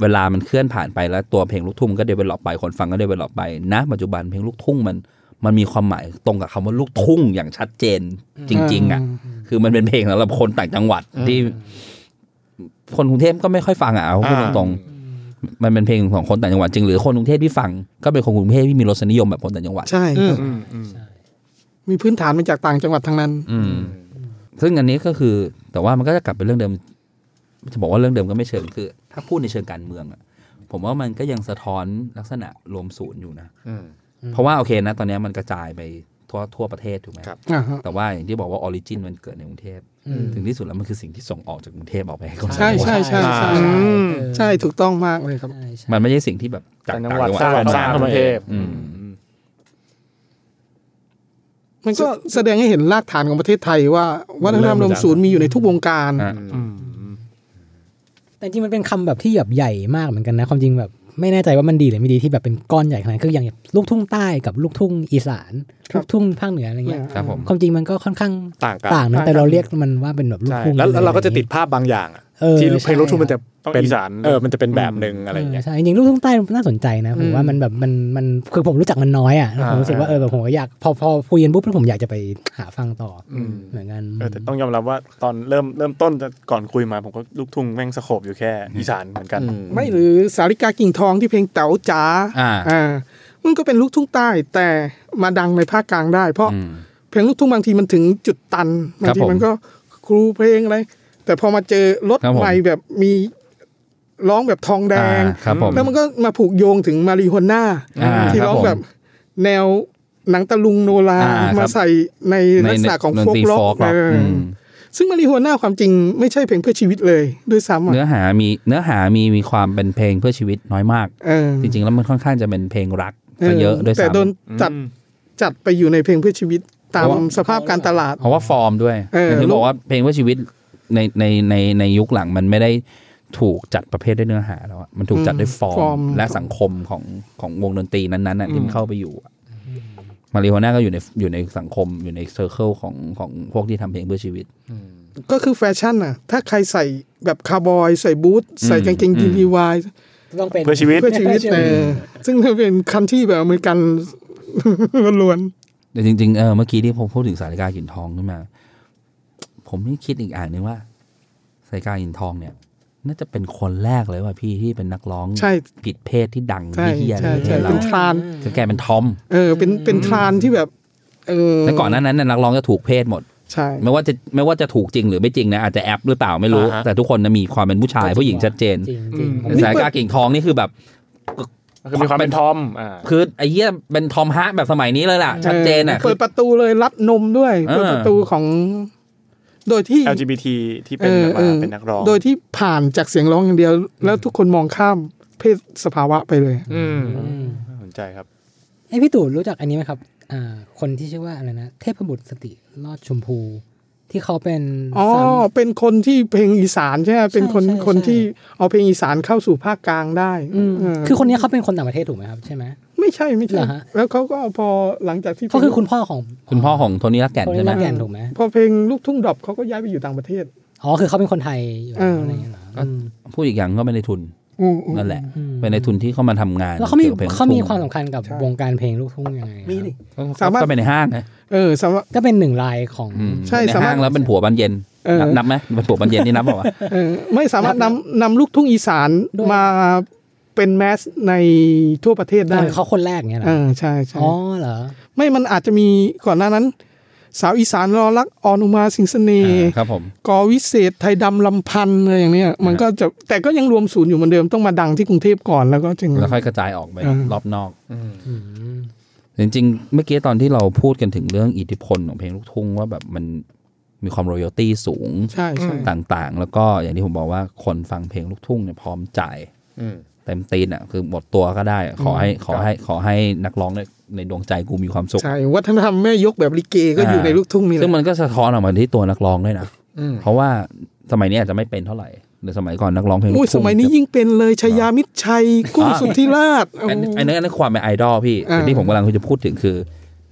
[SPEAKER 4] เวลามันเคลื่อนผ่านไปแล้วตัวเพลงลูกทุ่งมันก็เดเวล็อปไปคนฟังก็เดเวล็อปไปณปัจจุบันเพลงลูกทุ่งมันมันมีความหมายตรงกับคำว่าลูกทุ่งอย่างชัดเจนจริง ๆอ่ะคือมันเป็นเพลงสำหรับคนต่างจังหวัดที่ คนกรุงเทพก็ไม่ค่อยฟังอ่ะเอาพูด
[SPEAKER 3] อ่า
[SPEAKER 4] ตรงๆ มันเป็นเพลงของคนต่างจังหวัดจริงหรือคนกรุงเทพที่ฟังก็เป็นคนกรุงเทพที่มีรสนิยมแบบคนต่างจังหวัด
[SPEAKER 5] ใช่ครับ
[SPEAKER 3] อืมอืม
[SPEAKER 5] มีพื้นฐานมาจากต่างจังหวัดทั้งนั้น
[SPEAKER 4] อืมซึ่งอันนี้ก็คือแต่ว่ามันก็จะกลับเป็นเรื่องเดิม จะบอกว่าเรื่องเดิมก็ไม่เชิงคือ ถ้าพูดในเชิงการเมืองอะผมว่ามันก็ยังสะท้อนลักษณะรวมศูนย์อยู่นะเพราะว่าโอเคนะ ตอนนี้มันกระจายไปทั่วทั่วประเทศถูกไหม
[SPEAKER 2] ครับ
[SPEAKER 5] อ่าฮะ
[SPEAKER 4] แต่ว่าอย่างที่บอกว่าออริจินมันเกิดในกรุงเทพถึงที่สุดแล้วมันคือสิ่งที่ส่งออกจากกรุงเทพออกไปให้คน
[SPEAKER 5] ใช่ใช่ใช่ใช่
[SPEAKER 6] ใช่
[SPEAKER 5] ใช่ถูกต้องมากเลยครับ
[SPEAKER 6] ใช่ใช่
[SPEAKER 4] มันไม่ใช่สิ่งที่แบบจาก
[SPEAKER 3] ต่างจั
[SPEAKER 4] ต่าง ง
[SPEAKER 3] หวัด
[SPEAKER 4] จังหวัด
[SPEAKER 3] สร้างส
[SPEAKER 2] ส
[SPEAKER 3] ร้า
[SPEAKER 2] ร้างง
[SPEAKER 3] กรุงเทพ
[SPEAKER 4] อืม
[SPEAKER 5] มันก็แสดงให้เห็นรากฐานของประเทศไทยว่าวัฒนธรรมรวมศูนย์มีอยู่ในทุกวงการ
[SPEAKER 4] อ่ะ
[SPEAKER 3] อืม
[SPEAKER 6] แต่จริงมันเป็นคำแบบที่แบบใหญ่มากเหมือนกันนะ ความจริงแบบไม่แน่ใจว่ามันดีหรือไม่ดีที่แบบเป็นก้อนใหญ่ขนาดนั้นคืออย่างลูกทุ่งใต้กับลูกทุ่งอีสาน
[SPEAKER 5] ครับ
[SPEAKER 6] ลูกทุ่งภาคเหนืออะไรเงี้ย
[SPEAKER 4] ครับผม
[SPEAKER 6] ความจริงมันก็ค่อนข้าง
[SPEAKER 2] ต่างกัน
[SPEAKER 6] ต่างนะ
[SPEAKER 5] ต่างกัน
[SPEAKER 6] แต่เราเรียกมันว่าเป็นแบบลูก
[SPEAKER 2] ใช่
[SPEAKER 6] ทุ่ง
[SPEAKER 2] แล้วแล้วเราก็จะติด
[SPEAKER 6] อ
[SPEAKER 2] ภาพบางอย่างอะ
[SPEAKER 6] เออ
[SPEAKER 2] ที่
[SPEAKER 6] ใช่
[SPEAKER 2] เพลงลูกทุ่งมันจะ
[SPEAKER 3] ต้อง
[SPEAKER 2] เป็น
[SPEAKER 3] อีสาน
[SPEAKER 2] เออมันจะเป็นแบบหนึ่งอะไรอย่าง
[SPEAKER 6] ะไร
[SPEAKER 2] เงี้
[SPEAKER 6] เงี้
[SPEAKER 2] ย
[SPEAKER 6] ยใช่จริงๆลูกทุ่งใต้มันน่าสนใจนะผมว่ามันแบบมันมันคือผมรู้จักมันน้อยอ่ะผมรู้สึกว่าเออแบบผมก็อยากพอพอคุยกันปุ๊บแล้วผมอยากจะไปหาฟังต่ออเหมือนกัน
[SPEAKER 3] เออแต่ต้องยอมรับว่าตอนเริ่มเริ่มต้นจะก่อนคุยมาผมก็ลูกทุ่งแม่งสโคบอยู่แค่อีสานเหมือนกัน
[SPEAKER 5] ไม่หรือสาริกากิ่งทองที่เพลงเต๋าจ๋า
[SPEAKER 4] อ่า
[SPEAKER 5] อ่า มันก็เป็นลูกทุ่งใต้แต่มาดังในภาคกลางได้ เพราะ
[SPEAKER 4] อืม
[SPEAKER 5] เพลงลูกทุ่งบางทีมันถึงจุดตันบางที
[SPEAKER 4] ผม
[SPEAKER 5] มันก็ครูเพลงอะไร แต่พอมาเจอรถ
[SPEAKER 4] ครับผม
[SPEAKER 5] ใหม่แบบมีร้องแบบทองแดง
[SPEAKER 4] อ่าครับผม
[SPEAKER 5] แล้วมันก็มาผูกโยงถึงมารีฮวน่า
[SPEAKER 4] อ่า
[SPEAKER 5] ที่ร้อง
[SPEAKER 4] ครับผม
[SPEAKER 5] แบบแนวหนังตะลุงโนรา
[SPEAKER 4] อ่าครับ
[SPEAKER 5] มาใส่ในลักษณะของ
[SPEAKER 4] ด
[SPEAKER 5] โฟ
[SPEAKER 4] น
[SPEAKER 5] ก
[SPEAKER 4] ตรี
[SPEAKER 5] ล็อ
[SPEAKER 4] โฟ
[SPEAKER 5] ก
[SPEAKER 4] กล็อกม
[SPEAKER 5] ซึ่งมารีฮวน่าความจริงไม่ใช่เพลงเพื่อชีวิตเลยด้วยซ้ำ
[SPEAKER 4] เนื้
[SPEAKER 5] อ่ะ
[SPEAKER 4] อหามีเนื้อหามีมีความเป็นเพลงเพื่อชีวิตน้อยมาก
[SPEAKER 5] เออ
[SPEAKER 4] จริงๆ แล้วมันค่อนข้างจะเป็นเพลงรักซะเยอะด้วย
[SPEAKER 5] แต่
[SPEAKER 4] ซ้ำ
[SPEAKER 5] โดนจัดจัดไปอยู่ในเพลงเพื่อชีวิตตามสภาพการตลาด
[SPEAKER 4] เพราะว่าฟอร์มด้วย
[SPEAKER 5] เออ
[SPEAKER 4] ย่างที่บอกว่าเพลงเพื่อชีวิตในในในในยุคหลังมันไม่ได้ถูกจัดประเภทด้วยเนื้อหาแล้วอะมันถูกจัดด้วยฟอร์
[SPEAKER 5] ฟอร์
[SPEAKER 4] ม
[SPEAKER 5] ม
[SPEAKER 4] และสังคมของของวงดนตรีนั้นๆน่ะที่มันเข้าไปอยู่อะมาริโฮน่าก็อยู่ในอยู่ในสังคมอยู่ในเซอร์เคิลของของพวกที่ทำเพลงเพื่อชีวิต
[SPEAKER 5] ก็คือแฟชั่นน่ะ ถ้าใครใส่แบบคาร์บอย ใส่บูท ใส่กางเกงยีน
[SPEAKER 4] อืม
[SPEAKER 5] ลีวาย
[SPEAKER 6] ต้องเป็น
[SPEAKER 3] เพื่อชีวิต
[SPEAKER 5] เพื่อชีวิตเออซึ่งมันเป็นคำที่แบบอเมริกัน ล้วน
[SPEAKER 4] แต่จริงๆเออเมื่อกี้ที่ผมพูดถึงสาริกาหินทองขึ้นมา ผมนี่คิดอีกอ่านนึงว่าสาริกาหินทองเนี่ย น่าจะเป็นคนแรกเลยว่าพี่ที่เป็นนักร้อง
[SPEAKER 5] ๆใช่
[SPEAKER 4] ผิดเพศที่ดัง
[SPEAKER 5] ใช่
[SPEAKER 4] ที่เฮียใน
[SPEAKER 5] ใช่
[SPEAKER 4] ประเทศ
[SPEAKER 5] ใช่
[SPEAKER 4] เรา
[SPEAKER 5] เป็นทราน
[SPEAKER 4] คือแกเป็นทอม
[SPEAKER 5] เออเป็นเป็นทรานที่แบบเออ
[SPEAKER 4] แต่ก่อนหนั้นนั้นนะนักร้องจะถูกเพศหมด
[SPEAKER 5] ใช่
[SPEAKER 4] ไม่ว่าจะไม่ว่าจะถูกจริงหรือไม่จริงนะอาจจะแอปหรือเปล่าไม่รู้
[SPEAKER 2] อ่าฮะ
[SPEAKER 4] แต่ทุกคนนะมีความเป็นผู้ชายผู้หญิงชัดเจน
[SPEAKER 6] จริงจริง
[SPEAKER 4] แต่สายกากิ่งทองนี่คือแบบ
[SPEAKER 3] คือมีความเป็นทอมอ่า
[SPEAKER 4] คือไอ้เหี้ยเป็นทอมฮะแบบสมัยนี้เลยล่ะ ชัดเจนอ่ะ
[SPEAKER 5] เปิดประตูเลยรัดนมด้วย
[SPEAKER 4] เออ
[SPEAKER 5] เปิดประตูของ โดยที่
[SPEAKER 3] LGBT ที่เป็นแบบว่าเป็นนักร้อง
[SPEAKER 5] โดยที่ผ่านจากเสียงร้องอย่างเดียว แล้วทุกคนมองข้ามเพศสภาวะไปเลย
[SPEAKER 3] อืม
[SPEAKER 6] อืม
[SPEAKER 3] น่าสนใจครับ
[SPEAKER 6] เอ้ยพี่ตู่รู้จักอันนี้ไหมครับอ่าคนที่ชื่อว่าอะไรนะ เทพบุตรสติรอดชมพู ที่เขาเป็น
[SPEAKER 5] อ๋อ
[SPEAKER 6] ซ้ำ
[SPEAKER 5] เป็นคนที่เพลงอีสานใช่ไหมเป็นคน
[SPEAKER 6] ใช่ใช่
[SPEAKER 5] คนที่เอาเพลงอีสานเข้าสู่ภาคกลางได้
[SPEAKER 6] อืม
[SPEAKER 5] เ
[SPEAKER 6] คือคนนี้เขาเป็นคนต่างประเทศถูกไหมครับใช่ไหม
[SPEAKER 5] ไม่ใช่ไม่
[SPEAKER 6] เหร
[SPEAKER 5] ใช่
[SPEAKER 6] อฮะ
[SPEAKER 5] แล้วเขาก็พอหลังจากที่
[SPEAKER 6] เขาคือคุณพ่อของ
[SPEAKER 4] คุณพ่อของโทนี่รักแก่น
[SPEAKER 6] คน
[SPEAKER 4] ใช่
[SPEAKER 6] ที่
[SPEAKER 4] ไหม
[SPEAKER 6] รักแก่นถูกไหม
[SPEAKER 5] พอเพลงลูกทุ่งดรอปเขาก็ย้ายไปอยู่ต่างประเทศ
[SPEAKER 6] อ๋อคือเขาเป็นคนไทยอยู่
[SPEAKER 5] เอออ
[SPEAKER 6] อะไรอย่างเงี้ยเหรออืม
[SPEAKER 4] พูดอีกอย่างก็เป็นในทุน
[SPEAKER 5] อืมอืม
[SPEAKER 4] นั่นแหละ
[SPEAKER 6] อืม
[SPEAKER 4] เป็นในทุนที่เข้ามาทำงาน
[SPEAKER 6] แล้วเขามี
[SPEAKER 4] กี่ยกับพลง
[SPEAKER 6] เขามี
[SPEAKER 4] ลูก
[SPEAKER 6] ความสำคัญกับ
[SPEAKER 5] ใช่
[SPEAKER 6] วงการเพลงลูกทุ่งยังไงครับ
[SPEAKER 5] มีนี่
[SPEAKER 4] ทุ่ง
[SPEAKER 5] สามารถ
[SPEAKER 4] ก็เป็นในห้างนะ
[SPEAKER 5] เออสำหรับ
[SPEAKER 6] ก็เป็นหนึ่งลายของ
[SPEAKER 4] อืม
[SPEAKER 5] ใช่
[SPEAKER 4] ใน
[SPEAKER 5] สามาร
[SPEAKER 4] ห้า
[SPEAKER 5] ถ
[SPEAKER 4] งแล้วเป็นผัวบันเย็น
[SPEAKER 5] เออ
[SPEAKER 4] นับนับไหมเป็นผัวบันเย็นนี่นับเปล่าวะ
[SPEAKER 5] เออไม่สามารถนำนำลูกทุ่งอีสาน
[SPEAKER 6] ด้วย
[SPEAKER 5] มาเป็นแมสในทั่วประเทศได้
[SPEAKER 6] เออเขาคนแรกเนี่ยเหร
[SPEAKER 5] เอ
[SPEAKER 6] อ
[SPEAKER 5] อใช่ใช่
[SPEAKER 6] อ๋อเหรอ
[SPEAKER 5] ไม่มันอาจจะมีก่อนหน้านั้น สาวอีสานรอรักออนุมาสิงห์เสน่ห์
[SPEAKER 4] ครับผม
[SPEAKER 5] กอวิเศษไทยดำลำพันธ์อะไรอย่างเนี้ยมันก็จะแต่ก็ยังรวมศูนย์อยู่เหมือนเดิมต้องมาดังที่กรุงเทพก่อนแล้วก็จึง
[SPEAKER 4] แล้วค่อยกระจายออกไป
[SPEAKER 5] อืม
[SPEAKER 4] รอบนอก
[SPEAKER 6] อืม
[SPEAKER 4] จริงๆ เมื่อกี้ตอนที่เราพูดกันถึงเรื่องอิทธิพลของเพลงลูกทุ่งว่าแบบมันมีความรอยัลตี้สูง
[SPEAKER 5] ใช่ใช่
[SPEAKER 4] ต่างๆ แล้วก็อย่างที่ผมบอกว่าคนฟังเพลงลูกทุ่งเนี่ยพร้อมจ่าย
[SPEAKER 2] อืม
[SPEAKER 4] เต็มตีนอ่ะคือหมดตัวก็ได้อะขอให้ขอให้ขอให้นักร้องในในดวงใจกูมีความสุข
[SPEAKER 5] ใช่วัฒนธรรมแม่ยกแบบลิเกก็อยู่
[SPEAKER 4] อ่า
[SPEAKER 5] ในลูกทุ่งนี่แห
[SPEAKER 4] ซึ่ง
[SPEAKER 5] ละ
[SPEAKER 4] มันก็สะท้อนออกมาที่ตัวนักร้องด้วยนะ
[SPEAKER 2] อืม
[SPEAKER 4] เพราะว่าสมัยนี้อาจจะไม่เป็นเท่าไหร่หรือสมัยก่อนนักร้องเพลงลูก
[SPEAKER 5] อุ้ยส
[SPEAKER 4] ทุ่ง
[SPEAKER 5] มัยนี้ยิ่งเป็นเลยชายามิตรชัยกุ้ง
[SPEAKER 4] อ่า
[SPEAKER 5] สุทธิราชโอ้
[SPEAKER 4] อัน
[SPEAKER 5] โห
[SPEAKER 4] อันนั้นอันนั้นความเป็นไอดอลพี่
[SPEAKER 5] อ่า
[SPEAKER 4] แต่ที่ผมกำลังจะพูดถึงคือ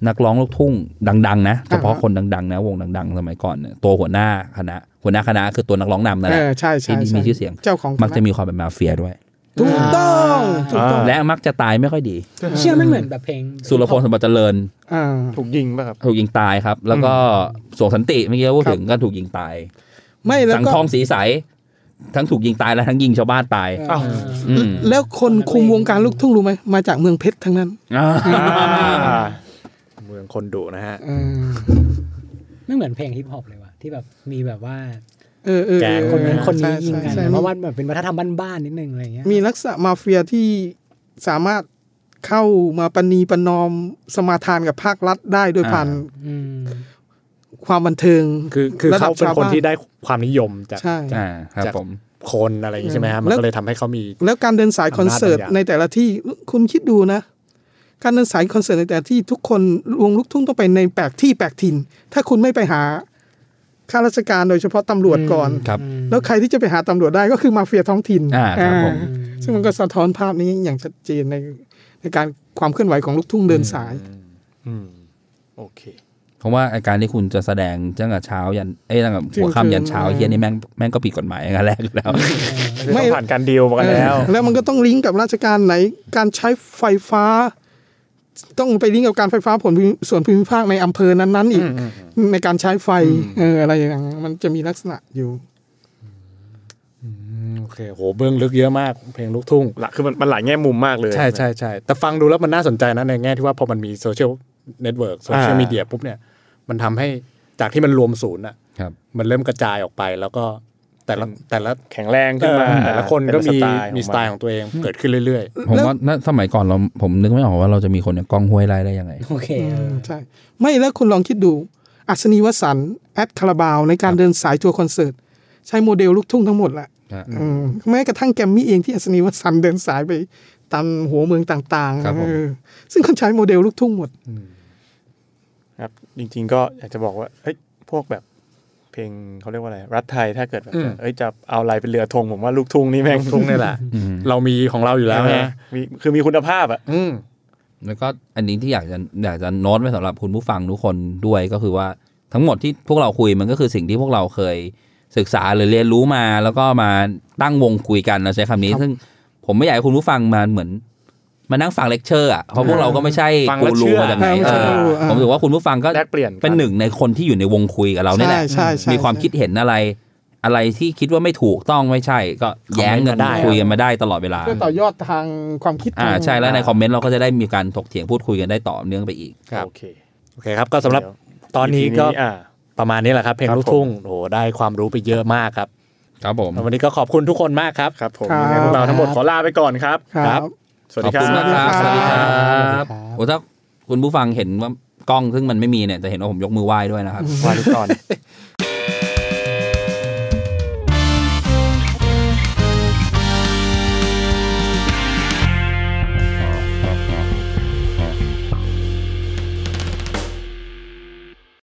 [SPEAKER 4] นักร้องลูกทุ่งดัง ๆ นะเฉพาะ
[SPEAKER 5] อ่าฮะ
[SPEAKER 4] คนดังๆนะวงดัง ๆ สมัยก่อนเนี่ยตัวหัวหน้าคณะ หัวหน้าคณะคือตัวนักร้องนำนั่น
[SPEAKER 5] เอ
[SPEAKER 4] แหละ
[SPEAKER 5] อใช่ใช่
[SPEAKER 4] ที่
[SPEAKER 5] ใช่
[SPEAKER 4] มีชื่อเสียง
[SPEAKER 5] เจ้าของ
[SPEAKER 4] มักจะมีความเป็นมาเฟียด้วย
[SPEAKER 5] ถูกต้องถูกต้อง
[SPEAKER 4] และมักจะตายไม่ค่อยดี
[SPEAKER 6] เชื่อมันเหมือนแบบเพลง
[SPEAKER 4] สุรพลสมบัติเจริญ
[SPEAKER 5] อ่า
[SPEAKER 3] ถูกยิงป่ะครับ
[SPEAKER 4] ถูกยิงตายครับ แล้วก็สวงสันติเมื่อกี้พูดถึงก็ถูกยิงตาย
[SPEAKER 5] ไม่แล้ว
[SPEAKER 4] สัง
[SPEAKER 5] ก็
[SPEAKER 4] ทองสีใส ทั้งถูกยิงตายและทั้งยิงชาวบ้านตาย
[SPEAKER 3] อ้าว
[SPEAKER 4] อืม
[SPEAKER 5] แล้วคนคุมวงการลูกทุ่งรู้ไหมมาจากเมืองเพชรทั้งนั้น
[SPEAKER 4] อ่า
[SPEAKER 2] เมืองคนดุนะฮะ
[SPEAKER 5] เออ
[SPEAKER 6] ไม่เหมือนเพลงฮิปฮอปเลยว่ะที่แบบมีแบบว่า
[SPEAKER 5] เออเออ
[SPEAKER 2] แกง
[SPEAKER 5] เออ
[SPEAKER 6] คนนั้นคนนี้
[SPEAKER 5] ใช่
[SPEAKER 6] ยิงกัน
[SPEAKER 5] ใช่
[SPEAKER 6] เพราะว่า
[SPEAKER 5] ใช่
[SPEAKER 6] แบบเป็นวัฒนธรรมบ้านๆนิดนึงอะไรอย่างเงี้ย
[SPEAKER 5] มีลักษณะมาเฟียที่สามารถเข้ามาปณีประนอมสมาทานกับภาครัฐได้โดยผ่าน
[SPEAKER 6] อืม
[SPEAKER 5] ความบันเทิง
[SPEAKER 2] คือคือ
[SPEAKER 5] ระดั
[SPEAKER 2] เขา
[SPEAKER 5] บ
[SPEAKER 2] เป็น
[SPEAKER 5] ชว
[SPEAKER 2] คน
[SPEAKER 5] บ้
[SPEAKER 2] ที่ได้ความนิยมจาก
[SPEAKER 5] ใช่
[SPEAKER 4] อ่าครับ
[SPEAKER 2] จาก
[SPEAKER 4] ผม
[SPEAKER 2] คนอะไรอย่างนี้ใช่ไหมฮะมันก็เลยทำให้เขามี
[SPEAKER 5] แล้วการเดินสายคอนเสิร์ต
[SPEAKER 2] อำนาจบางอย่าง
[SPEAKER 5] ในแต่ละที่คุณคิดดูนะ การเดินสายคอนเสิร์ตในแต่ละที่ทุกคนวงลูกทุ่งต้องไปในแปลกที่แปลกถิ่น ถ้าคุณไม่ไปหาข้าราชการโดยเฉพาะตำรวจก่อน
[SPEAKER 4] ครับ
[SPEAKER 5] แล้วใครที่จะไปหาตำรวจได้ก็คือมาเฟียท้องถิ่น
[SPEAKER 4] อ่าครับผม
[SPEAKER 5] อ่าซึ่งมันก็สะท้อนภาพนี้อย่างชัดเจนในในการความเคลื่อนไหวของลูกทุ่งเดินสาย
[SPEAKER 3] อืมโอเค
[SPEAKER 4] เพราะว่าอาการที่คุณจะแสดงตั้งแต่เช้ายันเอ้ยตั้งแต่หัวค่ำยันเช้า
[SPEAKER 5] เที่ยงคืน
[SPEAKER 4] เฮียนี่แม่งแม่งก็ผิดกฎหมายกันแรกอยู่แล้ว
[SPEAKER 5] ไม่
[SPEAKER 3] ไม่ผ่านการดีลมากันแล้ว
[SPEAKER 5] เออแล้วมันก็ต้องลิงก์กับราชการไหน การใช้ไฟฟ้า ต้องไปลิงก์กับการไฟฟ้าผลพิส่วนภูมิภาคในอำเภอนั้นๆอีก ในการใช้ไฟเอออะไรอย่างนั้นมันจะมีลักษณะอยู่
[SPEAKER 2] อืมโอเคโหเบื้องลึกเยอะมากเพลงลูกทุ่ง
[SPEAKER 3] ละคือมันมันหลายแง่มุมมากเลย
[SPEAKER 2] ใช่ใช่ใช่แต่ฟังดูแล้วมันน่าสนใจนะในแง่ที่ว่าพอมันมีโซเชียลเน็ตเวิร์กโซเชียล
[SPEAKER 3] อ่ามี
[SPEAKER 2] มีเดียปุ๊บเนี่ย มันทำให้จากที่มันรวมศูนย์อะ
[SPEAKER 4] ครับ
[SPEAKER 2] มันเริ่มกระจายออกไปแล้วก็แต่ละแต่ละ
[SPEAKER 3] แข็งแรงขึ้นมา
[SPEAKER 2] เออแต่ละคนก็มี
[SPEAKER 3] เป็
[SPEAKER 2] มีสไตล์ของตัวเองเกิดขึ้นเรื่อย
[SPEAKER 4] ผมว่าณสมัยก่อนเราผมนึกไม่ออกว่าเราจะมีคนอย่างกล้องห้วยไร่ได้ยังไง
[SPEAKER 6] โอเคเออ
[SPEAKER 5] ใช่ไม่แล้วคุณลองคิดดู อัศนีวสันต์แอดคาราบาวในการเดินสายทัวร์คอนเสิร์ต ใช้โมเดลลูกทุ่งทั้งหมดแหละ
[SPEAKER 4] ครับ
[SPEAKER 5] อืมแม้กระทั่งแกรมมี่เองที่อัศนีวสันต์เดินสายไปตามหัวเมืองต่าง
[SPEAKER 4] ครับ
[SPEAKER 5] ๆ
[SPEAKER 4] ผม
[SPEAKER 5] เออซึ่งเขาใช้โมเดลลูกทุ่งหมด
[SPEAKER 3] ครับ จริง ๆ ก็อยากจะบอกว่าเฮ้ยพวกแบบ เพลงเขาเรียกว่าอะไร รัฐไทยถ้าเกิดแบบเอ้ยจะเอาอะไรเป็นเรือธงผมว่าลูกทุ่งนี่แม่ง
[SPEAKER 2] ๆทุ่งเนี่ยแหละ
[SPEAKER 4] อืม
[SPEAKER 2] เรามีของเราอยู่แล้ว
[SPEAKER 3] เออ
[SPEAKER 2] นะ
[SPEAKER 3] มีคือมีคุณภาพอ่ะ
[SPEAKER 2] อืม
[SPEAKER 4] แล้วก็อันนี้ที่อยากจะอยากจะโน้ตไว้สำหรับคุณผู้ฟังทุกคนด้วยก็คือว่าทั้งหมดที่พวกเราคุยมันก็คือสิ่งที่พวกเราเคยศึกษาหรือเรียนรู้มา แล้วก็มาตั้งวงคุยกันเราใช้คำนี้ ซึ่งผ ผมไม่อยากให้คุณผู้ฟังมาเหมือน มานั่งฟังเลคเชอร์อ่ะเพราะพวกเราก็ไม่ใช่
[SPEAKER 2] ฟังแล้
[SPEAKER 4] กู
[SPEAKER 2] ว
[SPEAKER 4] รู
[SPEAKER 2] เชื่อ
[SPEAKER 4] มาจากไหนเอ
[SPEAKER 5] เออไม่ใช่
[SPEAKER 4] อ
[SPEAKER 5] กูรูอ่ะ
[SPEAKER 4] ผมถือว่าคุณผู้ฟังก็
[SPEAKER 3] แลกเปลี่ยน
[SPEAKER 4] เป็นหนึ่งในคนที่อยู่ในวงคุยกับเราเนี่ยแหละ
[SPEAKER 5] ใช่ใช่ใช่
[SPEAKER 4] มีความคิดเห็นอะไร อะไรที่คิดว่าไม่ถูกต้องไม่ใช่ ก็แย้งกัน
[SPEAKER 2] คอมเมนต์มาได้
[SPEAKER 4] คุยกันมาได้ตลอดเวลา
[SPEAKER 5] เพื่อต่อยอดทางความคิด
[SPEAKER 4] อ่า
[SPEAKER 5] ทง
[SPEAKER 4] ใช่แล้วในคอมเมนต์เราก็จะได้มีการถกเถียงพูดคุยกันได้ต่อเนื่องไปอีก
[SPEAKER 2] ครับ
[SPEAKER 3] โอเค
[SPEAKER 2] โอเคครับ ก็สำหรับตอนนี้ก็
[SPEAKER 3] ทีอ่า
[SPEAKER 2] ประมาณนี้แหละครับ เพลง
[SPEAKER 3] ครับ
[SPEAKER 2] ลูกทุ่งโอ้โหได้ความรู้ไปเยอะมากครับ
[SPEAKER 4] ครับผม
[SPEAKER 2] แล้ววันนี้ก็ขอบคุณทุกคนมากครับ
[SPEAKER 3] ครับผม
[SPEAKER 5] ครับ
[SPEAKER 3] ยังไงพวกเราทั้งหมดขอลาไปก่อนครับ
[SPEAKER 5] ครั
[SPEAKER 2] ครับ
[SPEAKER 5] บ
[SPEAKER 3] สวัส
[SPEAKER 4] ขอบ
[SPEAKER 3] ดีค
[SPEAKER 4] คุณมากค
[SPEAKER 3] รั
[SPEAKER 4] รับ
[SPEAKER 3] บ
[SPEAKER 4] สวัสดีครั
[SPEAKER 6] สวัสดีครับ บ
[SPEAKER 4] โอ้ถ้าคุณผู้ฟังเห็นว่ากล้องซึ่งมันไม่มีเนี่ยจะเห็นว่าผมยกมือไหว้ด้วยนะครับ
[SPEAKER 3] สวัสดีก่อน